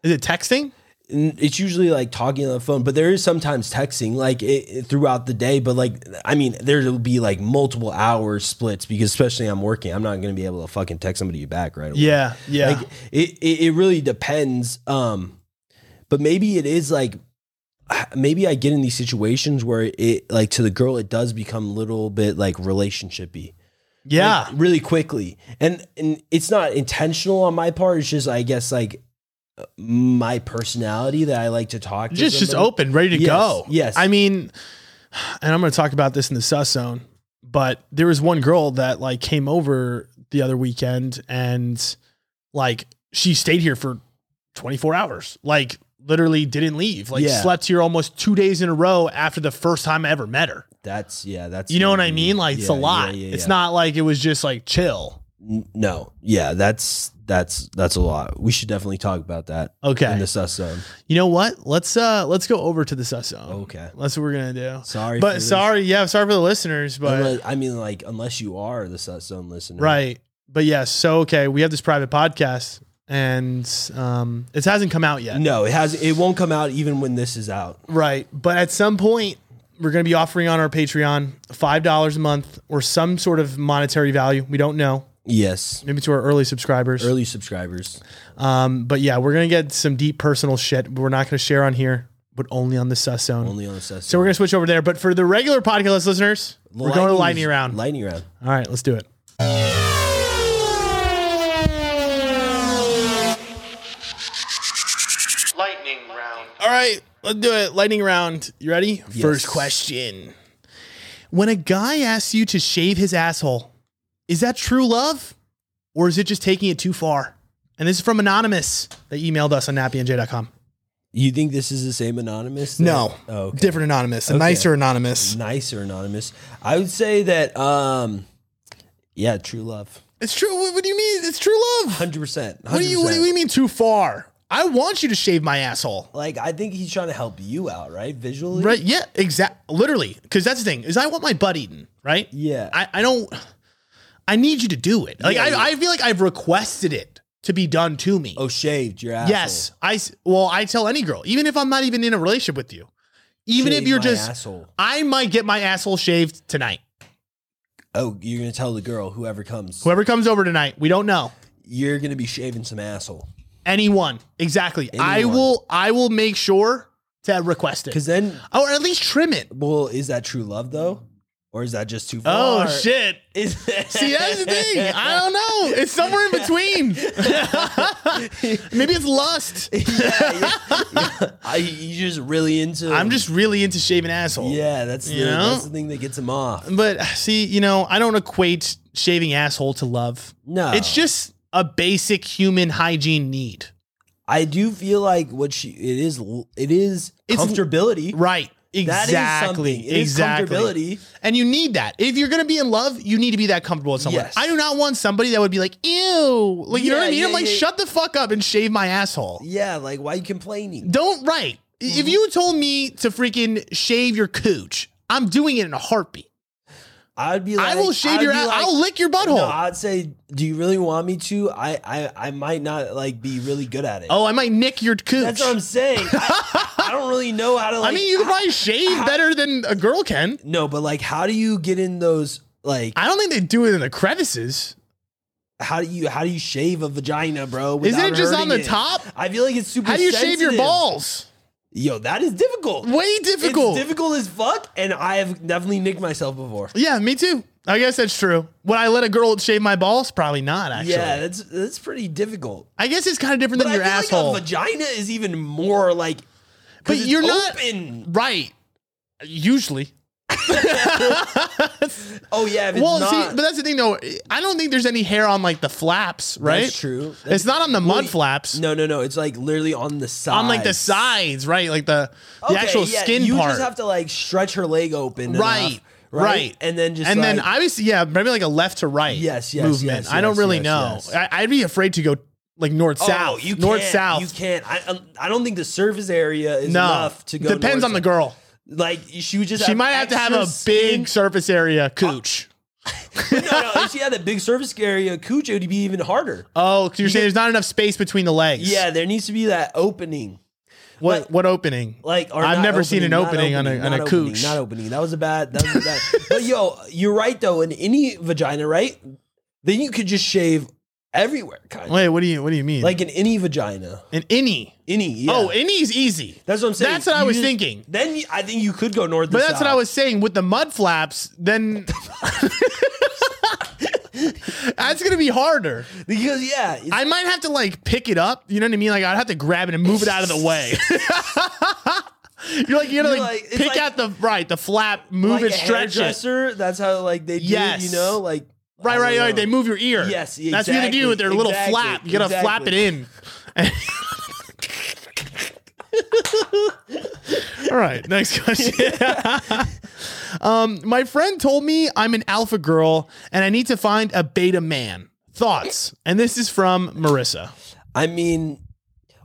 Speaker 1: Is it texting?
Speaker 2: n- it's usually like talking on the phone, but there is sometimes texting like it, it- throughout the day. But like, I mean, there'll be like multiple hour splits because especially I'm working, I'm not gonna be able to fucking text somebody back right away.
Speaker 1: Yeah, yeah.
Speaker 2: Like it, it, it really depends. Um, but maybe it is like, maybe I get in these situations where it, like to the girl, it does become a little bit like relationshipy.
Speaker 1: yeah.
Speaker 2: Like, really quickly, and and it's not intentional on my part. It's just I guess like my personality that I like to talk. To
Speaker 1: just just
Speaker 2: somebody.
Speaker 1: open, ready to
Speaker 2: Yes,
Speaker 1: go.
Speaker 2: yes.
Speaker 1: I mean, and I'm going to talk about this in the sus zone, but there was one girl that like came over the other weekend and like she stayed here for 24 hours. Like literally didn't leave. Like
Speaker 2: Yeah.
Speaker 1: slept here almost 2 days in a row after the first time I ever met her.
Speaker 2: That's yeah. That's
Speaker 1: You know what I mean? Like it's a
Speaker 2: Yeah,
Speaker 1: lot.
Speaker 2: yeah, yeah,
Speaker 1: It's
Speaker 2: yeah.
Speaker 1: not like it was just like chill.
Speaker 2: N- No. Yeah. That's that's that's a lot. We should definitely talk about that in
Speaker 1: Okay.
Speaker 2: the sus zone.
Speaker 1: you know what? Let's uh let's go over to the sus zone.
Speaker 2: Okay.
Speaker 1: That's what we're going to do.
Speaker 2: Sorry, for
Speaker 1: But
Speaker 2: this.
Speaker 1: sorry, yeah, sorry for the listeners, but
Speaker 2: Unless- I mean, like unless you are the sus zone listener,
Speaker 1: Right. But yes, so okay, we have this private podcast and um it hasn't come out yet.
Speaker 2: No, it has. It won't come out even when this is out.
Speaker 1: Right. But at some point we're going to be offering on our Patreon $5 a month or some sort of monetary value. We don't know.
Speaker 2: Yes,
Speaker 1: Maybe to our early subscribers.
Speaker 2: early subscribers.
Speaker 1: Um but yeah, we're going to get some deep personal shit. We're not going to share on here, but only on the sus zone.
Speaker 2: Only on the sus.
Speaker 1: so we're going to switch over there, but for the regular podcast listeners, we're going to lightning round.
Speaker 2: Lightning round.
Speaker 1: All right, let's do it.
Speaker 3: Lightning round.
Speaker 1: All right, let's do it. Lightning round. You ready? First
Speaker 2: Yes.
Speaker 1: question. When a guy asks you to shave his asshole, is that true love or is it just taking it too far? And this is from Anonymous that emailed us on nappynj.com.
Speaker 2: You think this is the same anonymous? that- Oh, okay.
Speaker 1: different Anonymous, a
Speaker 2: nicer
Speaker 1: Anonymous.
Speaker 2: nicer anonymous. I would say that um Yeah, true love.
Speaker 1: It's true. What, what do you mean? It's true love.
Speaker 2: 100%. 100%.
Speaker 1: What do you what do you mean too far? I want you to shave my asshole.
Speaker 2: Like, I think he's trying to help you out, right? Visually?
Speaker 1: Right? Yeah, exact. Literally, because that's the thing is I want my butt eaten. Right?
Speaker 2: Yeah.
Speaker 1: I, I don't. I need you to do it. Like
Speaker 2: Yeah,
Speaker 1: I,
Speaker 2: yeah.
Speaker 1: I feel like I've requested it to be done to me.
Speaker 2: oh, shaved your asshole.
Speaker 1: yes. I s- well I tell any girl even if I'm not even in a relationship with you, even
Speaker 2: Shave
Speaker 1: if you're
Speaker 2: my
Speaker 1: just
Speaker 2: Asshole.
Speaker 1: I might get my asshole shaved tonight.
Speaker 2: Oh, you're going to tell the girl, whoever comes,
Speaker 1: Whoever comes over tonight, we don't know.
Speaker 2: you're going to be shaving some asshole.
Speaker 1: Anyone. Exactly. I
Speaker 2: Anyone.
Speaker 1: will I will make sure to request it.
Speaker 2: Because then,
Speaker 1: Or at least trim it.
Speaker 2: well, is that true love, though? Or is that just too
Speaker 1: Oh
Speaker 2: far?
Speaker 1: shit.
Speaker 2: Is-
Speaker 1: See, that's the thing. I don't know. It's somewhere in between. Maybe it's lust.
Speaker 2: I, you're just really into.
Speaker 1: I'm just really into shaving asshole.
Speaker 2: Yeah, that's the,
Speaker 1: You know? Mm,
Speaker 2: that's the thing that gets him off.
Speaker 1: But see, you know, I don't equate shaving asshole to love.
Speaker 2: No,
Speaker 1: It's just a basic human hygiene need.
Speaker 2: I do feel like what she it is it is
Speaker 1: It's-
Speaker 2: comfortability.
Speaker 1: Right.
Speaker 2: That is
Speaker 1: Exactly.
Speaker 2: something. It is
Speaker 1: exactly.
Speaker 2: comfortability.
Speaker 1: And you need that. If you're gonna be in love, you need to be that comfortable with someone.
Speaker 2: Yes.
Speaker 1: I do not want somebody that would be like, ew. Like you know
Speaker 2: Yeah,
Speaker 1: what I mean?
Speaker 2: yeah,
Speaker 1: I'm like,
Speaker 2: yeah.
Speaker 1: shut the fuck up and shave my asshole.
Speaker 2: Yeah, Mm-hmm. like why you complaining?
Speaker 1: Don't right. If you told me to freaking shave your cooch, I'm doing it in a heartbeat.
Speaker 2: I'd be like,
Speaker 1: I will shave
Speaker 2: I'd
Speaker 1: your
Speaker 2: be
Speaker 1: ass.
Speaker 2: like-
Speaker 1: I'll lick your butthole.
Speaker 2: No, I'd say, do you really want me to? I, I, I might not like be really good at it.
Speaker 1: oh, I might nick your cooch.
Speaker 2: that's what I'm saying. I, I don't really know how to.
Speaker 1: I
Speaker 2: Like,
Speaker 1: mean, you can probably shave better than a girl can.
Speaker 2: no, but like, how do you get in those? Like,
Speaker 1: I don't think they do it in the crevices.
Speaker 2: how do you how do you shave a vagina, bro?
Speaker 1: Isn't
Speaker 2: without
Speaker 1: it just on
Speaker 2: hurting
Speaker 1: the
Speaker 2: it?
Speaker 1: top?
Speaker 2: I feel like it's super.
Speaker 1: How do you shave your
Speaker 2: sensitive.
Speaker 1: balls?
Speaker 2: Yo, that is difficult.
Speaker 1: Way difficult.
Speaker 2: It's difficult as fuck, and I have definitely nicked myself before.
Speaker 1: Yeah, me too. I guess that's true. Would I let a girl shave my balls? Probably not. Actually,
Speaker 2: Yeah, that's that's pretty difficult.
Speaker 1: I guess it's kind of different
Speaker 2: But
Speaker 1: than your
Speaker 2: I feel
Speaker 1: asshole.
Speaker 2: like a vagina is even more like. 'cause
Speaker 1: But
Speaker 2: it's
Speaker 1: you're not-
Speaker 2: open.
Speaker 1: right. Usually.
Speaker 2: Oh yeah, if it's
Speaker 1: Well,
Speaker 2: not,
Speaker 1: see, but that's the thing, though. I don't think there's any hair on like the flaps, right?
Speaker 2: That's true.
Speaker 1: it's not on the mud
Speaker 2: y-
Speaker 1: flaps.
Speaker 2: No, no, no. It's like literally on the side.
Speaker 1: On like the sides, right? Like the the
Speaker 2: Okay,
Speaker 1: actual
Speaker 2: yeah,
Speaker 1: skin
Speaker 2: you
Speaker 1: part.
Speaker 2: just have to like stretch her leg open. enough,
Speaker 1: right.
Speaker 2: right,
Speaker 1: Right,
Speaker 2: and then just
Speaker 1: and then
Speaker 2: like-
Speaker 1: obviously, yeah, maybe like a left to right,
Speaker 2: Yes, yes,
Speaker 1: movement.
Speaker 2: yes,
Speaker 1: I don't
Speaker 2: yes,
Speaker 1: really
Speaker 2: yes,
Speaker 1: know.
Speaker 2: yes.
Speaker 1: I, I'd be afraid to go like north
Speaker 2: Oh,
Speaker 1: south,
Speaker 2: you
Speaker 1: north
Speaker 2: can't,
Speaker 1: south.
Speaker 2: You can't. I, um, I don't think the surface area is
Speaker 1: no,
Speaker 2: enough to go.
Speaker 1: depends on
Speaker 2: north
Speaker 1: the
Speaker 2: south.
Speaker 1: girl.
Speaker 2: Like she would just.
Speaker 1: She might have to have
Speaker 2: extra Uh,
Speaker 1: a
Speaker 2: skin.
Speaker 1: big surface area cooch.
Speaker 2: no, no. If she had a big surface area, cooch it would be even harder.
Speaker 1: Oh, 'cause you're saying there's not enough space between the legs.
Speaker 2: Yeah, there needs to be that opening.
Speaker 1: What
Speaker 2: like-
Speaker 1: what opening?
Speaker 2: Like or
Speaker 1: I've
Speaker 2: not
Speaker 1: never seen an
Speaker 2: not
Speaker 1: opening on a- on
Speaker 2: not
Speaker 1: a
Speaker 2: opening,
Speaker 1: cooch.
Speaker 2: Not opening. That was a bad. That was a bad. but yo, you're right though. In any vagina, right? Then you could just shave everywhere, kind of.
Speaker 1: Wait, what do you what do you mean?
Speaker 2: Like in any vagina,
Speaker 1: an innie.
Speaker 2: any. Yeah.
Speaker 1: Oh, innie's easy.
Speaker 2: that's what I'm saying.
Speaker 1: that's what I
Speaker 2: You
Speaker 1: was
Speaker 2: just-
Speaker 1: thinking.
Speaker 2: Then you, I think you could go north.
Speaker 1: But
Speaker 2: to
Speaker 1: that's what
Speaker 2: south.
Speaker 1: I was saying with the mud flaps. Then that's gonna be harder.
Speaker 2: because yeah, it's-
Speaker 1: I might have to like pick it up. You know what I mean? Like I'd have to grab it and move it out of the way. You're like you gotta
Speaker 2: You're
Speaker 1: like,
Speaker 2: like- it's
Speaker 1: pick
Speaker 2: like-
Speaker 1: out the right the flap, move
Speaker 2: like
Speaker 1: it,
Speaker 2: a
Speaker 1: stretch it.
Speaker 2: hairdresser, That's how like they do. it,
Speaker 1: Yes.
Speaker 2: You know, like I
Speaker 1: Right,
Speaker 2: don't
Speaker 1: right, right.
Speaker 2: know.
Speaker 1: They move your ear.
Speaker 2: Uh-huh. Yes,
Speaker 1: That's what they do with their little
Speaker 2: exactly,
Speaker 1: flap. You gotta
Speaker 2: exactly.
Speaker 1: flap it in. All right, next question. um, my friend told me I'm an alpha girl and I need to find a beta man. Thoughts? And this is from Marissa.
Speaker 2: I mean,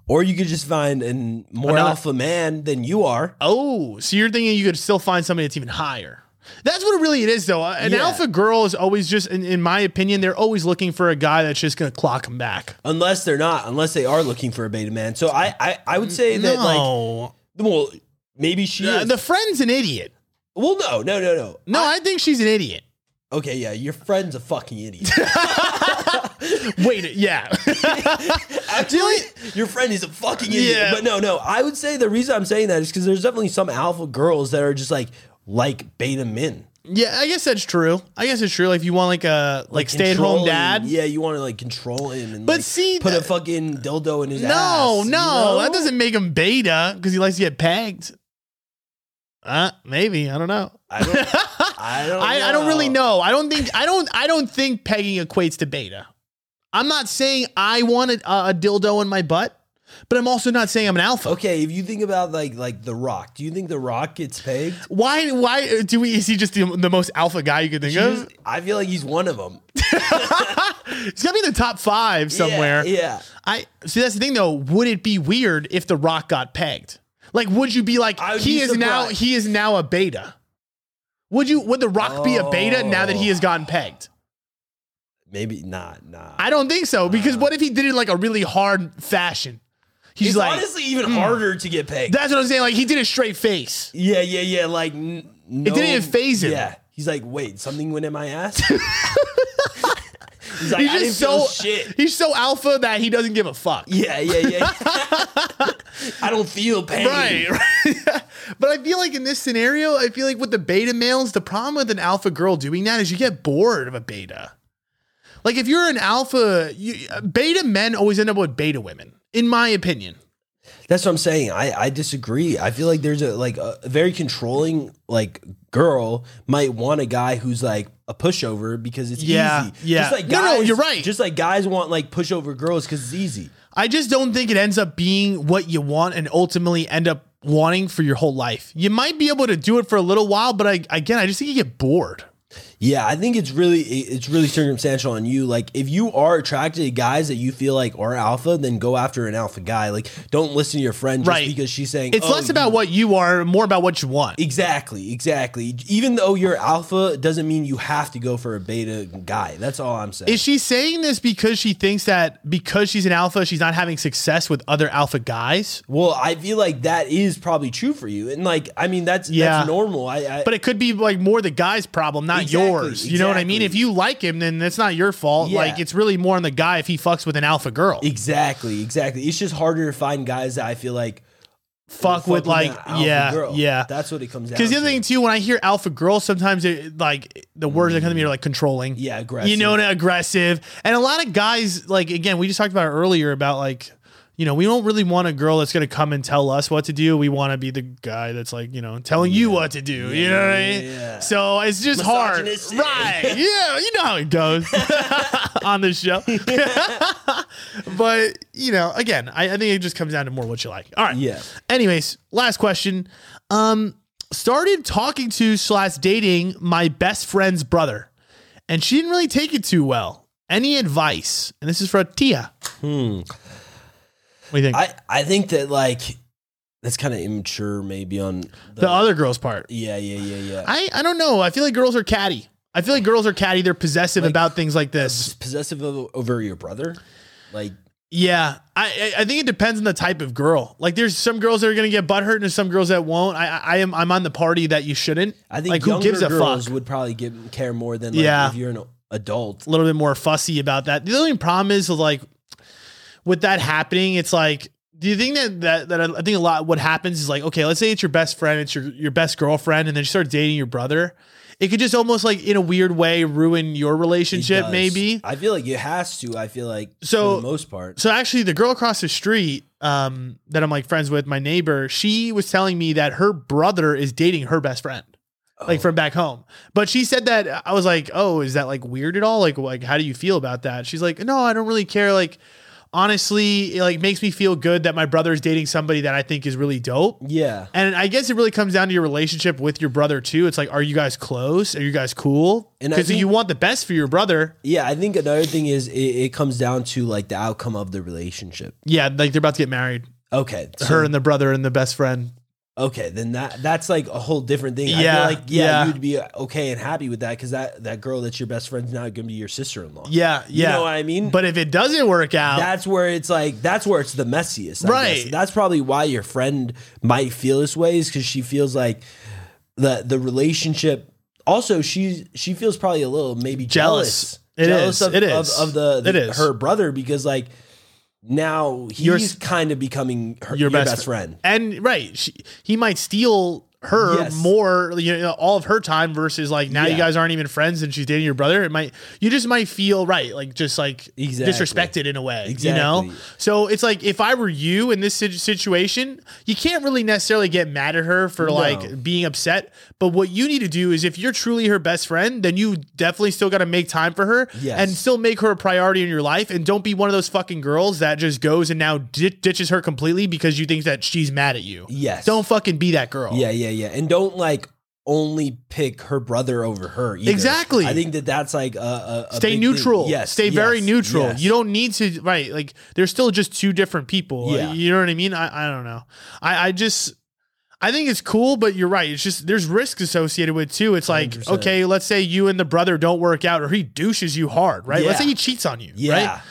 Speaker 2: or you could just find an more
Speaker 1: Another-
Speaker 2: alpha man than you are.
Speaker 1: Oh, so you're thinking you could still find somebody that's even higher. That's what it really it is, though. An
Speaker 2: Yeah.
Speaker 1: alpha girl is always just, in, in my opinion, they're always looking for a guy that's just gonna clock them back.
Speaker 2: Unless they're not, unless they are looking for a beta man. So I, I, I would say that
Speaker 1: no.
Speaker 2: like, well, maybe she
Speaker 1: Uh,
Speaker 2: is.
Speaker 1: the friend's an idiot.
Speaker 2: well, no, no, no, no.
Speaker 1: No, I, think she's an idiot.
Speaker 2: Okay, yeah, your friend's a fucking idiot.
Speaker 1: Wait, yeah.
Speaker 2: Actually, your friend is a fucking idiot.
Speaker 1: Yeah.
Speaker 2: But no, no, I would say the reason I'm saying that is because there's definitely some alpha girls that are just like like beta men.
Speaker 1: yeah, I guess that's true. I guess it's true. Like, if you want like a like, stay at home
Speaker 2: Controlling-
Speaker 1: dad.
Speaker 2: Yeah, you want to like control him and
Speaker 1: But
Speaker 2: like,
Speaker 1: see,
Speaker 2: put a
Speaker 1: that-
Speaker 2: fucking dildo in his
Speaker 1: No, no,
Speaker 2: ass. you know?
Speaker 1: that doesn't make him beta because he likes to get pegged. Uh, maybe I don't know.
Speaker 2: I don't. I don't.
Speaker 1: I, I don't really know. I don't think I don't I don't think pegging equates to beta. I'm not saying I want a, a dildo in my butt. but I'm also not saying I'm an alpha.
Speaker 2: Okay, if you think about like like The Rock, do you think The Rock gets pegged?
Speaker 1: Why? Why do we? Is he just the, the most alpha guy you could think of?
Speaker 2: I feel like he's one of them
Speaker 1: He's got to be in the top five somewhere.
Speaker 2: Yeah, yeah.
Speaker 1: I see. That's the thing, though. Would it be weird if The Rock got pegged? Like, would you be like,
Speaker 2: I would
Speaker 1: he
Speaker 2: be
Speaker 1: is now
Speaker 2: surprised.
Speaker 1: he is now a beta? Would you? Would The Rock be a beta now that he
Speaker 2: Oh.
Speaker 1: has gotten pegged?
Speaker 2: Maybe not. Nah.
Speaker 1: I don't think so. Because what if he did it in like a really hard fashion? He's
Speaker 2: Uh. it's
Speaker 1: like, hmm.
Speaker 2: honestly even harder to get pegged.
Speaker 1: that's what I'm saying. Like he did a straight face.
Speaker 2: yeah, yeah, yeah. Like n- no,
Speaker 1: didn't even phase him.
Speaker 2: Yeah, he's like, wait, something went in my ass. he's like,
Speaker 1: He's
Speaker 2: I didn't
Speaker 1: just so
Speaker 2: feel shit.
Speaker 1: he's so alpha that he doesn't give a fuck.
Speaker 2: Yeah, yeah, yeah. I don't feel pain.
Speaker 1: Right, right. but I feel like in this scenario, I feel like with the beta males, the problem with an alpha girl doing that is you get bored of a beta. Like if you're an alpha, you, beta men always end up with beta women, in my opinion.
Speaker 2: That's what I'm saying. I, I disagree. I feel like there's a like a very controlling like girl might want a guy who's like a pushover because it's
Speaker 1: Yeah,
Speaker 2: easy.
Speaker 1: yeah.
Speaker 2: Just like
Speaker 1: No,
Speaker 2: guys,
Speaker 1: no, you're right.
Speaker 2: Just like guys want like pushover girls because it's easy.
Speaker 1: I just don't think it ends up being what you want and ultimately end up wanting for your whole life. You might be able to do it for a little while, but I, again, I just think you get bored.
Speaker 2: Yeah, I think it's really it- it's really circumstantial on you. Like if you are attracted to guys that you feel like are alpha, then go after an alpha guy. Like don't listen to your friend just
Speaker 1: Right.
Speaker 2: because she's saying
Speaker 1: It's
Speaker 2: "Oh,
Speaker 1: less
Speaker 2: you
Speaker 1: about what you are, more about what you want.
Speaker 2: Exactly, exactly. Even though you're alpha, it doesn't mean you have to go for a beta guy. That's all I'm saying.
Speaker 1: Is she saying this because she thinks that because she's an alpha, she's not having success with other alpha guys?
Speaker 2: well, I feel like that is probably true for you, and like I mean, that's
Speaker 1: Yeah.
Speaker 2: that's normal. I, I
Speaker 1: But it could be like more the guy's problem, not
Speaker 2: Exactly,
Speaker 1: yours. You know what I mean? If
Speaker 2: exactly.
Speaker 1: you like him, then that's not your fault.
Speaker 2: Yeah.
Speaker 1: Like it's really more on the guy if he fucks with an alpha girl.
Speaker 2: exactly, exactly. It's just harder to find guys that I feel like
Speaker 1: fuck with like
Speaker 2: fucking an alpha
Speaker 1: yeah,
Speaker 2: girl.
Speaker 1: yeah.
Speaker 2: That's what it comes down.
Speaker 1: Because the other
Speaker 2: to.
Speaker 1: thing too, when I hear alpha girl, sometimes it, like the words that come to me are like controlling.
Speaker 2: Yeah, aggressive.
Speaker 1: You know, and aggressive. And a lot of guys, like again, we just talked about it earlier about like, you know, we don't really want a girl that's gonna come and tell us what to do. We want to be the guy that's like, you know, telling you what to do. you know what I mean?
Speaker 2: yeah.
Speaker 1: So it's just hard,
Speaker 2: Misogynistic.
Speaker 1: right? yeah, you know how it goes on this show. but you know, again, I, I think it just comes down to more what you like. All right.
Speaker 2: Yeah.
Speaker 1: Anyways, last question. Um, started talking to slash dating my best friend's brother, and she didn't really take it too well. Any advice? And this is for Tia.
Speaker 2: Hmm.
Speaker 1: What do you think?
Speaker 2: I I think that like that's kind of immature, maybe on
Speaker 1: the other girl's part.
Speaker 2: yeah, yeah, yeah, yeah.
Speaker 1: I I don't know. I feel like girls are catty. I feel like girls are catty. They're possessive about things like this.
Speaker 2: possessive o- over your brother, like
Speaker 1: Yeah, I I I think it depends on the type of girl. Like, there's some girls that are gonna get butthurt, and there's some girls that won't. I I, I am I'm on the party that you shouldn't.
Speaker 2: I think
Speaker 1: like
Speaker 2: younger
Speaker 1: who gives a
Speaker 2: girls
Speaker 1: fuck.
Speaker 2: would probably give care more than like,
Speaker 1: Yeah.
Speaker 2: if you're an adult.
Speaker 1: A little bit more fussy about that. The only problem is like with that happening, it's like. Do you think that, that that I think a lot what happens is like okay, let's say it's your best friend, it's your your best girlfriend, and then you start dating your brother. It could just almost like in a weird way ruin your
Speaker 2: It
Speaker 1: relationship,
Speaker 2: does.
Speaker 1: maybe.
Speaker 2: I feel like it has to. I feel like
Speaker 1: So-
Speaker 2: for the most part,
Speaker 1: So actually, the girl across the street um, that I'm like friends with, my neighbor, she was telling me that her brother is dating her best friend, like from back home. But she said that I was like, "Oh, is that like weird at all? Like, like how do you feel about that?" She's like, "No, I don't really care. Like, honestly, it like makes me feel good that my brother is dating somebody that I think is really dope."
Speaker 2: yeah,
Speaker 1: And I guess it really comes down to your relationship with your brother too. It's like, are you guys close? Are you guys cool?
Speaker 2: And I
Speaker 1: Because
Speaker 2: think-
Speaker 1: you want the best for your brother.
Speaker 2: yeah. I think another thing is it, it comes down to like the outcome of the relationship.
Speaker 1: Yeah, like they're about to get married.
Speaker 2: Okay, so-
Speaker 1: Her and the brother and the best friend.
Speaker 2: okay, then that that's like a whole different thing.
Speaker 1: Yeah,
Speaker 2: I feel like yeah,
Speaker 1: yeah.
Speaker 2: you'd be okay and happy with that because that that girl that's your best friend's now going to be your sister in law.
Speaker 1: Yeah, yeah.
Speaker 2: know what I mean?
Speaker 1: But if it doesn't work out,
Speaker 2: That's where it's like that's where it's the messiest, I
Speaker 1: Right.
Speaker 2: guess. That's probably why your friend might feel this way is because she feels like the the relationship. Also, she she feels probably a little maybe
Speaker 1: Jealous.
Speaker 2: jealous,
Speaker 1: It
Speaker 2: jealous
Speaker 1: is.
Speaker 2: Of,
Speaker 1: It
Speaker 2: of-
Speaker 1: is.
Speaker 2: of, the, the-
Speaker 1: It is.
Speaker 2: her brother because like now he's
Speaker 1: You're s-
Speaker 2: kind of becoming her,
Speaker 1: your, best,
Speaker 2: friend.
Speaker 1: and right, she, he might steal her
Speaker 2: Yes.
Speaker 1: more, you know, all of her time versus like now you
Speaker 2: Yeah.
Speaker 1: guys aren't even friends and she's dating your brother. It might you just might feel right, like just like
Speaker 2: Exactly.
Speaker 1: disrespected in a way, you know.
Speaker 2: Exactly.
Speaker 1: So it's like if I were you in this sit- situation, you can't really necessarily get mad at her for like being upset. But what you need to do is if you're truly her best friend, then you definitely still got to make time for her
Speaker 2: Yes.
Speaker 1: and still make her a priority in your life. And don't be one of those fucking girls that just goes and now di- ditches her completely because you think that she's mad at you.
Speaker 2: Yes.
Speaker 1: Don't fucking be that girl.
Speaker 2: Yeah, yeah, yeah. And don't like only pick her brother over her. either.
Speaker 1: Exactly.
Speaker 2: I think that that's like a, a, a
Speaker 1: Stay
Speaker 2: big thing.
Speaker 1: neutral.
Speaker 2: Yes.
Speaker 1: Stay
Speaker 2: yes,
Speaker 1: very neutral.
Speaker 2: yes.
Speaker 1: You don't need to right. Like they're still just two different people.
Speaker 2: Yeah.
Speaker 1: You know what I mean? I, I don't know. I, I just I think it's cool, but you're right. It's just there's risk associated with it too. It's like,
Speaker 2: 100%.
Speaker 1: okay, let's say you and the brother don't work out or he douches you hard, right? Let's
Speaker 2: Yeah.
Speaker 1: say he cheats on you.
Speaker 2: Yeah.
Speaker 1: Right.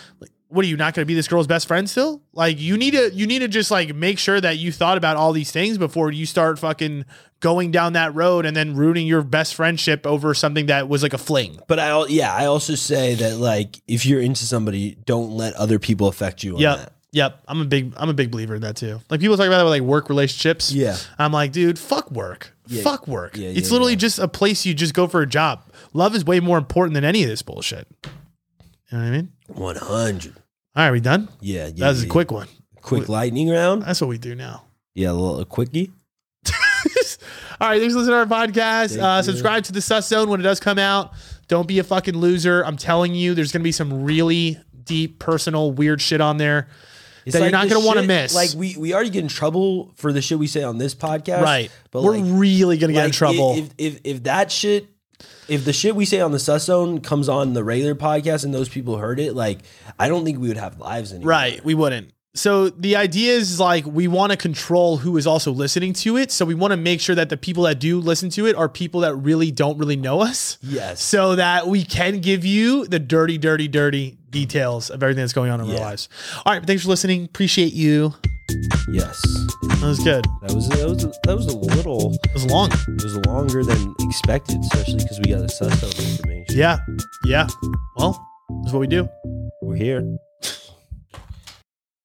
Speaker 1: What are you not gonna be this girl's best friend still? Like you need to you need to just like make sure that you thought about all these things before you start fucking going down that road and then ruining your best friendship over something that was like a fling.
Speaker 2: But I al- yeah, I also say that like if you're into somebody, don't let other people affect you on
Speaker 1: Yep.
Speaker 2: that.
Speaker 1: Yep. I'm a big I'm a big believer in that too. Like people talk about that with like work relationships.
Speaker 2: Yeah.
Speaker 1: I'm like, dude, fuck work. fuck work.
Speaker 2: Yeah,
Speaker 1: it's
Speaker 2: yeah,
Speaker 1: literally
Speaker 2: yeah.
Speaker 1: just a place you just go for a job. Love is way more important than any of this bullshit. You know what I mean?
Speaker 2: One hundred.
Speaker 1: All right, we done?
Speaker 2: Yeah, yeah.
Speaker 1: that was
Speaker 2: yeah,
Speaker 1: a quick Uh, one.
Speaker 2: yeah. quick lightning round.
Speaker 1: That's what we do now.
Speaker 2: Yeah, a little a quickie.
Speaker 1: All right, thanks for listening to our podcast.
Speaker 2: Thank
Speaker 1: Uh,
Speaker 2: you.
Speaker 1: subscribe to the Sus Zone when it does come out. Don't be a fucking loser. I'm telling you, there's gonna be some really deep, personal, weird shit on there.
Speaker 2: It's
Speaker 1: That you're not
Speaker 2: the
Speaker 1: gonna wanna
Speaker 2: shit-
Speaker 1: miss.
Speaker 2: Like we we already get in trouble for the shit we say on this podcast.
Speaker 1: Right.
Speaker 2: But
Speaker 1: We're
Speaker 2: like,
Speaker 1: really gonna get in
Speaker 2: Like,
Speaker 1: trouble.
Speaker 2: If, if if that shit, if the shit we say on the Sus Zone comes on the regular podcast and those people heard it, like I don't think we would have lives anymore.
Speaker 1: Right, we wouldn't. So the idea is like we want to control who is also listening to it. So we want to make sure that the people that do listen to it are people that really don't really know us.
Speaker 2: Yes.
Speaker 1: So that we can give you the dirty, dirty, dirty details of everything that's going on in our
Speaker 2: Yeah.
Speaker 1: lives. All right, thanks for listening. Appreciate you.
Speaker 2: Yes.
Speaker 1: That was good.
Speaker 2: That was that was that was a little
Speaker 1: It was long.
Speaker 2: it was longer than expected, especially because we got the Sus Zone information.
Speaker 1: Yeah. Yeah. Well, that's what we do.
Speaker 2: We're here.